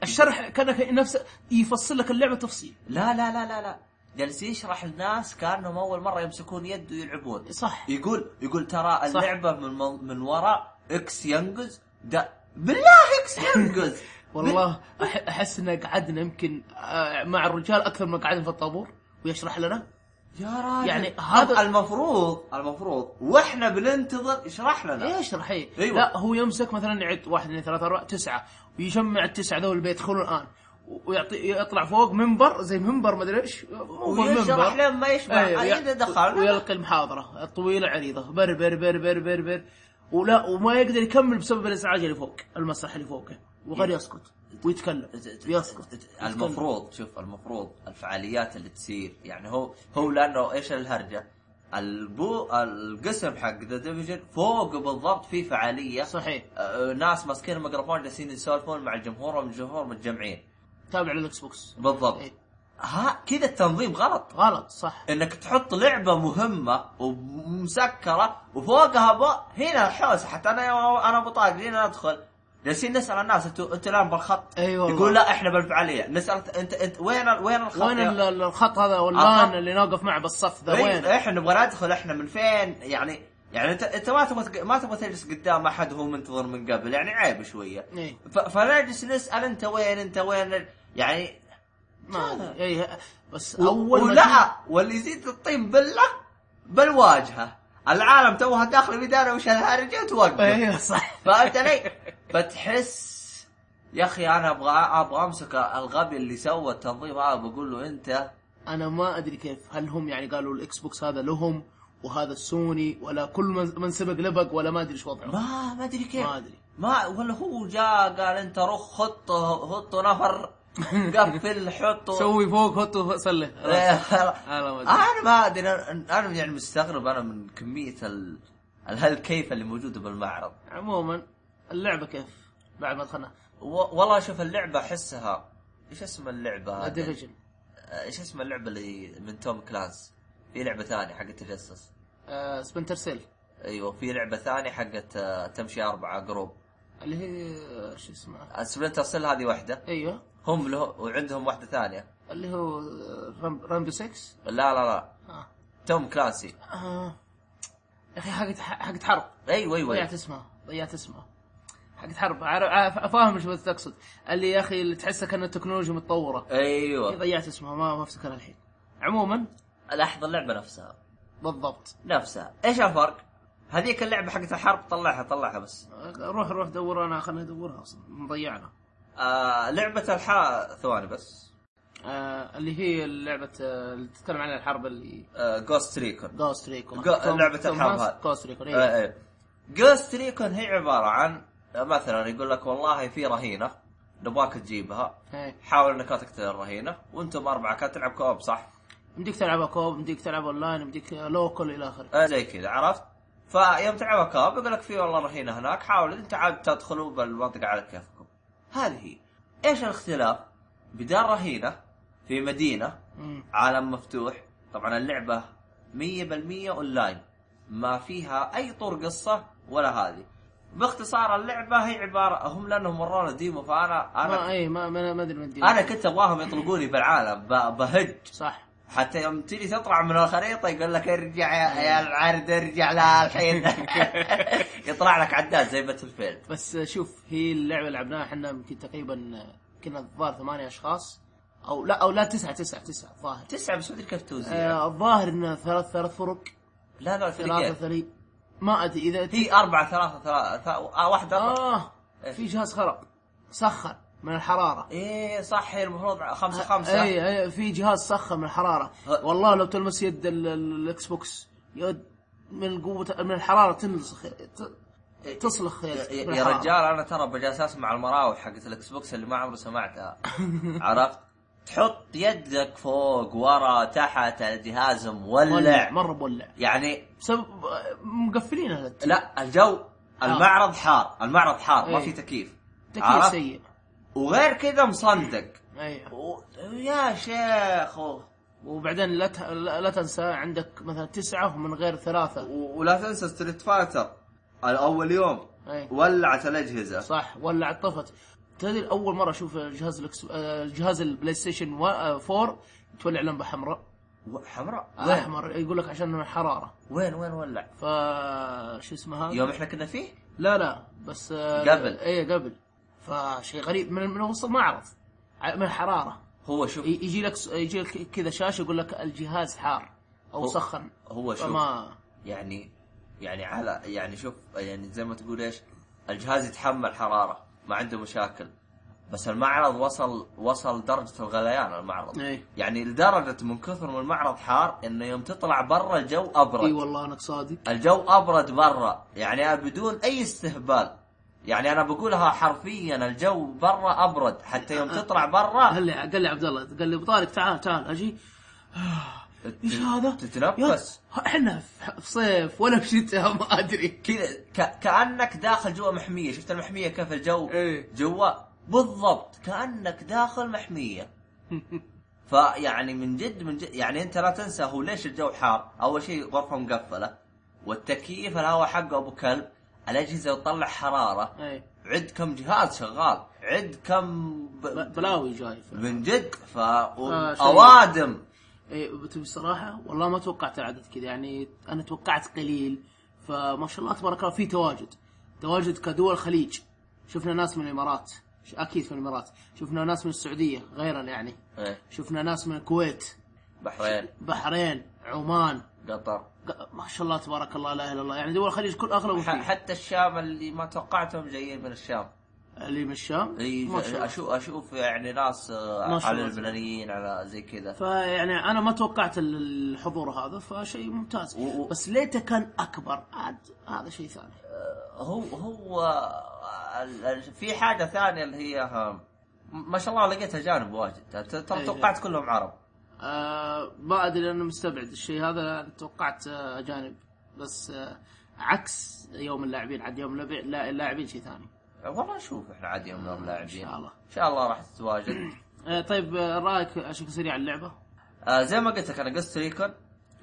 Speaker 2: الشرح كان نفسه يفصل لك اللعبه تفصيل
Speaker 1: لا لا لا لا لا جالس يشرح الناس كانهم اول مره يمسكون يد ويلعبون
Speaker 2: صح
Speaker 1: يقول يقول ترى
Speaker 2: صح.
Speaker 1: اللعبه من مو- من وراء اكس ينقز ده بالله اكس ينقز
Speaker 2: والله أح- احس ان قعدنا يمكن آه، مع الرجال اكثر ما قعدنا في الطابور ويشرح لنا
Speaker 1: يا راجل
Speaker 2: يعني
Speaker 1: طب
Speaker 2: هذا-
Speaker 1: المفروض المفروض واحنا بننتظر يشرح لنا
Speaker 2: ايش راح ايه
Speaker 1: أيوة.
Speaker 2: لا هو يمسك مثلا يعد واحد اثنين ثلاثة اربعة تسعة ويجمع التسعة ذول اللي بيدخلون الان و- ويعطي يطلع فوق منبر زي منبر مدري ايش مو
Speaker 1: ويشرح لين ما يشبع
Speaker 2: أيوة،
Speaker 1: أيوة. اذا دخلنا
Speaker 2: ويلقي المحاضرة طويلة عريضة بر بر بر بر بر بر ولا وما يقدر يكمل بسبب الازعاج اللي فوق المسرح اللي فوقه وغير
Speaker 1: إيه.
Speaker 2: يسكت ويتكلم يسكت
Speaker 1: المفروض شوف المفروض الفعاليات اللي تصير يعني هو هو لانه ايش الهرجه؟ البو القسم حق ذا ديفيجن فوق بالضبط في فعاليه
Speaker 2: صحيح
Speaker 1: آه، ناس ماسكين الميكروفون جالسين يسولفون مع الجمهور والجمهور متجمعين
Speaker 2: تابع للاكس بوكس
Speaker 1: بالضبط
Speaker 2: إيه.
Speaker 1: ها كذا التنظيم غلط
Speaker 2: غلط صح
Speaker 1: انك تحط لعبه مهمه ومسكره وفوقها بو... هنا الحوسه حتى انا انا ابو طارق لين ادخل جالسين نسال الناس انتوا انتوا الان بالخط
Speaker 2: أي والله.
Speaker 1: يقول لا احنا بالفعاليه نسال انت انت وين ال- وين الخط
Speaker 2: وين
Speaker 1: يا-
Speaker 2: ال- ال- الخط هذا
Speaker 1: الخط.
Speaker 2: واللان اللي نوقف معه بالصف ذا
Speaker 1: إيه،
Speaker 2: وين
Speaker 1: احنا نبغى ندخل احنا من فين يعني يعني انت انت ما تبغى تق- ما تبغى تجلس قدام احد وهو منتظر من قبل يعني عيب شويه
Speaker 2: إيه.
Speaker 1: ف... فنجلس نسال انت وين انت وين يعني
Speaker 2: ما ادري اي بس
Speaker 1: و-
Speaker 2: اول ما جي-
Speaker 1: ولا واللي يزيد الطين بله بالواجهه العالم توها داخله بدارة وش الهرجه توقف
Speaker 2: ايوه صح
Speaker 1: فهمت علي؟ فتحس يا اخي انا ابغى ابغى امسك الغبي اللي سوى التنظيم هذا بقول له انت
Speaker 2: انا ما ادري كيف هل هم يعني قالوا الاكس بوكس هذا لهم وهذا السوني ولا كل من من سبق لبق ولا ما ادري ايش وضعه
Speaker 1: ما ما ادري كيف
Speaker 2: ما أدري.
Speaker 1: ما ولا هو جاء قال انت رخ حط حط نفر قفل حطه
Speaker 2: سوي فوق حطه فوق، سله
Speaker 1: إيه.
Speaker 2: أنا ما أدري.
Speaker 1: انا ما ادري انا أنا يعني مستغرب انا من كميه ال الهالكيفه اللي موجوده بالمعرض
Speaker 2: عموما اللعبه كيف بعد ما دخلنا
Speaker 1: و- والله شوف اللعبه احسها ايش اسم اللعبه هذه؟
Speaker 2: ديفيجن
Speaker 1: ايش اسم اللعبه اللي من توم كلانس في لعبه ثانيه حقت تجسس
Speaker 2: سبنتر سيل
Speaker 1: ايوه في لعبه ثانيه حقت آه، تمشي اربعه جروب
Speaker 2: اللي هي آه، شو اسمها
Speaker 1: سبلنتر سيل هذه واحده
Speaker 2: ايوه
Speaker 1: هم له وعندهم واحده ثانيه
Speaker 2: اللي هو آه، رامبو 6
Speaker 1: لا لا لا
Speaker 2: آه.
Speaker 1: توم كلانسي
Speaker 2: آه. يا اخي حقت حقت حرب
Speaker 1: ايوه ايوه
Speaker 2: ضيعت اسمها ضيعت اسمها حقت حرب عار- عا- فاهم ايش بس تقصد اللي يا اخي اللي تحسها كانها تكنولوجيا متطوره هي
Speaker 1: ايوه
Speaker 2: ضيعت اسمها ما ما افتكرها الحين عموما
Speaker 1: لاحظ اللعبه نفسها
Speaker 2: بالضبط
Speaker 1: نفسها ايش الفرق؟ هذيك اللعبه حقت الحرب طلعها طلعها بس
Speaker 2: آه، روح روح دور انا خليني ادورها اصلا مضيعنا
Speaker 1: آه لعبه الحا ثواني بس
Speaker 2: آه اللي هي لعبه آه اللي تتكلم عن الحرب اللي
Speaker 1: آه جوست ريكون
Speaker 2: جوست ريكون
Speaker 1: جو- لعبة الحرب هذه.
Speaker 2: جوست ريكون
Speaker 1: آه إيه. جوست ريكون هي عباره عن آه، مثلا يقول لك والله في رهينه نبغاك تجيبها
Speaker 2: إيه.
Speaker 1: حاول انك لا تقتل الرهينه وانتم اربعه كانت تلعب كوب صح؟
Speaker 2: مديك تلعبها كوب مديك تلعب اونلاين مديك لوكل الى اخره
Speaker 1: آه، زي كذا عرفت؟ فيوم تلعبها كاب يقول لك في والله رهينه هناك حاول انت عاد تدخلوا بالمنطقه على كيفكم. هذه هي. ايش الاختلاف؟ بدال رهينه في مدينه
Speaker 2: مم.
Speaker 1: عالم مفتوح، طبعا اللعبه 100% اونلاين ما فيها اي طور قصه ولا هذه. باختصار اللعبه هي عباره هم لانهم ورونا ديمو فانا
Speaker 2: ما
Speaker 1: انا
Speaker 2: اي ما ما ما ادري من دي.
Speaker 1: انا كنت ابغاهم يطلقوني بالعالم ب- بهج
Speaker 2: صح
Speaker 1: حتى يوم تجي تطلع من الخريطه يقول لك ارجع يا, يا العرض ارجع لا الحين يطلع لك عداد زي باتل فيلد
Speaker 2: بس شوف هي اللعبه لعبناها احنا يمكن تقريبا كنا الظاهر ثمانية اشخاص او لا او لا تسعة تسعة تسعة الظاهر
Speaker 1: تسعه بس ما ادري كيف توزيع
Speaker 2: آه الظاهر انه ثلاث ثلاث فرق
Speaker 1: لا لا
Speaker 2: ثلاثة
Speaker 1: فريقين
Speaker 2: ثري ما ادري اذا
Speaker 1: هي أربعة ثلاثة ثلاثة آه واحدة أربعة
Speaker 2: اه في جهاز خرق سخن من الحراره
Speaker 1: إيه صح هي المفروض خمسة خمسة
Speaker 2: اي اي إيه، في جهاز سخن من الحراره
Speaker 1: ه-
Speaker 2: والله لو تلمس يد ال- ال- الاكس بوكس يد من قوه من الحراره تنلصخ ت- تصلخ
Speaker 1: إيه. يا-
Speaker 2: يدك من
Speaker 1: يا
Speaker 2: الحرارة.
Speaker 1: رجال أنا ترى بجالس أسمع المراوح حقت الإكس بوكس اللي ما عمري سمعتها عرفت تحط يدك فوق ورا تحت الجهاز
Speaker 2: مولع
Speaker 1: مولع
Speaker 2: مره مولع
Speaker 1: يعني
Speaker 2: بسبب مقفلين هذا الت-
Speaker 1: لا الجو المعرض حار المعرض حار ما
Speaker 2: إيه.
Speaker 1: في تكييف
Speaker 2: تكييف
Speaker 1: عرفت؟
Speaker 2: سيء
Speaker 1: وغير كذا مصندق
Speaker 2: ايوه
Speaker 1: و... يا شيخ و...
Speaker 2: وبعدين لا ت- لا لا تنسى عندك مثلا تسعه من غير ثلاثه
Speaker 1: ولا تنسى ستريت فايتر اول يوم
Speaker 2: أي.
Speaker 1: ولعت الاجهزه
Speaker 2: صح ولا طفت تدري اول مره اشوف جهاز الأكس... آه، جهاز البلاي ستيشن و- آه، 4 تولع لمبه حمراء
Speaker 1: و- حمراء وين
Speaker 2: احمر يقول لك عشان الحراره
Speaker 1: وين وين ولع
Speaker 2: ف شو اسمها
Speaker 1: يوم احنا كنا فيه
Speaker 2: لا لا بس
Speaker 1: قبل.
Speaker 2: اي قبل فشيء غريب من من وسط المعرض ع- من الحراره
Speaker 1: هو شوف
Speaker 2: ي- يجي لك س- يجي لك كذا شاشه يقول لك الجهاز حار او
Speaker 1: هو-
Speaker 2: سخن
Speaker 1: هو شوف
Speaker 2: فما
Speaker 1: يعني يعني على يعني شوف يعني زي ما تقول ايش الجهاز يتحمل حراره ما عنده مشاكل بس المعرض وصل وصل درجه الغليان المعرض
Speaker 2: اي
Speaker 1: يعني لدرجه من كثر ما المعرض حار انه يوم تطلع برا الجو ابرد
Speaker 2: اي والله انك صادق
Speaker 1: الجو ابرد برا يعني أنا بدون اي استهبال يعني انا بقولها حرفيا الجو برا ابرد حتى يوم
Speaker 2: أه،
Speaker 1: تطلع برا
Speaker 2: قال لي قال لي عبد الله قال لي ابو طارق تعال تعال اجي ايش هذا؟
Speaker 1: تتنفس
Speaker 2: يا- احنا في في صيف ولا في شتاء ما ادري
Speaker 1: كذا ك- كانك داخل جوا محميه شفت المحميه كيف الجو
Speaker 2: إيه.
Speaker 1: جوا بالضبط كانك داخل محميه فيعني من جد من جد يعني انت لا تنسى هو ليش الجو حار اول شيء غرفه مقفله والتكييف الهواء حقه ابو كلب الاجهزه تطلع حراره
Speaker 2: اي
Speaker 1: عد كم جهاز شغال عد كم
Speaker 2: ب-
Speaker 1: ب...
Speaker 2: بلاوي جاي
Speaker 1: من جد ف
Speaker 2: آه، شيء.
Speaker 1: اوادم
Speaker 2: إيه، بتبي الصراحة والله ما توقعت العدد كذا يعني أنا توقعت قليل فما شاء الله تبارك الله في تواجد تواجد كدول الخليج شفنا ناس من الإمارات ش- اكيد في الامارات شفنا ناس من السعوديه غيرا يعني
Speaker 1: إيه.
Speaker 2: شفنا ناس من الكويت
Speaker 1: بحرين
Speaker 2: بحرين عمان
Speaker 1: قطر
Speaker 2: ق- ما شاء الله تبارك الله لا اله الا الله يعني دول الخليج كل اغلب
Speaker 1: ح- حتى الشام اللي ما توقعتهم جايين من الشام
Speaker 2: اللي من الشام
Speaker 1: إي،
Speaker 2: ما شاء الله
Speaker 1: اشوف اشوف يعني ناس آه،
Speaker 2: ما شاء
Speaker 1: على
Speaker 2: الله.
Speaker 1: اللبنانيين على زي كذا
Speaker 2: فيعني انا ما توقعت ال- الحضور هذا فشيء ممتاز
Speaker 1: و- و-
Speaker 2: بس ليته كان اكبر عاد هذا شيء ثاني
Speaker 1: هو هو آه، ال- ال- في حاجه ثانيه اللي هي آه، ما شاء الله لقيت اجانب واجد ت- ت-
Speaker 2: إيه.
Speaker 1: توقعت كلهم عرب
Speaker 2: آه ما ادري انا مستبعد الشيء هذا أنا توقعت آه، اجانب بس آه عكس يوم اللاعبين عاد يوم اللعب- لا- اللاعبين شيء ثاني
Speaker 1: والله نشوف احنا عادي يوم يوم لاعبين
Speaker 2: إن شاء الله.
Speaker 1: ان شاء الله راح تتواجد
Speaker 2: آه طيب آه، رايك عشان سريع عن اللعبه
Speaker 1: آه زي ما قلت لك انا قصه ريكون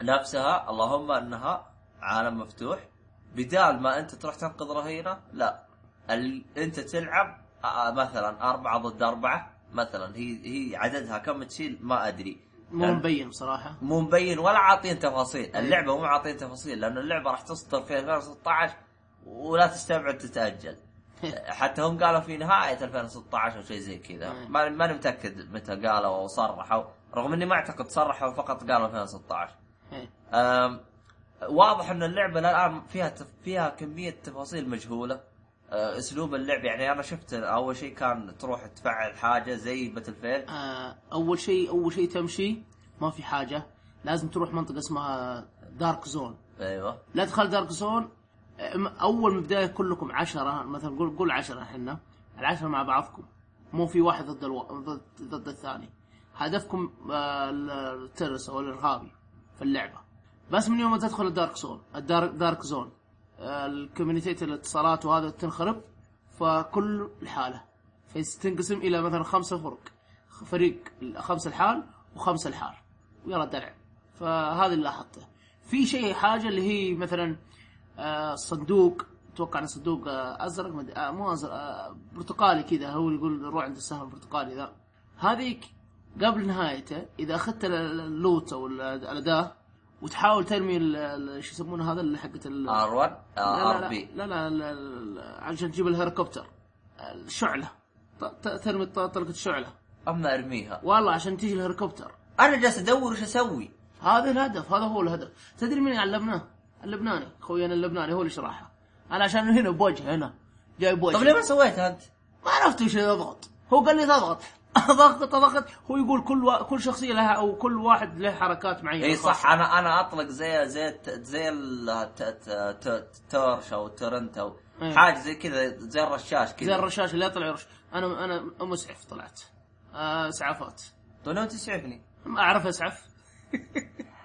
Speaker 1: نفسها اللهم انها عالم مفتوح بدال ما انت تروح تنقذ رهينه لا ال... انت تلعب آه مثلا أربعة ضد أربعة مثلا هي هي عددها كم تشيل ما أدري
Speaker 2: مو
Speaker 1: نعم.
Speaker 2: مبين إيه. بصراحه
Speaker 1: مو مبين ولا عاطين تفاصيل اللعبة مو عاطين تفاصيل لأن اللعبة راح تصدر في 2016 ولا تستبعد تتأجل حتى هم قالوا في نهاية 2016 أو شيء زي كذا
Speaker 2: أي.
Speaker 1: ما ماني متأكد متى قالوا أو صرحوا رغم إني ما أعتقد صرحوا فقط قالوا 2016
Speaker 2: إيه.
Speaker 1: أم، واضح ان اللعبه الان فيها تف... فيها كميه تفاصيل مجهوله أه، اسلوب اللعب يعني انا شفت اول شيء كان تروح تفعل حاجه زي باتل فيل
Speaker 2: آه اول شيء اول شيء تمشي ما في حاجه لازم تروح منطقه اسمها دارك زون
Speaker 1: ايوه
Speaker 2: لا تدخل دارك زون أم- اول من بدايه كلكم عشرة مثلا قول قول عشرة احنا العشرة مع بعضكم مو في واحد ضد الو... ضد ضد الثاني هدفكم آه، ال- الترس او الارهابي في اللعبه بس من يوم ما تدخل الدارك زون الدارك دارك زون آه، الكوميونيتيات الاتصالات وهذا تنخرب فكل الحاله فتنقسم الى مثلا خمسه فرق فريق خمسه الحال وخمسه الحال ويلا دلع فهذا اللي لاحظته في شيء حاجه اللي هي مثلا آه، صندوق اتوقع انه صندوق آه، ازرق مد... آه، مو ازرق آه، برتقالي كذا هو يقول روح عند السهم البرتقالي ذا هذيك قبل نهايته اذا اخذت ال- ال- اللوت او ال- الاداه وتحاول ترمي ال- ال- شو يسمونه هذا اللي حقت ال-
Speaker 1: ار 1
Speaker 2: لا
Speaker 1: ار
Speaker 2: لا
Speaker 1: بي
Speaker 2: لا, لا, لا, لا عشان تجيب الهليكوبتر الشعله ط- ط- ترمي ط- طلقه شعله
Speaker 1: اما ارميها
Speaker 2: والله عشان تيجي الهليكوبتر
Speaker 1: انا جالس ادور وش اسوي
Speaker 2: هذا الهدف هذا هو الهدف تدري مين علمناه اللبناني خوينا اللبناني هو اللي شرحها انا عشان هنا بوجه هنا جاي بوجه
Speaker 1: طب طيب، ليه ما سويتها انت؟
Speaker 2: ما عرفت ايش اضغط هو قال لي تضغط ضغط ضغط هو يقول كل و... كل شخصيه لها او كل واحد له حركات معينه
Speaker 1: اي
Speaker 2: خاصة.
Speaker 1: صح انا انا اطلق زي زي الت- زي ال- ت- ت- ت- تورش او تورنت او
Speaker 2: إيه.
Speaker 1: حاجه زي كذا زي الرشاش
Speaker 2: زي
Speaker 1: كذا
Speaker 2: الرشاش اللي يطلع يرش انا انا مسعف طلعت آه اسعافات
Speaker 1: طول ما تسعفني
Speaker 2: ما اعرف اسعف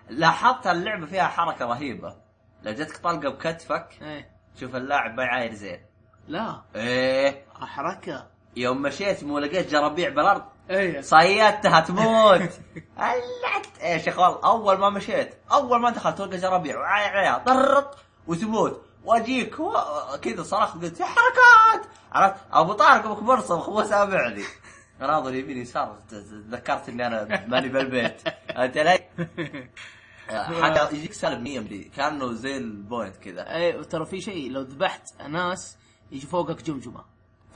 Speaker 1: لاحظت اللعبه فيها حركه رهيبه لو جتك طلقه بكتفك
Speaker 2: ايه
Speaker 1: شوف اللاعب ما يعاير زين
Speaker 2: لا
Speaker 1: ايه
Speaker 2: حركه
Speaker 1: يوم مشيت مو لقيت جرابيع بالارض
Speaker 2: ايه
Speaker 1: صيدتها تموت هلعت ايش يا شغال اول ما مشيت اول ما دخلت تلقى جرابيع وعاير عليها طرط وتموت واجيك و- كذا صرخت قلت يا حركات عرفت ابو طارق ابوك مرصم مو سامعني ناظر يمين يسار ت- تذكرت اني انا ماني بالبيت انت لي حتى يجيك سالب 100 ملي كانه زي البوينت كذا
Speaker 2: ايه ترى في شيء لو ذبحت ناس يجي فوقك جمجمه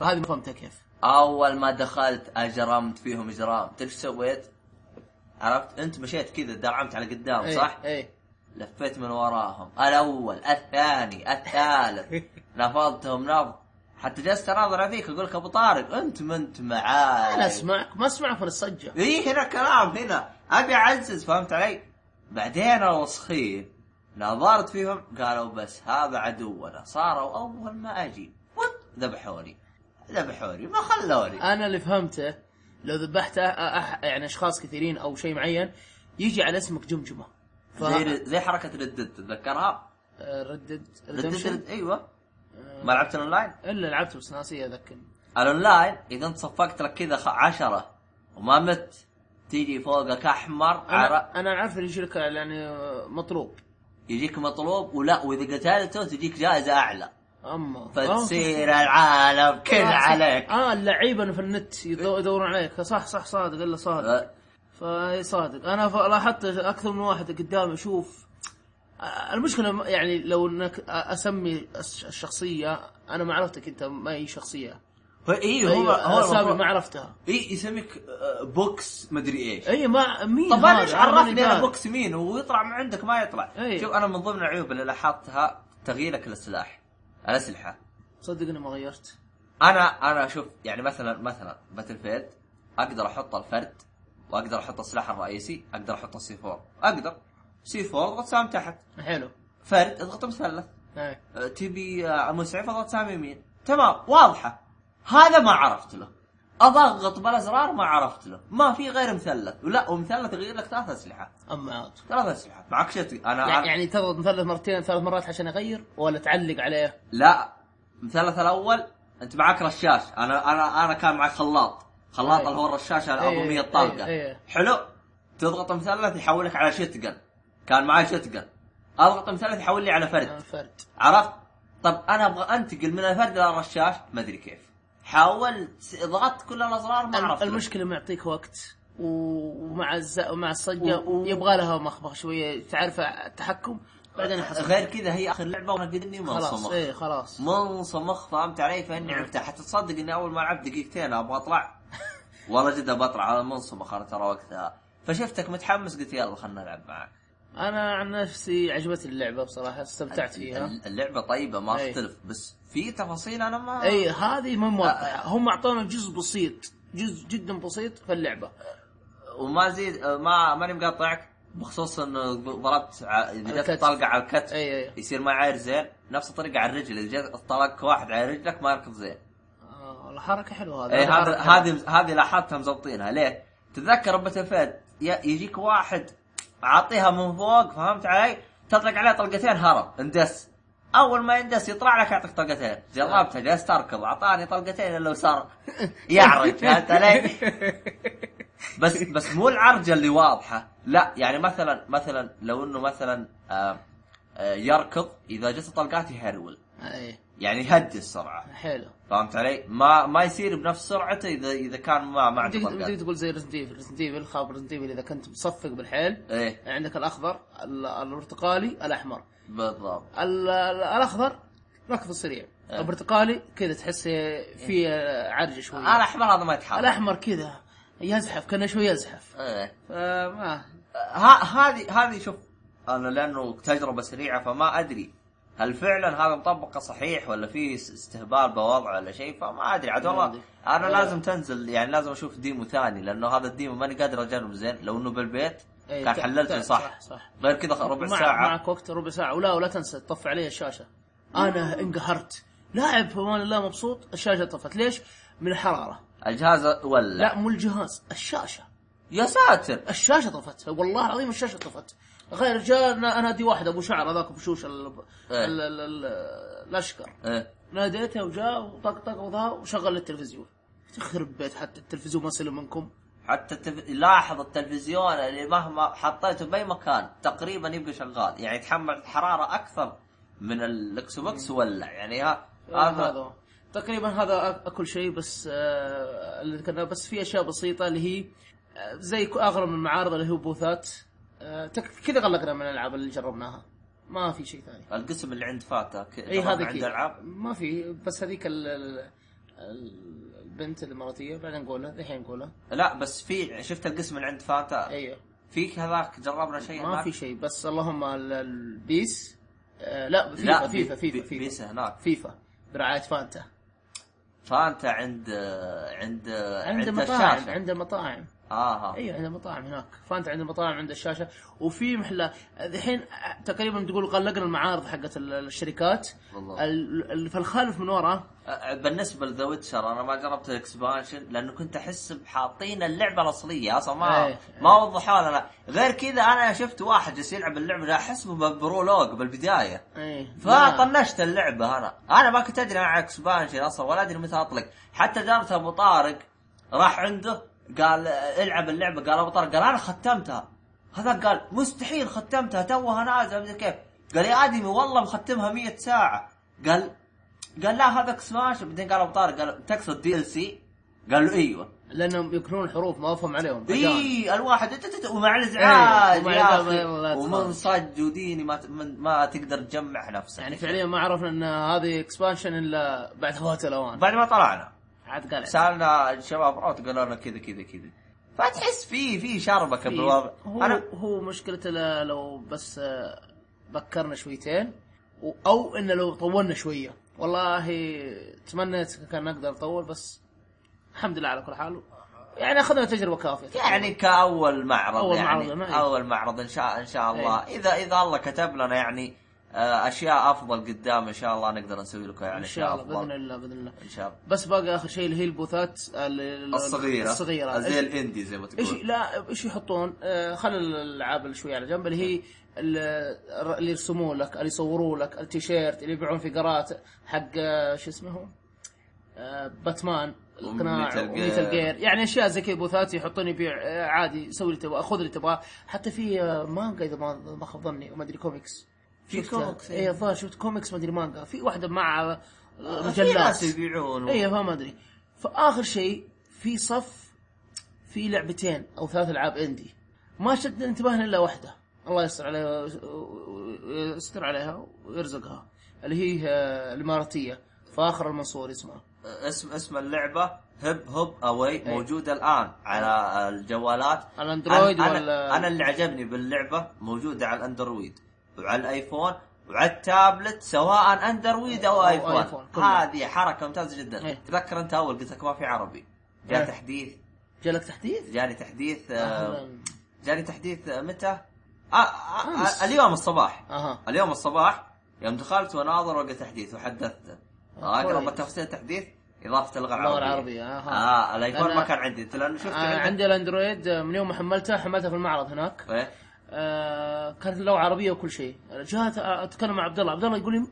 Speaker 2: فهذه ما فهمتها كيف
Speaker 1: اول ما دخلت اجرمت فيهم اجرام تدري ايش سويت؟ عرفت انت مشيت كذا درعمت على قدام صح؟
Speaker 2: ايه
Speaker 1: لفيت من وراهم الاول الثاني الثالث نفضتهم نفض حتى جلست اناظر فيك اقول لك ابو طارق انت ما انت معاي
Speaker 2: انا اسمعك ما اسمعك من الصجه
Speaker 1: اي هنا كلام هنا ابي اعزز فهمت علي؟ بعدين الوسخين نظرت فيهم قالوا بس هذا عدونا صاروا اول ما اجي وط، ذبحوني ذبحوني ما خلوني
Speaker 2: انا اللي فهمته لو ذبحت أح- أح... يعني اشخاص كثيرين او شيء معين يجي على اسمك جمجمه ف آه،
Speaker 1: زي زي حركه ردد تتذكرها؟
Speaker 2: ردد
Speaker 1: ردد
Speaker 2: ريدمشن
Speaker 1: رد- ايوه ما لعبت الاونلاين؟
Speaker 2: الا لعبته بس ناسي اذكر
Speaker 1: الاونلاين اذا انت صفقت لك كذا خ- عشرة وما مت تيجي فوقك احمر عرق
Speaker 2: انا انا عارف اللي يجيك يعني مطلوب
Speaker 1: يجيك مطلوب ولا واذا قتلته تجيك جائزه اعلى
Speaker 2: اما
Speaker 1: فتصير العالم كل
Speaker 2: آه، صح.
Speaker 1: طيب، عليك
Speaker 2: اه اللعيبه اللي في النت يدو- يدورون عليك صح صح صادق الا صادق
Speaker 1: أه،
Speaker 2: فاي صادق انا ف- لاحظت اكثر من واحد قدامي اشوف آه، المشكله م- يعني لو انك أ- اسمي الش- الشخصيه انا ما عرفتك انت ما هي شخصيه
Speaker 1: ايوه هو
Speaker 2: ايوه
Speaker 1: هو
Speaker 2: اسامي
Speaker 1: المفروض-
Speaker 2: ما عرفتها
Speaker 1: اي يسميك آه، بوكس مدري ايش
Speaker 2: اي ما مين
Speaker 1: طب
Speaker 2: هذا؟
Speaker 1: انا ايش عرفني
Speaker 2: هذا.
Speaker 1: انا بوكس مين ويطلع من عندك ما يطلع
Speaker 2: إيه.
Speaker 1: شوف انا من ضمن العيوب اللي لاحظتها تغييرك للسلاح الاسلحه
Speaker 2: صدق اني ما غيرت
Speaker 1: انا انا اشوف يعني مثلا مثلا باتل فيلد اقدر احط الفرد واقدر احط السلاح الرئيسي اقدر احط السي 4 اقدر سي 4 اضغط سهم تحت
Speaker 2: حلو إيه،
Speaker 1: فرد اضغط مثلث
Speaker 2: اي
Speaker 1: أه، تبي آه، مسعف اضغط سهم يمين تمام واضحه هذا ما عرفت له اضغط بالازرار ما عرفت له ما في غير مثلث ولا ومثلث يغير لك ثلاث اسلحه
Speaker 2: اما عاد
Speaker 1: ثلاث اسلحه معك شتي انا
Speaker 2: يعني- يعني تضغط مثلث مرتين ثلاث مرات عشان اغير ولا تعلق عليه
Speaker 1: لا المثلث الاول انت معك رشاش انا انا انا كان معك خلاط خلاط
Speaker 2: أي.
Speaker 1: اللي هو الرشاش
Speaker 2: أي.
Speaker 1: الابوميه الطلقه
Speaker 2: أي. أي.
Speaker 1: حلو تضغط مثلث يحولك على شتقن كان معي شتقن اضغط مثلث يحول لي على فرد
Speaker 2: آه، فرد
Speaker 1: عرفت طب انا ابغى انتقل من الفرد الى الرشاش ما ادري كيف حاولت ضغطت كل الازرار ما عرفت
Speaker 2: المشكله ما يعطيك وقت و- ومع الز... ومع الصجه
Speaker 1: و- و-
Speaker 2: يبغى لها مخبخ شويه تعرف التحكم بعدين احس
Speaker 1: غير كذا هي اخر لعبه وانا قد اني
Speaker 2: خلاص إيه.
Speaker 1: منصمخ
Speaker 2: اي خلاص
Speaker 1: منصمخ فهمت علي فاني عرفتها حتى تصدق اني اول ما لعبت دقيقتين ابغى اطلع والله جد ابغى اطلع انا منصمخ انا ترى وقتها فشفتك متحمس قلت يلا خلنا نلعب معك
Speaker 2: انا عن نفسي عجبتني اللعبه بصراحه استمتعت فيها إيه.
Speaker 1: اللعبه طيبه ما
Speaker 2: أي.
Speaker 1: اختلف بس في تفاصيل انا ما
Speaker 2: اي إيه، هذه ما
Speaker 1: آه.
Speaker 2: موضحه هم اعطونا جزء بسيط جزء جدا بسيط في اللعبه
Speaker 1: وما زيد ما ماني مقاطعك بخصوص انه ضربت ع- اذا جت
Speaker 2: الكتف.
Speaker 1: طلقه على الكتف
Speaker 2: أي أي.
Speaker 1: يصير ما عاير زين نفس الطريقه على الرجل اذا جت طلقك واحد على رجلك ما يركض زين
Speaker 2: آه، والله حركه حلوه هذه
Speaker 1: اي إيه، هذا
Speaker 2: حركة حلوة.
Speaker 1: هذه هذه لاحظتها مزبطينها ليه؟ تتذكر باتل فيلد ي- يجيك واحد عاطيها من فوق فهمت علي؟ تطلق عليه طلقتين هرب اندس اول ما يندس يطلع لك يعطيك طلقتين جربتها جلست اركض اعطاني طلقتين الا وصار يعرج فهمت علي؟ بس بس مو العرجه اللي واضحه لا يعني مثلا مثلا لو انه مثلا آه آه يركض اذا جت طلقات يهرول
Speaker 2: اي
Speaker 1: يعني يهدي السرعه
Speaker 2: إيه، حلو
Speaker 1: فهمت علي؟ ما ما يصير بنفس سرعته اذا اذا كان ما ما عنده
Speaker 2: بديك بديك
Speaker 1: طلقات.
Speaker 2: تقول زي ريزنت ايفل ريزنت ايفل خاب ريزنت ايفل اذا كنت مصفق بالحيل
Speaker 1: ايه
Speaker 2: عندك الاخضر ال- البرتقالي الاحمر
Speaker 1: بالضبط
Speaker 2: ال- ال- الاخضر ركض سريع
Speaker 1: إيه.
Speaker 2: البرتقالي كذا تحس في عرج شوي
Speaker 1: الاحمر هذا ما يتحرك
Speaker 2: الاحمر كذا يزحف كانه شوي يزحف
Speaker 1: ايه
Speaker 2: فما
Speaker 1: ها- هذه هذه شوف انا لانه تجربه سريعه فما ادري هل فعلا هذا مطبقه صحيح ولا في س- استهبال بوضع ولا شيء فما ادري عاد
Speaker 2: ما أدري.
Speaker 1: والله انا
Speaker 2: إيه.
Speaker 1: لازم تنزل يعني لازم اشوف ديمو ثاني لانه هذا الديمو ماني قادر اجربه زين لو انه بالبيت
Speaker 2: إيه،
Speaker 1: كان
Speaker 2: ت-
Speaker 1: حللته
Speaker 2: ت-
Speaker 1: صح
Speaker 2: صح صح
Speaker 1: غير كذا ربع
Speaker 2: مع-
Speaker 1: ساعه
Speaker 2: معك وقت ربع ساعه ولا ولا تنسى تطفي علي الشاشه انا انقهرت لاعب في امان الله مبسوط الشاشه طفت ليش؟ من الحراره
Speaker 1: الجهاز ولا
Speaker 2: لا مو الجهاز الشاشه
Speaker 1: يا ساتر
Speaker 2: الشاشه طفت والله العظيم الشاشه طفت غير جاء نا- نادي واحد ابو شعر هذاك بشوش ال...
Speaker 1: إيه.
Speaker 2: ال... ال... ال... الاشقر
Speaker 1: ايه
Speaker 2: ناديته وجاء وطقطق وظهر وشغل التلفزيون تخرب بيت حتى التلفزيون ما سلم منكم
Speaker 1: حتى التف... لاحظ التلفزيون اللي مهما حطيته باي مكان تقريبا يبقى شغال يعني يتحمل الحراره اكثر من الاكس بوكس ولا يعني ها
Speaker 2: إيه، هذا
Speaker 1: هذا
Speaker 2: هو. تقريبا هذا أك- كل شيء بس آه، اللي ذكرناه بس في اشياء بسيطه اللي هي آه، زي ك- اغلب المعارض اللي هو بوثات آه، تك- كذا غلقنا من الالعاب اللي جربناها ما في شيء ثاني
Speaker 1: القسم اللي عند فاتا ك-
Speaker 2: اي
Speaker 1: طبعاً
Speaker 2: هذه
Speaker 1: عند
Speaker 2: إيه، كذا.
Speaker 1: العاب
Speaker 2: ما في بس هذيك ال- ال- ال- البنت الاماراتيه بعدين نقولها الحين نقولها
Speaker 1: لا بس في شفت القسم اللي عند فاتا
Speaker 2: ايوه
Speaker 1: في كذاك جربنا شيء
Speaker 2: ما
Speaker 1: هناك؟
Speaker 2: في شيء بس اللهم ال- البيس آه، لا فيفا
Speaker 1: لا فيفا
Speaker 2: فيفا فيفا فيفا
Speaker 1: بيس هناك
Speaker 2: فيفا برعايه فانتا
Speaker 1: فانتا عند عند
Speaker 2: عند مطاعم
Speaker 1: الشاشه
Speaker 2: عند مطاعم
Speaker 1: اه
Speaker 2: ايوه عند مطاعم هناك فانت عند مطاعم عند الشاشه وفي محلى الحين تقريبا تقول غلقنا المعارض حقت ال- الشركات
Speaker 1: بالضبط.
Speaker 2: ال- ال- فالخالف من وراه
Speaker 1: بالنسبه أه، لذا ويتشر انا ما جربت الاكسبانشن لانه كنت احس بحاطين اللعبه الاصليه اصلا ما
Speaker 2: إيه،
Speaker 1: ما وضحوها لنا غير كذا انا شفت واحد جالس يلعب اللعبه لا احس برولوج بالبدايه
Speaker 2: ايه لا.
Speaker 1: فطنشت اللعبه انا انا ما كنت ادري عن اكسبانشن اصلا ولا ادري متى اطلق حتى جربت ابو طارق راح عنده قال آه، العب اللعبه قال ابو طارق قال انا ختمتها هذا قال مستحيل ختمتها توها نازله مدري كيف قال يا ادمي والله مختمها 100 ساعه قال قال لا هذا اكسبانشن بعدين قال ابو طارق قال تقصد دي ال سي قال له ايوه
Speaker 2: لانهم يكرون الحروف ما افهم عليهم عجان.
Speaker 1: اي الواحد تت- تت- ومع الازعاج
Speaker 2: إيه، ومع
Speaker 1: يا
Speaker 2: الإزعاج،
Speaker 1: اخي
Speaker 2: الله يطول.
Speaker 1: ومنصج وديني ما ت- من- ما تقدر تجمع نفسك
Speaker 2: يعني فعليا ما عرفنا ان هذه اكسبانشن الا بعد فوات الاوان
Speaker 1: بعد ما طلعنا
Speaker 2: عاد قال
Speaker 1: سالنا الشباب روت قالوا لنا كذا كذا كذا فتحس في في شربكه
Speaker 2: في-
Speaker 1: بالوضع
Speaker 2: هو أنا... هو مشكلته ل- لو بس آه، بكرنا شويتين و- او انه لو طولنا شويه والله تمنيت كان نقدر نطول بس الحمد لله على كل حال يعني اخذنا تجربه كافيه
Speaker 1: يعني كاول معرض
Speaker 2: أول معرض، نعم. إيه.
Speaker 1: يعني
Speaker 2: ما-
Speaker 1: اول معرض ان شاء ان شاء الله اذا اذا الله كتب لنا يعني آه، اشياء افضل قدام ان شاء الله نقدر نسوي لكم يعني
Speaker 2: ان شاء الله
Speaker 1: أشياء أفضل.
Speaker 2: باذن الله باذن الله
Speaker 1: ان شاء الله
Speaker 2: بس باقي اخر شيء اللي هي البوثات ال- ال-
Speaker 1: الصغيره
Speaker 2: الصغيره
Speaker 1: زي
Speaker 2: إيش-
Speaker 1: الاندي زي ما
Speaker 2: ايش
Speaker 1: تقول
Speaker 2: لا ايش يحطون؟ آه خلي الالعاب اللي شوي على جنب اللي هي ال- اللي يرسموا لك اللي يصوروا لك التيشيرت اللي يبيعون فقرات حق آه، شو اسمه هو؟ آه باتمان القناع
Speaker 1: وميتال
Speaker 2: وميتال
Speaker 1: جير.
Speaker 2: جير يعني اشياء زي كذا بوثات يحطون يبيع آه، عادي سوي اللي تبغاه خذ اللي تبغاه حتى في آه، مانجا اذا ما ما خاب ظني وما ادري كوميكس
Speaker 1: في
Speaker 2: شفتها.
Speaker 1: كوميكس، إيه.
Speaker 2: اي الظاهر شفت كوميكس ما ادري مانجا في واحده مع آه،
Speaker 1: في
Speaker 2: مجلات
Speaker 1: ناس يبيعون
Speaker 2: ايوه فما ادري فاخر شيء في صف في لعبتين او ثلاث العاب اندي ما شد انتباهنا الا واحده الله يستر عليها ويستر عليها ويرزقها اللي هي آه، الاماراتيه فاخر المنصور اسمها
Speaker 1: اسم اسم اللعبه هب هب اواي
Speaker 2: إيه.
Speaker 1: موجوده الان على الجوالات
Speaker 2: على الاندرويد
Speaker 1: أنا-
Speaker 2: ولا-
Speaker 1: أنا, انا اللي عجبني باللعبه موجوده على الاندرويد وعلى الايفون وعلى التابلت سواء اندرويد او
Speaker 2: أو
Speaker 1: ايفون,
Speaker 2: آيفون، كله.
Speaker 1: هذه حركه ممتازه جدا
Speaker 2: إيه.
Speaker 1: تذكر انت اول قلت لك ما في عربي جاء
Speaker 2: إيه.
Speaker 1: تحديث
Speaker 2: جالك تحديث؟
Speaker 1: جاني تحديث آه
Speaker 2: أهلاً.
Speaker 1: جاني تحديث آه، متى؟ آه آه
Speaker 2: أمس.
Speaker 1: آه اليوم الصباح
Speaker 2: اها
Speaker 1: اليوم الصباح يوم دخلت واناظر وقت تحديث وحدثته
Speaker 2: آه،
Speaker 1: اقرب
Speaker 2: كويس.
Speaker 1: التفاصيل تحديث اضافه اللغه
Speaker 2: اللغة
Speaker 1: العربيه
Speaker 2: العربية، آها.
Speaker 1: اه الايفون
Speaker 2: أنا-
Speaker 1: ما كان عندي لانه شفت
Speaker 2: آه،
Speaker 1: عندك
Speaker 2: عندي الاندرويد آه، من يوم ما حملتها حملتها في المعرض هناك
Speaker 1: إيه؟
Speaker 2: آه، كانت اللغه عربيه وكل شيء جهات اتكلم مع عبد الله عبد الله يقول لي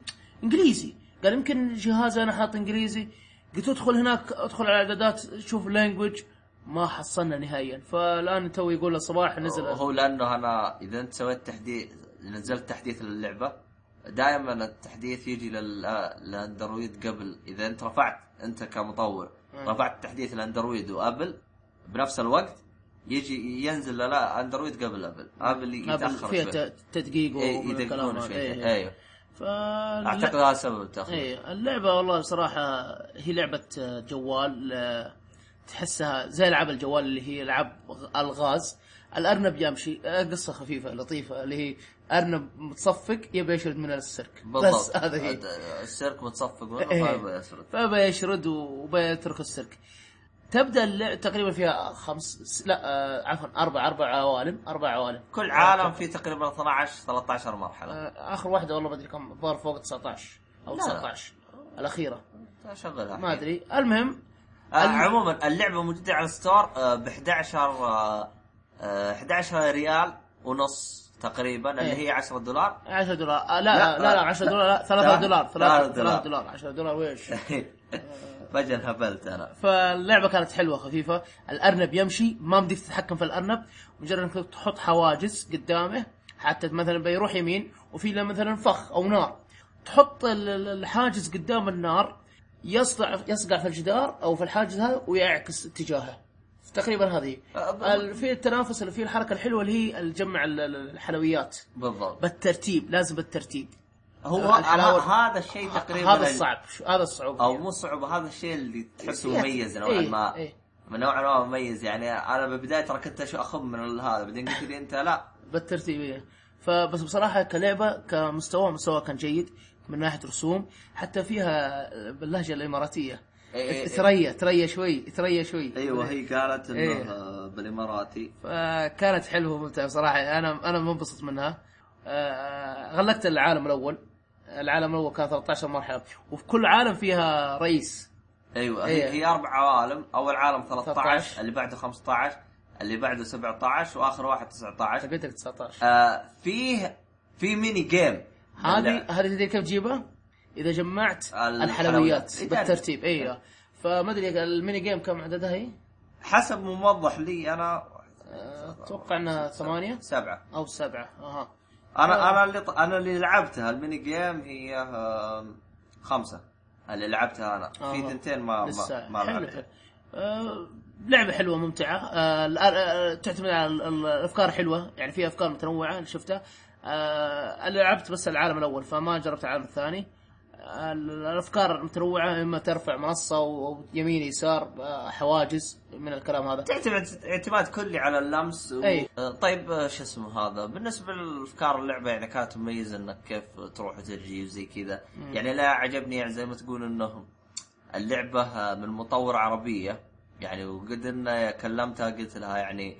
Speaker 2: انجليزي قال يمكن جهازي انا حاط انجليزي قلت له ادخل هناك ادخل على الاعدادات شوف لانجوج ما حصلنا نهائيا فالان تو يقول الصباح نزل
Speaker 1: هو لانه انا اذا انت سويت تحديث نزلت تحديث للعبه دائما التحديث يجي لل- للاندرويد قبل اذا انت رفعت انت كمطور
Speaker 2: مم.
Speaker 1: رفعت تحديث الاندرويد وابل بنفس الوقت يجي ينزل لا اندرويد قبل ابل ابل يتاخر
Speaker 2: فيها
Speaker 1: شوي
Speaker 2: ت- تدقيق
Speaker 1: إيه،
Speaker 2: ومن الكلام
Speaker 1: يدققون
Speaker 2: هذا.
Speaker 1: شوي
Speaker 2: إيه.
Speaker 1: ايوه
Speaker 2: فال-
Speaker 1: اعتقد هذا سبب التاخير
Speaker 2: ايه اللعبة والله بصراحة هي لعبة جوال آه، تحسها زي العاب الجوال اللي هي العاب الغاز الارنب يمشي آه، قصة خفيفة لطيفة اللي هي ارنب متصفق يبي يشرد من السيرك بس هذا هي
Speaker 1: السيرك متصفق منه
Speaker 2: إيه.
Speaker 1: طيب يسرد
Speaker 2: فبي يشرد وبيترك السيرك تبدا اللعبة تقريبا فيها خمس لا آه، عفوا اربع اربع عوالم اربع عوالم
Speaker 1: كل عالم فيه تقريبا 12 13 مرحله
Speaker 2: آه، اخر واحدة والله ما ادري كم الظاهر فوق 19 او
Speaker 1: لا.
Speaker 2: 19 الاخيرة
Speaker 1: شغلها
Speaker 2: آه. ما ادري المهم
Speaker 1: آه، عموما اللعبه موجوده على الستور ب 11 آه، آه، 11 ريال ونص تقريبا اللي
Speaker 2: إيه.
Speaker 1: هي 10 دولار
Speaker 2: 10 دولار آه، لا لا لا 10 دولار لا 3
Speaker 1: ثلاثة
Speaker 2: دولار
Speaker 1: دولار.
Speaker 2: 3 دولار دولار 10 دولار ويش
Speaker 1: فجاه انهبلت انا
Speaker 2: فاللعبه كانت حلوه خفيفه الارنب يمشي ما مديك تتحكم في الارنب مجرد انك تحط حواجز قدامه حتى مثلا بيروح يمين وفي له مثلا فخ او نار تحط ال- ال- الحاجز قدام النار يصقع يصقع في الجدار او في الحاجز هذا ويعكس اتجاهه تقريبا هذه ال- في التنافس اللي في الحركه الحلوه اللي هي اللي تجمع ال- ال- الحلويات
Speaker 1: بالضبط
Speaker 2: بالترتيب لازم بالترتيب
Speaker 1: هو
Speaker 2: الحلاوة-
Speaker 1: ه- هذا الشيء تقريبا
Speaker 2: هذا الصعب شو- هذا الصعوبه
Speaker 1: او مو صعوبه هذا الشيء اللي تحسه
Speaker 2: فيها-
Speaker 1: مميز نوعا
Speaker 2: إيه،
Speaker 1: ما
Speaker 2: إيه.
Speaker 1: من نوعا ما مميز يعني انا بالبدايه ترى كنت أش- اخم من ال- هذا بعدين قلت لي انت لا
Speaker 2: بالترتيب إيه. فبس بصراحه كلعبه كمستوى مستوى كان جيد من ناحيه رسوم حتى فيها باللهجه الاماراتيه
Speaker 1: إيه، إيه، إيه.
Speaker 2: تريا تريا شوي تريا شوي
Speaker 1: ايوه هي قالت انه
Speaker 2: إيه.
Speaker 1: آه، بالاماراتي
Speaker 2: فكانت حلوه وممتعه بصراحه انا انا منبسط منها آه، غلقت العالم الاول العالم الاول كان 13 مرحله وفي كل عالم فيها رئيس
Speaker 1: ايوه
Speaker 2: إيه.
Speaker 1: هي, هي اربع عوالم اول عالم 13,
Speaker 2: 13.
Speaker 1: اللي بعده 15 اللي بعده 17 واخر واحد 19
Speaker 2: قلت لك 19
Speaker 1: آه فيه في ميني جيم
Speaker 2: هذه
Speaker 1: لا،
Speaker 2: هذه تدري كيف تجيبها؟ اذا جمعت
Speaker 1: الحلويات.
Speaker 2: الحلويات
Speaker 1: إيه،
Speaker 2: بالترتيب ايوه فما ادري الميني جيم كم عددها هي؟
Speaker 1: حسب موضح لي انا
Speaker 2: اتوقع انها ثمانية
Speaker 1: سبعه
Speaker 2: او سبعة اها آه.
Speaker 1: انا انا اللي ط- انا اللي لعبتها الميني جيم هي آم، خمسه اللي لعبتها انا
Speaker 2: آه.
Speaker 1: في ثنتين ما ما,
Speaker 2: لسه
Speaker 1: ما
Speaker 2: حلو
Speaker 1: لعبتها
Speaker 2: حلو آه، لعبة حلوة ممتعة آه، الآ- آه، تعتمد على ال- ال- الافكار حلوة يعني فيها افكار متنوعة اللي شفتها آه، انا لعبت بس العالم الاول فما جربت العالم الثاني آه، ال- الافكار متنوعه اما ترفع منصه ويمين يسار آه، حواجز من الكلام هذا
Speaker 1: تعتمد اعتماد كلي على اللمس و...
Speaker 2: أي.
Speaker 1: آه، طيب آه، شو اسمه هذا بالنسبه لافكار اللعبه يعني كانت مميزه انك كيف تروح وتجي وزي كذا يعني لا عجبني يعني زي ما تقول انه اللعبه آه، من مطور عربيه يعني وقد ان كلمتها قلت لها يعني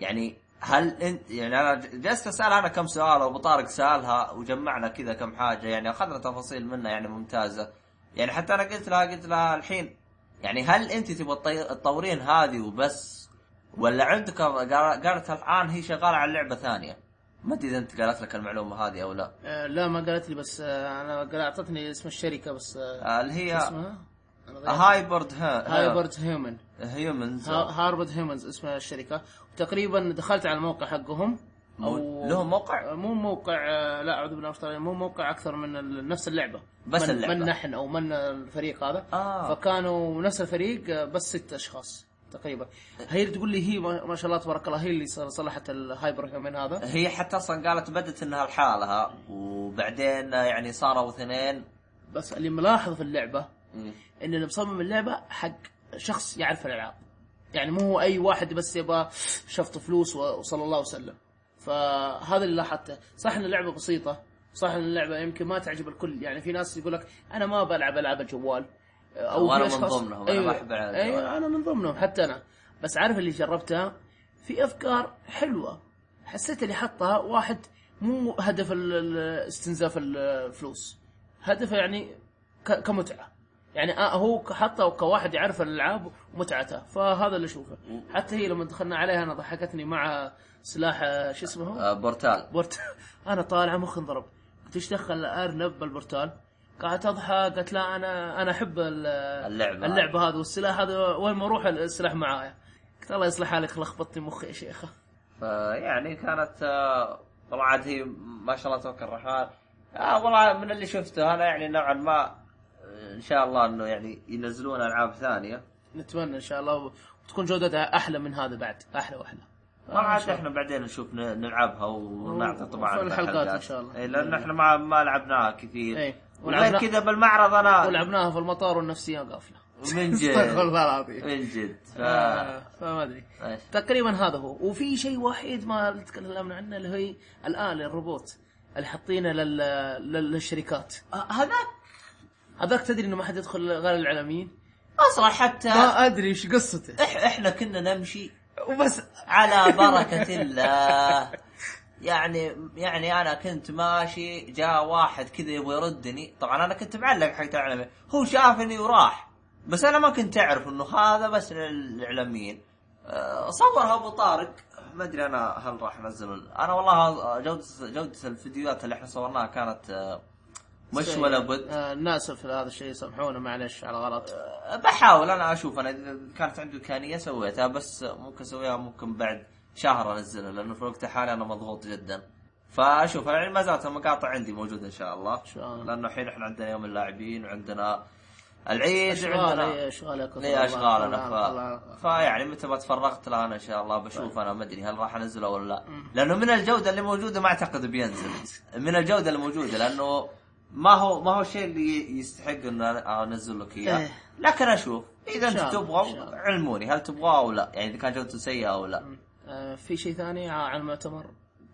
Speaker 1: يعني هل انت يعني انا جلست اسالها انا كم سؤال وابو طارق سالها وجمعنا كذا كم حاجه يعني اخذنا تفاصيل منها يعني ممتازه يعني حتى انا قلت لها قلت لها الحين يعني هل انت تبغى تطي- تطورين هذه وبس ولا عندك قال- قالت الان هي شغاله على لعبه ثانيه ما ادري اذا انت قالت لك المعلومه هذه او لا
Speaker 2: آه، لا ما قالت لي بس آه، انا قال- اعطتني اسم الشركه بس آه،
Speaker 1: آه، اللي هي
Speaker 2: اسمها أنا ضيعت.
Speaker 1: هايبرد هايبرد
Speaker 2: هايبرد هيومن
Speaker 1: هيومنز
Speaker 2: ها- هارفرد هيومنز اسم الشركه وتقريبا دخلت على الموقع حقهم
Speaker 1: مو- لهم موقع؟
Speaker 2: مو موقع آه، لا اعوذ بالله من الشيطان مو موقع اكثر من ال- نفس اللعبه
Speaker 1: بس
Speaker 2: من,
Speaker 1: اللعبة.
Speaker 2: من نحن او من الفريق هذا
Speaker 1: آه.
Speaker 2: فكانوا نفس الفريق آه، بس ست اشخاص تقريبا هي اللي تقول لي هي ما ما شاء الله تبارك الله هي اللي صلحت الهايبر هيومن هذا
Speaker 1: هي حتى اصلا قالت بدت انها لحالها وبعدين يعني صاروا اثنين
Speaker 2: بس اللي ملاحظ في اللعبه
Speaker 1: مم.
Speaker 2: ان اللي مصمم اللعبه حق شخص يعرف الالعاب يعني مو هو اي واحد بس يبغى شفط فلوس و- وصلى الله وسلم فهذا اللي لاحظته صح ان اللعبه بسيطه صح ان اللعبه يمكن ما تعجب الكل يعني في ناس يقول لك انا ما بلعب العاب الجوال او
Speaker 1: وأنا
Speaker 2: في
Speaker 1: من
Speaker 2: أشخاص-
Speaker 1: ضمنهم، أنا ما أحب ألعب الجوال.
Speaker 2: ايوه انا من ضمنهم حتى انا بس عارف اللي جربتها في افكار حلوه حسيت اللي حطها واحد مو هدف ال- ال- استنزاف ال- الفلوس هدفه يعني ك- كمتعه يعني آه هو ك- حطه كواحد يعرف الالعاب ومتعتها فهذا اللي اشوفه حتى هي لما دخلنا عليها انا ضحكتني مع سلاح آه، شو اسمه هو؟
Speaker 1: آه، بورتال
Speaker 2: برت... انا طالع مخي انضرب قلت ايش دخل ارنب بالبرتال؟ قعدت اضحك قلت لا انا انا احب ال-
Speaker 1: اللعبة.
Speaker 2: اللعبه هذا والسلاح هذا وين ما اروح السلاح معايا قلت الله يصلح حالك لخبطتني مخي يا شيخه
Speaker 1: فيعني يعني كانت آه، والله عاد هي ما شاء الله تبارك الرحمن آه والله من اللي شفته انا يعني نوعا ما آه، ان شاء الله انه يعني ينزلون العاب ثانيه
Speaker 2: نتمنى ان شاء الله وتكون جودتها احلى من هذا بعد احلى واحلى آه،
Speaker 1: ما عاد احنا بعدين نشوف ن- نلعبها ونعطي طبعا
Speaker 2: ونفعل الحلقات إن شاء الله.
Speaker 1: إيه لان احنا ما ما لعبناها كثير
Speaker 2: إيه.
Speaker 1: وغير
Speaker 2: ولعبنا-
Speaker 1: كذا بالمعرض انا
Speaker 2: ولعبناها في المطار والنفسيه قافله
Speaker 1: من
Speaker 2: استغفر
Speaker 1: جد
Speaker 2: الله العظيم
Speaker 1: من جد ف...
Speaker 2: آه، فما ادري
Speaker 1: إيش.
Speaker 2: تقريبا هذا هو وفي شيء وحيد ما تكلمنا عنه اللي هي الاله الروبوت اللي حاطينه لل... لل- للشركات
Speaker 1: آه، هذاك
Speaker 2: هذاك تدري انه ما حد يدخل غير العالميين
Speaker 1: اصلا حتى
Speaker 2: ما ادري ايش قصته
Speaker 1: إح- احنا كنا نمشي
Speaker 2: وبس
Speaker 1: على بركة الله يعني يعني انا كنت ماشي جاء واحد كذا يبغى يردني طبعا انا كنت معلق حق الاعلامي هو شافني وراح بس انا ما كنت اعرف انه هذا بس للاعلاميين أه، صورها ابو طارق ما ادري انا هل راح انزل ال- انا والله جوده جوده الفيديوهات اللي احنا صورناها كانت أه، مش ولا بد
Speaker 2: آه ناسف لهذا الشيء سامحونا معلش على غلط
Speaker 1: بحاول انا اشوف انا اذا كانت عندي امكانيه سويتها بس ممكن اسويها ممكن بعد شهر انزلها لانه في الوقت الحالي انا مضغوط جدا فاشوف يعني ما زالت المقاطع عندي موجوده ان شاء الله
Speaker 2: شاء الله.
Speaker 1: لانه الحين احنا عندنا يوم اللاعبين وعندنا العيد
Speaker 2: اشغال
Speaker 1: وعندنا
Speaker 2: إيه، اشغال يا كثر
Speaker 1: لي
Speaker 2: الله.
Speaker 1: اشغالنا
Speaker 2: الله- الله- طيب.
Speaker 1: ف... فيعني متى ما تفرغت لها انا ان شاء الله بشوف انا ما ادري هل راح انزله ولا لا لانه من الجوده اللي موجوده ما اعتقد بينزل من الجوده اللي موجوده لانه ما هو ما هو الشيء اللي يستحق ان أنا انزل لك اياه
Speaker 2: إيه.
Speaker 1: لكن اشوف اذا
Speaker 2: إن
Speaker 1: انتم
Speaker 2: شاء الله، إن شاء
Speaker 1: تبغوا
Speaker 2: الله.
Speaker 1: علموني هل تبغاه او لا يعني اذا كان جودته سيئه او لا
Speaker 2: آه في شيء ثاني على المؤتمر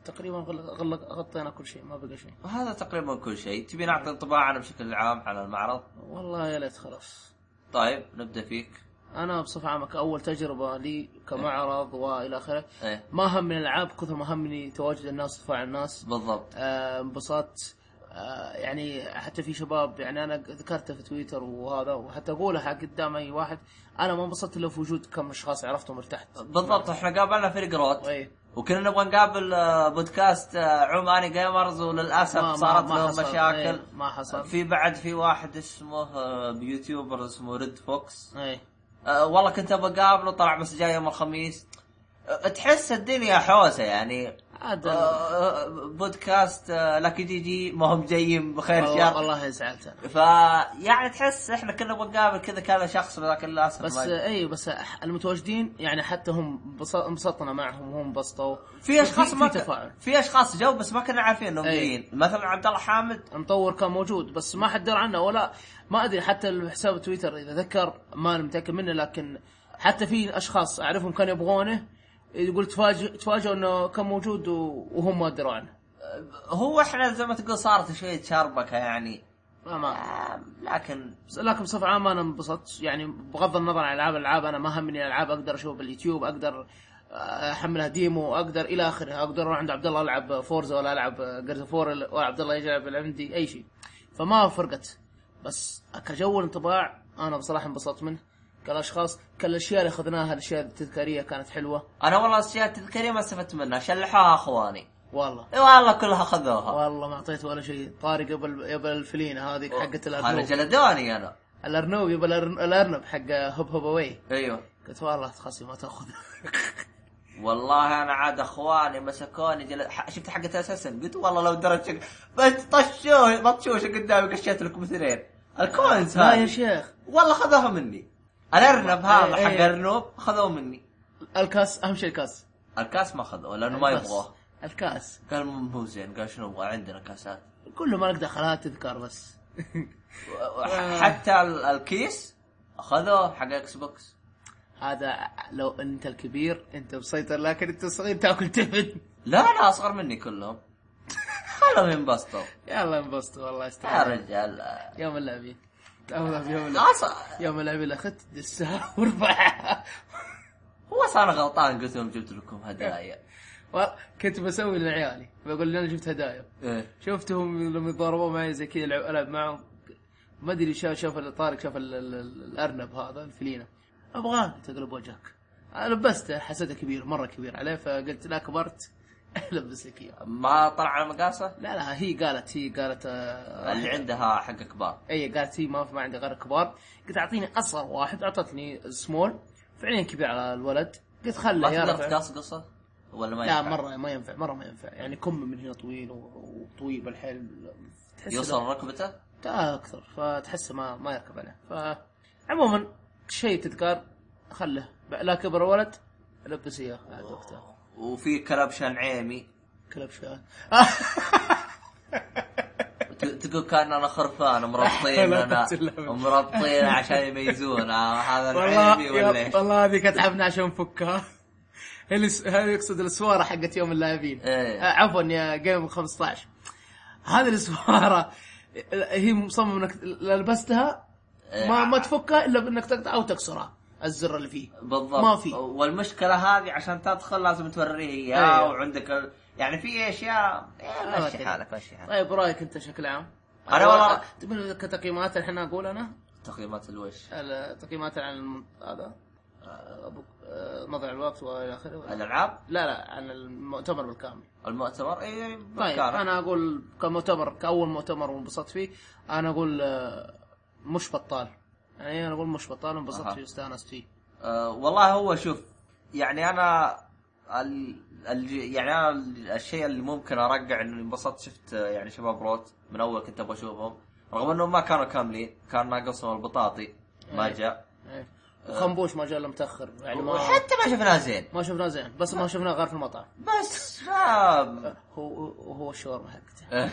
Speaker 2: تقريبا غل- غل- غطينا كل شيء ما بقى شيء
Speaker 1: وهذا تقريبا كل شيء تبي نعطي انطباع عنه بشكل عام على المعرض
Speaker 2: والله يا ليت خلاص
Speaker 1: طيب نبدا فيك
Speaker 2: انا بصفه عامه كاول تجربه لي كمعرض والى اخره
Speaker 1: ايه
Speaker 2: ما هم من الالعاب كثر ما همني تواجد الناس وتفاعل الناس
Speaker 1: بالضبط
Speaker 2: آه، انبسطت آه، يعني حتى في شباب يعني انا ذكرته في تويتر وهذا وحتى اقولها حق قدام اي واحد انا ما انبسطت الا في وجود كم اشخاص عرفتهم ارتحت
Speaker 1: بالضبط احنا قابلنا فريق روت
Speaker 2: إيه.
Speaker 1: وكنا نبغى نقابل آه، بودكاست آه، عماني جيمرز
Speaker 2: ما- ما-
Speaker 1: وللاسف صارت
Speaker 2: ما
Speaker 1: له
Speaker 2: حصل.
Speaker 1: مشاكل
Speaker 2: إيه، ما حصل.
Speaker 1: في بعد في واحد اسمه آه، بيوتيوبر اسمه ريد فوكس
Speaker 2: اي
Speaker 1: آه، والله كنت ابغى اقابله طلع بس جاي يوم الخميس آه، تحس الدنيا حوسه يعني
Speaker 2: عاد
Speaker 1: آه، بودكاست آه، لكن جي جي ما هم جايين بخير
Speaker 2: والله
Speaker 1: شر
Speaker 2: والله زعلت انا
Speaker 1: فيعني تحس احنا كنا بنقابل كذا كذا شخص لكن للاسف
Speaker 2: بس
Speaker 1: ما-
Speaker 2: آه، اي بس آه، المتواجدين يعني حتى هم بص- انبسطنا معهم وهم انبسطوا
Speaker 1: في اشخاص ما
Speaker 2: في
Speaker 1: ك-
Speaker 2: تفاعل إيه.
Speaker 1: في اشخاص جو بس ما كنا عارفين انهم
Speaker 2: أي.
Speaker 1: جايين مثلا عبد الله حامد
Speaker 2: مطور كان موجود بس ما حد درى عنه ولا ما ادري حتى حساب تويتر اذا ذكر ما أنا متاكد منه لكن حتى في اشخاص اعرفهم كانوا يبغونه يقول تفاجئ تفاجئوا انه كان موجود و- وهم ما دروا عنه
Speaker 1: هو احنا زي ما تقول صارت شويه شربكه يعني
Speaker 2: ما ما
Speaker 1: آه، لكن
Speaker 2: بس- لكن بصفه عامه انا انبسطت يعني بغض النظر عن العاب الالعاب انا ما همني الالعاب اقدر اشوفها باليوتيوب اقدر آه، احملها ديمو اقدر الى اخره اقدر اروح عند عبد الله العب فورزا ولا العب جرز فور ولا عبد الله يلعب عندي اي شيء فما فرقت بس كجو انطباع انا بصراحه انبسطت منه كالاشخاص كالاشياء اللي اخذناها الاشياء التذكاريه كانت حلوه
Speaker 1: انا والله الاشياء التذكاريه ما استفدت منها شلحوها اخواني
Speaker 2: والله
Speaker 1: إي والله كلها خذوها
Speaker 2: والله ما اعطيت ولا شيء طارق قبل قبل الفلينه هذه حقت
Speaker 1: انا
Speaker 2: الارنوب
Speaker 1: جلدوني انا
Speaker 2: الارنوب يبى الأرن- الارنب حق هوب هوب اواي
Speaker 1: ايوه
Speaker 2: قلت والله تخصي ما تاخذ
Speaker 1: والله انا عاد اخواني مسكوني جل... ح... شفت حقة اساسا قلت والله لو درت شك... بس طشوه بطشوش قدامي قشيت لكم اثنين الكوينز
Speaker 2: لا يا
Speaker 1: هاي
Speaker 2: شيخ
Speaker 1: والله خذوها مني الارنب هذا
Speaker 2: إيه، إيه.
Speaker 1: حق ارنب خذوه مني
Speaker 2: الكاس اهم شيء الكاس
Speaker 1: الكاس ما خذوه لانه ما
Speaker 2: الكاس.
Speaker 1: يبغوه
Speaker 2: الكاس
Speaker 1: قال مو زين قال شنو نبغى عندنا كاسات
Speaker 2: كله ما نقدر خلاها تذكار بس آه.
Speaker 1: ح- حتى ال- الكيس اخذوه حق اكس بوكس
Speaker 2: هذا لو انت الكبير انت مسيطر لكن انت صغير تاكل تبن
Speaker 1: لا لا اصغر مني كلهم خلهم ينبسطوا
Speaker 2: يلا انبسط والله
Speaker 1: يا
Speaker 2: استاذ
Speaker 1: رجال
Speaker 2: يوم اللاعبين تأخذها في يوم اللاعبين
Speaker 1: أص-
Speaker 2: يوم اللاعبين اخذت دسها واربعها
Speaker 1: هو صار غلطان قلت لهم جبت لكم هدايا
Speaker 2: و- كنت بسوي لعيالي بقول انا جبت هدايا
Speaker 1: إيه.
Speaker 2: شفتهم لما يتضاربوا معي زي كذا العب العب معهم ما ادري شاف شاف طارق شاف ال- ال- ال- الارنب هذا الفلينه ابغاه قلت اقلب وجهك لبسته حسيته كبير مره كبير عليه فقلت لا كبرت لبس لك اياه
Speaker 1: ما طلع على مقاسه
Speaker 2: لا لا هي قالت هي قالت آه،
Speaker 1: اللي عندها حق كبار
Speaker 2: اي قالت هي ما في ما عندي غير كبار قلت اعطيني اصغر واحد اعطتني سمول فعليا كبير على الولد قلت خله
Speaker 1: ما
Speaker 2: يا
Speaker 1: تقدر
Speaker 2: رفع
Speaker 1: تقصقصه ولا ما
Speaker 2: لا
Speaker 1: ينفع؟
Speaker 2: مره ما ينفع مره ما ينفع يعني كم من هنا طويل و- وطويل بالحيل تحس
Speaker 1: يوصل ركبته
Speaker 2: تا اكثر فتحسه ما ما يركب عليه ف عموما شيء تذكار خله ب- لا كبر ولد لبس اياه عاد وقتها
Speaker 1: وفي كلبشان عيمي
Speaker 2: كلب شان
Speaker 1: ت- تقول كان انا خرفان مربطين
Speaker 2: لا
Speaker 1: انا
Speaker 2: تبتل أبد.
Speaker 1: مربطين عشان يميزونا هذا
Speaker 2: والله
Speaker 1: العيمي ولا ايش؟
Speaker 2: يا- والله هذه كتعبنا عشان نفكها الس- هذا يقصد السواره حقت يوم اللاعبين
Speaker 1: إيه.
Speaker 2: آه، عفوا يا جيم 15 هذه السواره هي مصممه انك لا لبستها ما ما تفكها الا بانك تقطع او تكسرها الزر اللي فيه
Speaker 1: بالضبط
Speaker 2: ما في.
Speaker 1: والمشكله هذه عشان تدخل لازم توريه اياه
Speaker 2: أيوه.
Speaker 1: وعندك ال... يعني في اشياء إيه،
Speaker 2: ما
Speaker 1: مشي
Speaker 2: أدري.
Speaker 1: حالك مشي حالك
Speaker 2: طيب رايك انت بشكل عام؟
Speaker 1: أنا والله-
Speaker 2: تبي كتقييمات الحين اقول انا
Speaker 1: تقييمات الوش
Speaker 2: ال- تقييمات عن الم- هذا آه، ابوك آه، مضيع الوقت والى اخره
Speaker 1: الالعاب
Speaker 2: لا لا عن المؤتمر بالكامل
Speaker 1: المؤتمر إيه، اي
Speaker 2: طيب
Speaker 1: كانت.
Speaker 2: انا اقول كمؤتمر كاول مؤتمر وانبسطت فيه انا اقول آه، مش بطال يعني انا اقول مش بطال وانبسطت
Speaker 1: أها.
Speaker 2: فيه واستانست فيه
Speaker 1: أه والله هو شوف يعني انا ال... ال... يعني انا ال- الشيء اللي ممكن ارجع انه انبسطت شفت آه، يعني شباب روت من اول كنت ابغى اشوفهم رغم انهم ما كانوا كاملين كان ناقصهم البطاطي ما
Speaker 2: إيه.
Speaker 1: جاء
Speaker 2: إيه.
Speaker 1: آه.
Speaker 2: وخنبوش ما جاء الا متاخر يعني ما
Speaker 1: وحتى ما شفناه زين
Speaker 2: ما شفناه زين بس ما شفناه غير في المطعم
Speaker 1: بس آه، ما
Speaker 2: هو هو الشاورما حقته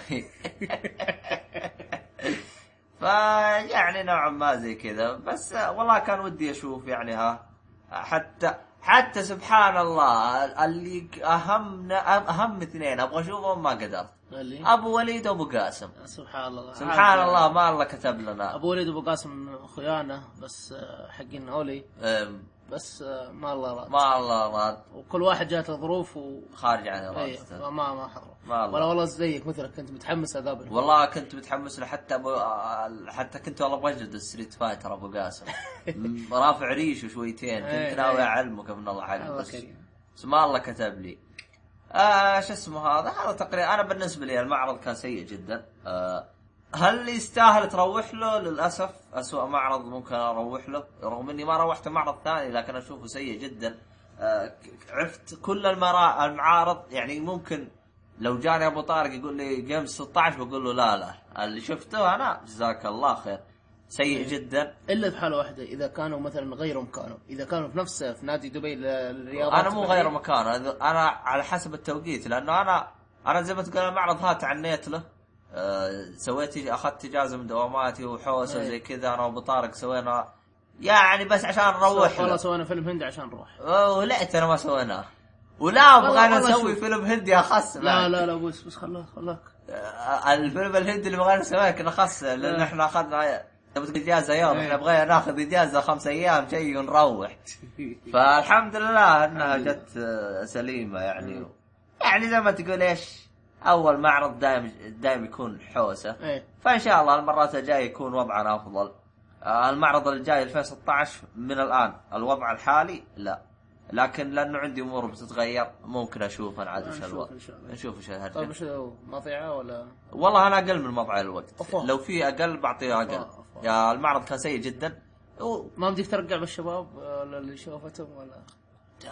Speaker 1: فيعني نوعا ما زي كذا بس والله كان ودي اشوف يعني ها حتى حتى سبحان الله اللي اهم اهم اثنين ابغى اشوفهم ما قدرت
Speaker 2: قال لي
Speaker 1: ابو وليد وابو قاسم
Speaker 2: سبحان الله
Speaker 1: آه. سبحان
Speaker 2: عاد-
Speaker 1: الله ما الله كتب لنا
Speaker 2: ابو وليد ابو قاسم خيانه بس آه، حقين اولي
Speaker 1: أم،
Speaker 2: بس آه، ما الله راد
Speaker 1: ما الله راد
Speaker 2: وكل واحد جات له ظروف و
Speaker 1: خارج عن
Speaker 2: أيه
Speaker 1: ارادته
Speaker 2: فما ما حضر
Speaker 1: ما الله.
Speaker 2: ولا والله زيك مثلك كنت متحمس اقابله
Speaker 1: والله كنت متحمس له حتى ابو آه، حتى كنت والله ابغى اجلد الستريت فايتر ابو قاسم م- رافع ريشه شويتين
Speaker 2: إيه،
Speaker 1: كنت ناوي
Speaker 2: إيه.
Speaker 1: اعلمك من الله حق
Speaker 2: الله
Speaker 1: بس
Speaker 2: كريم
Speaker 1: بس ما الله كتب لي آه شو اسمه هذا هذا تقريبا انا بالنسبه لي المعرض كان سيء جدا آه هل يستاهل تروح له؟ للاسف أسوأ معرض ممكن اروح له، رغم اني ما روحت معرض ثاني لكن اشوفه سيء جدا، آه، عرفت كل المرا المعارض يعني ممكن لو جاني ابو طارق يقول لي جيمز 16 بقول له لا لا اللي شفته انا جزاك الله خير سيء جدا
Speaker 2: الا في حاله واحده اذا كانوا مثلا غير مكانه اذا كانوا في نفسه في نادي دبي طيب، للرياضه
Speaker 1: انا مو غير مكان انا أنا على حسب التوقيت لانه انا انا زي ما تقول المعرض ها تعنيت له آه، سويت اخذت اجازه من دواماتي وحوسه
Speaker 2: إيه.
Speaker 1: وزي كذا انا وابو طارق سوينا يعني بس عشان نروح
Speaker 2: والله
Speaker 1: له.
Speaker 2: سوينا فيلم هندي عشان نروح
Speaker 1: آه، ولعت انا ما سويناه ولا ابغى انا
Speaker 2: والله
Speaker 1: اسوي
Speaker 2: شوف.
Speaker 1: فيلم هندي اخس
Speaker 2: لا لا لا بس بس خلاك خلاك
Speaker 1: آه، الفيلم الهندي اللي بغينا نسويه كنا خاص لان
Speaker 2: آه.
Speaker 1: احنا اخذنا إيه، تبغى تقول اجازه يوم
Speaker 2: إيه.
Speaker 1: احنا بغينا ناخذ اجازه خمس ايام شيء ونروح فالحمد لله انها
Speaker 2: الحمد لله.
Speaker 1: جت آه، سليمه يعني
Speaker 2: مم.
Speaker 1: يعني زي ما تقول ايش اول معرض دايم دايم يكون حوسه
Speaker 2: ايه
Speaker 1: فان شاء الله المرات الجايه يكون وضعنا افضل آه، المعرض الجاي 2016 من الان الوضع الحالي لا لكن لانه عندي امور بتتغير ممكن اشوف انا عاد وش
Speaker 2: نشوف
Speaker 1: الوضع
Speaker 2: إن شاء الله.
Speaker 1: نشوف وش
Speaker 2: طيب
Speaker 1: الهرجه
Speaker 2: وش مطيعه ولا
Speaker 1: والله انا اقل من مضعي الوقت
Speaker 2: أفا.
Speaker 1: لو في اقل بعطيه اقل
Speaker 2: أفا، أفا.
Speaker 1: يا المعرض كان سيء جدا و-
Speaker 2: ما بدك ترجع بالشباب ولا اللي شوفتهم ولا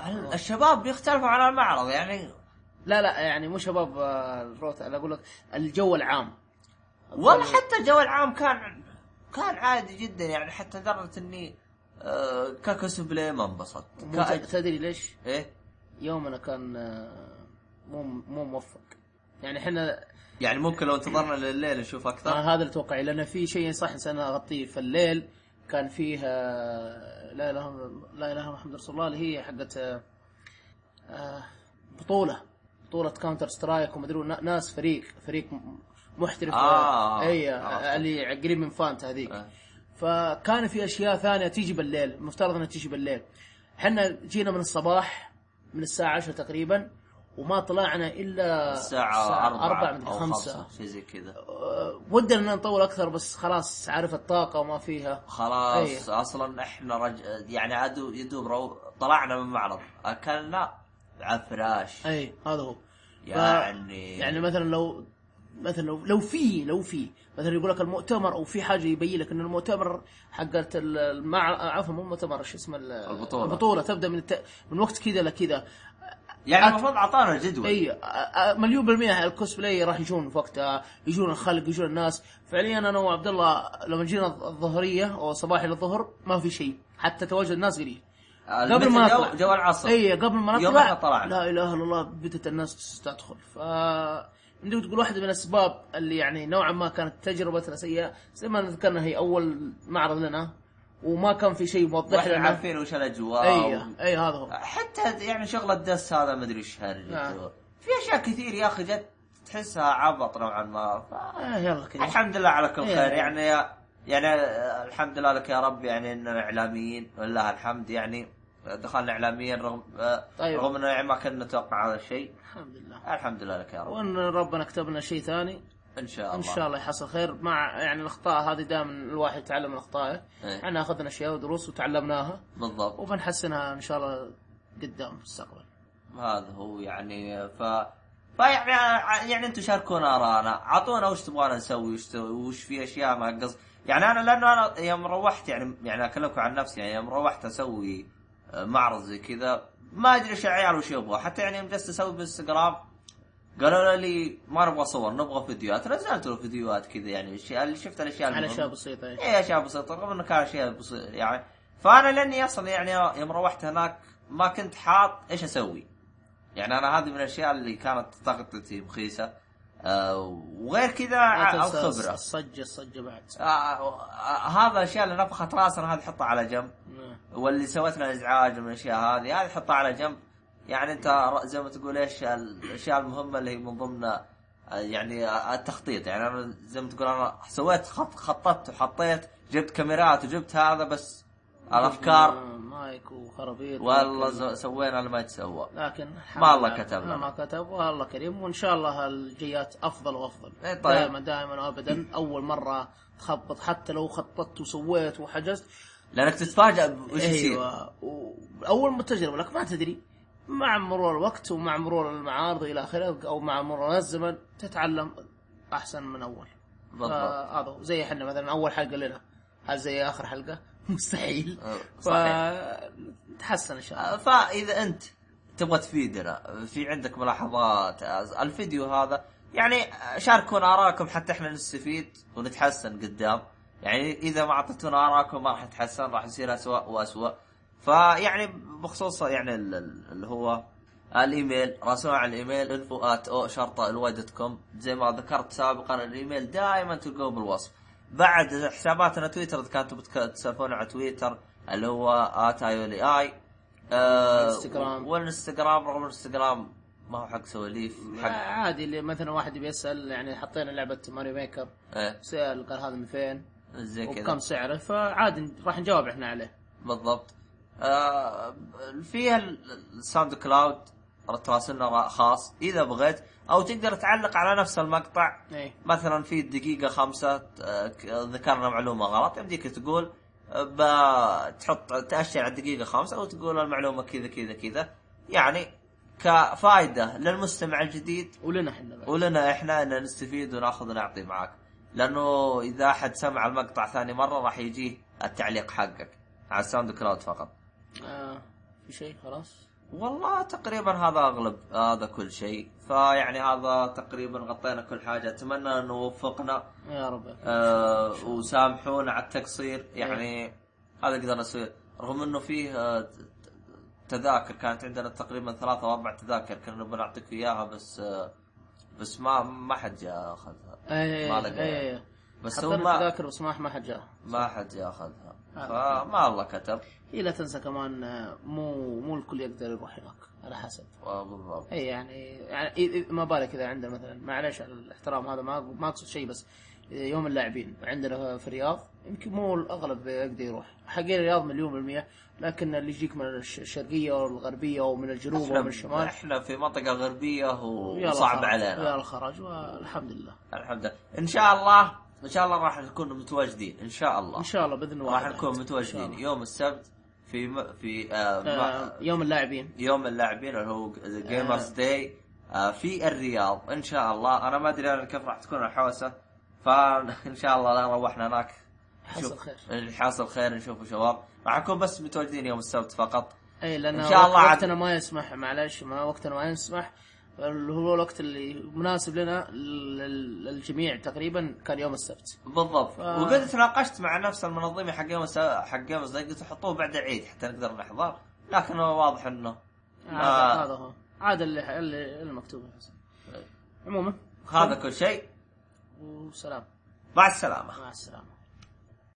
Speaker 1: هل الشباب بيختلفوا عن المعرض يعني
Speaker 2: لا لا يعني مو شباب آه، الروت انا اقول لك الجو العام
Speaker 1: والله حتى الجو العام كان كان عادي جدا يعني حتى لدرجه اني آه، ككوسبلاي ما انبسطت
Speaker 2: مو-
Speaker 1: كأج-
Speaker 2: تدري ليش؟
Speaker 1: ايه
Speaker 2: يومنا كان آه، مو مو موفق يعني احنا
Speaker 1: يعني ممكن لو انتظرنا لليل نشوف اكثر
Speaker 2: انا هذا اللي اتوقع لان في شيء صح انسان اغطيه في الليل كان فيه آه، لا اله إلا- لا اله الا محمد رسول الله اللي هي حقت آه، آه، بطوله بطوله كاونتر سترايك ومدري نا- ناس فريق فريق م- محترف
Speaker 1: آه،
Speaker 2: آه اي آه،
Speaker 1: عرفت.
Speaker 2: اللي قريب من فانت هذيك
Speaker 1: آه.
Speaker 2: فكان في اشياء ثانيه تيجي بالليل المفترض انها تيجي بالليل احنا جينا من الصباح من الساعه 10 تقريبا وما طلعنا الا
Speaker 1: الساعة 4
Speaker 2: 4 مدري
Speaker 1: أو
Speaker 2: 5
Speaker 1: شيء زي كذا
Speaker 2: آه، ودنا ان نطول اكثر بس خلاص عارف الطاقه وما فيها
Speaker 1: خلاص
Speaker 2: إيه.
Speaker 1: اصلا احنا رج... يعني عدو يدوب رو... طلعنا من معرض اكلنا عفراش
Speaker 2: اي هذا هو
Speaker 1: يعني
Speaker 2: إيه. يعني مثلا لو مثلا لو لو في لو في مثلا يقول لك المؤتمر او في حاجه يبين لك ان المؤتمر حقت المع عفوا مو مؤتمر شو اسمه ال-
Speaker 1: البطولة.
Speaker 2: البطوله تبدا من الت... من وقت كذا لكذا
Speaker 1: يعني المفروض اعطانا جدول
Speaker 2: اي أ- أ- مليون بالميه الكوسبلاي راح يجون في وقتها يجون الخلق يجون الناس فعليا انا وعبد الله لما جينا الظهريه او صباحي للظهر ما في شيء حتى تواجد الناس قليل قبل ما
Speaker 1: آه،
Speaker 2: إيه.
Speaker 1: جو...
Speaker 2: نطلع.
Speaker 1: جو العصر
Speaker 2: اي قبل ما
Speaker 1: يوم
Speaker 2: نطلع
Speaker 1: إحنا طلعنا.
Speaker 2: لا اله الا الله بدت الناس تدخل ف مدري تقول واحده من الاسباب اللي يعني نوعا ما كانت تجربتنا سيئه زي ما ذكرنا هي اول معرض لنا وما كان في شيء موضح
Speaker 1: واحنا
Speaker 2: لنا
Speaker 1: عارفين وش الاجواء
Speaker 2: اي
Speaker 1: و...
Speaker 2: اي هذا هو
Speaker 1: حتى يعني شغل الدس هذا ما ادري ايش
Speaker 2: نعم.
Speaker 1: هرجة في اشياء كثير يا اخي جت تحسها عبط نوعا ما ف...
Speaker 2: آه يلا كذا
Speaker 1: الحمد لله على كل
Speaker 2: إيه.
Speaker 1: خير يعني يعني آه، الحمد لله لك يا رب يعني اننا اعلاميين والله الحمد يعني دخلنا اعلاميين رغم آه،
Speaker 2: طيب.
Speaker 1: رغم انه ما كنا نتوقع هذا الشيء
Speaker 2: الحمد لله
Speaker 1: الحمد لله لك يا رب
Speaker 2: وان ربنا كتب لنا شيء ثاني
Speaker 1: ان شاء الله
Speaker 2: ان شاء الله يحصل خير مع يعني الاخطاء هذه دائما الواحد يتعلم من اخطائه
Speaker 1: إيه.
Speaker 2: احنا اخذنا اشياء ودروس وتعلمناها
Speaker 1: بالضبط
Speaker 2: وبنحسنها ان شاء الله قدام في المستقبل
Speaker 1: هذا هو يعني ف فيعني يعني انتم شاركونا اراءنا اعطونا وش تبغانا نسوي وش ت- وش في اشياء ما قص يعني انا لانه انا يوم روحت يعني يعني اكلمكم عن نفسي يعني يوم روحت اسوي آه، معرض زي كذا ما ادري ايش العيال وش يبغوا حتى يعني يوم جلست اسوي بالانستغرام قالوا لي ما نبغى صور نبغى فيديوهات نزلت له فيديوهات كذا يعني الشيء- اللي شفت الاشياء
Speaker 2: على اشياء
Speaker 1: المهمة.
Speaker 2: بسيطه إيه.
Speaker 1: اي اشياء بسيطه رغم انه كان اشياء بسيطه يعني فانا لاني اصلا يعني يوم روحت هناك ما كنت حاط ايش اسوي يعني انا هذه من الاشياء اللي كانت طاقتي مخيسه آه وغير كذا
Speaker 2: لا
Speaker 1: ع-
Speaker 2: تنسى
Speaker 1: الخبره
Speaker 2: الصجه الصجه بعد
Speaker 1: آه آه هذا الاشياء اللي نفخت راسنا هذه حطها على جنب
Speaker 2: نعم.
Speaker 1: واللي سوت لنا ازعاج من الاشياء هذه هذه حطها على جنب يعني انت ر- زي ما تقول ايش الاشياء المهمه اللي هي من ضمن آه، يعني آه، التخطيط يعني انا زي ما تقول انا سويت خط خططت وحطيت جبت كاميرات وجبت هذا بس الافكار
Speaker 2: آه، مايك وخرابيط
Speaker 1: والله
Speaker 2: لكن-
Speaker 1: ز- سوينا اللي ما يتسوى
Speaker 2: لكن الحمد
Speaker 1: ما الله
Speaker 2: لله.
Speaker 1: كتب لنا.
Speaker 2: ما كتب والله كريم وان شاء الله الجيات افضل وافضل
Speaker 1: إيه طيب.
Speaker 2: دائما دائما وابدا اول مره تخبط حتى لو خططت وسويت وحجزت
Speaker 1: لانك تتفاجئ وش يصير
Speaker 2: ايوه واول ما تجربه لك ما تدري مع مرور الوقت ومع مرور المعارض الى اخره او مع مرور الزمن تتعلم احسن من اول
Speaker 1: بالضبط
Speaker 2: آه، هذا هو. زي احنا مثلا اول حلقه لنا هل زي اخر حلقه مستحيل
Speaker 1: أه،
Speaker 2: ف نتحسن ان شاء الله
Speaker 1: آه، فاذا انت تبغى تفيدنا في عندك ملاحظات آه، الفيديو هذا يعني آه، شاركونا اراءكم حتى احنا نستفيد ونتحسن قدام يعني اذا ما اعطيتونا اراءكم ما راح نتحسن راح نصير اسوء واسوء فيعني بخصوص يعني ال- ال- اللي هو الايميل راسلونا على الايميل انفو ات او شرطه الواي دوت كوم زي ما ذكرت سابقا الايميل دائما تلقوه بالوصف بعد حساباتنا تويتر اذا كنتم بتك- تسولفون على تويتر اللي هو ات اي اي
Speaker 2: والإنستغرام.
Speaker 1: والانستغرام آه، رغم الانستغرام ما هو حق سواليف حق
Speaker 2: آه، عادي اللي مثلا واحد بيسال يعني حطينا لعبه ماريو ميكر
Speaker 1: إيه،
Speaker 2: سال قال هذا من فين
Speaker 1: زي كذا
Speaker 2: وبكم سعره فعادي راح نجاوب احنا عليه
Speaker 1: بالضبط آه فيها ال- الساوند كلاود تراسلنا خاص اذا بغيت او تقدر تعلق على نفس المقطع
Speaker 2: ايه
Speaker 1: مثلا في الدقيقة خمسة آه، ك- ذكرنا معلومة غلط يمديك تقول آه، ب- تحط تأشر على الدقيقة خمسة وتقول المعلومة كذا كذا كذا يعني كفائدة للمستمع الجديد
Speaker 2: ولنا احنا بعد.
Speaker 1: ولنا احنا ان نستفيد وناخذ ونعطي معاك لانه اذا احد سمع المقطع ثاني مرة راح يجيه التعليق حقك على الساوند كلاود فقط
Speaker 2: آه في شيء خلاص
Speaker 1: والله تقريبا هذا اغلب هذا كل شيء فيعني هذا تقريبا غطينا كل حاجة اتمنى انه وفقنا
Speaker 2: يا رب
Speaker 1: آه وسامحونا على التقصير
Speaker 2: إيه.
Speaker 1: يعني هذا قدرنا نسويه رغم انه فيه آه، ت- ت- تذاكر كانت عندنا تقريبا ثلاثة او اربع تذاكر كنا بنعطيك اياها بس آه بس ما ما حد جاء اخذها ما
Speaker 2: ايه
Speaker 1: لقى.
Speaker 2: ايه
Speaker 1: بس هو
Speaker 2: حطينا
Speaker 1: ما
Speaker 2: تذاكر بس ما ما حد جاء
Speaker 1: ما حد جاء اخذها
Speaker 2: آه.
Speaker 1: فما الله كتب
Speaker 2: هي لا تنسى كمان آه، مو مو الكل يقدر يروح هناك على حسب
Speaker 1: آه، بالضبط
Speaker 2: اي يعني يعني إي- إي- ما بالك اذا عندنا مثلا معلش على الاحترام هذا ما ما اقصد شيء بس يوم اللاعبين عندنا في الرياض يمكن مو الاغلب يقدر يروح حقين الرياض مليون بالمية لكن اللي يجيك من الش- الشرقيه والغربيه ومن الجنوب ومن
Speaker 1: احنا
Speaker 2: الشمال
Speaker 1: احنا في منطقة غربية
Speaker 2: ويا
Speaker 1: وصعب
Speaker 2: الخرج-
Speaker 1: علينا
Speaker 2: ويا الخرج والحمد لله
Speaker 1: الحمد لله ان شاء الله ان شاء الله راح نكون متواجدين ان شاء الله
Speaker 2: ان شاء الله باذن الله
Speaker 1: راح نكون متواجدين يوم السبت في م... في آه مع-
Speaker 2: يوم اللاعبين
Speaker 1: يوم اللاعبين اللي هو
Speaker 2: آه.
Speaker 1: جيمرز داي آه، في الرياض ان شاء الله انا ما ادري انا كيف راح تكون الحوسه فان شاء الله لا روحنا هناك
Speaker 2: حصل
Speaker 1: نشوف-
Speaker 2: خير
Speaker 1: حاصل خير نشوف شباب راح نكون بس متواجدين يوم السبت فقط
Speaker 2: اي لان
Speaker 1: إن شاء الله عاد-
Speaker 2: وقتنا ما يسمح معلش ما وقتنا ما يسمح اللي هو الوقت اللي مناسب لنا لل- للجميع تقريبا كان يوم السبت
Speaker 1: بالضبط
Speaker 2: آه.
Speaker 1: وقد تناقشت مع نفس المنظمه حق يوم الس- حق جيمرز داي قلت حطوه بعد العيد حتى نقدر نحضر لكن هو واضح انه
Speaker 2: هذا
Speaker 1: آه.
Speaker 2: هذا هو عاد اللي اللي المكتوب يا حسن.
Speaker 1: طيب.
Speaker 2: عموما
Speaker 1: هذا كل شيء
Speaker 2: وسلام
Speaker 1: مع السلامه
Speaker 2: مع السلامه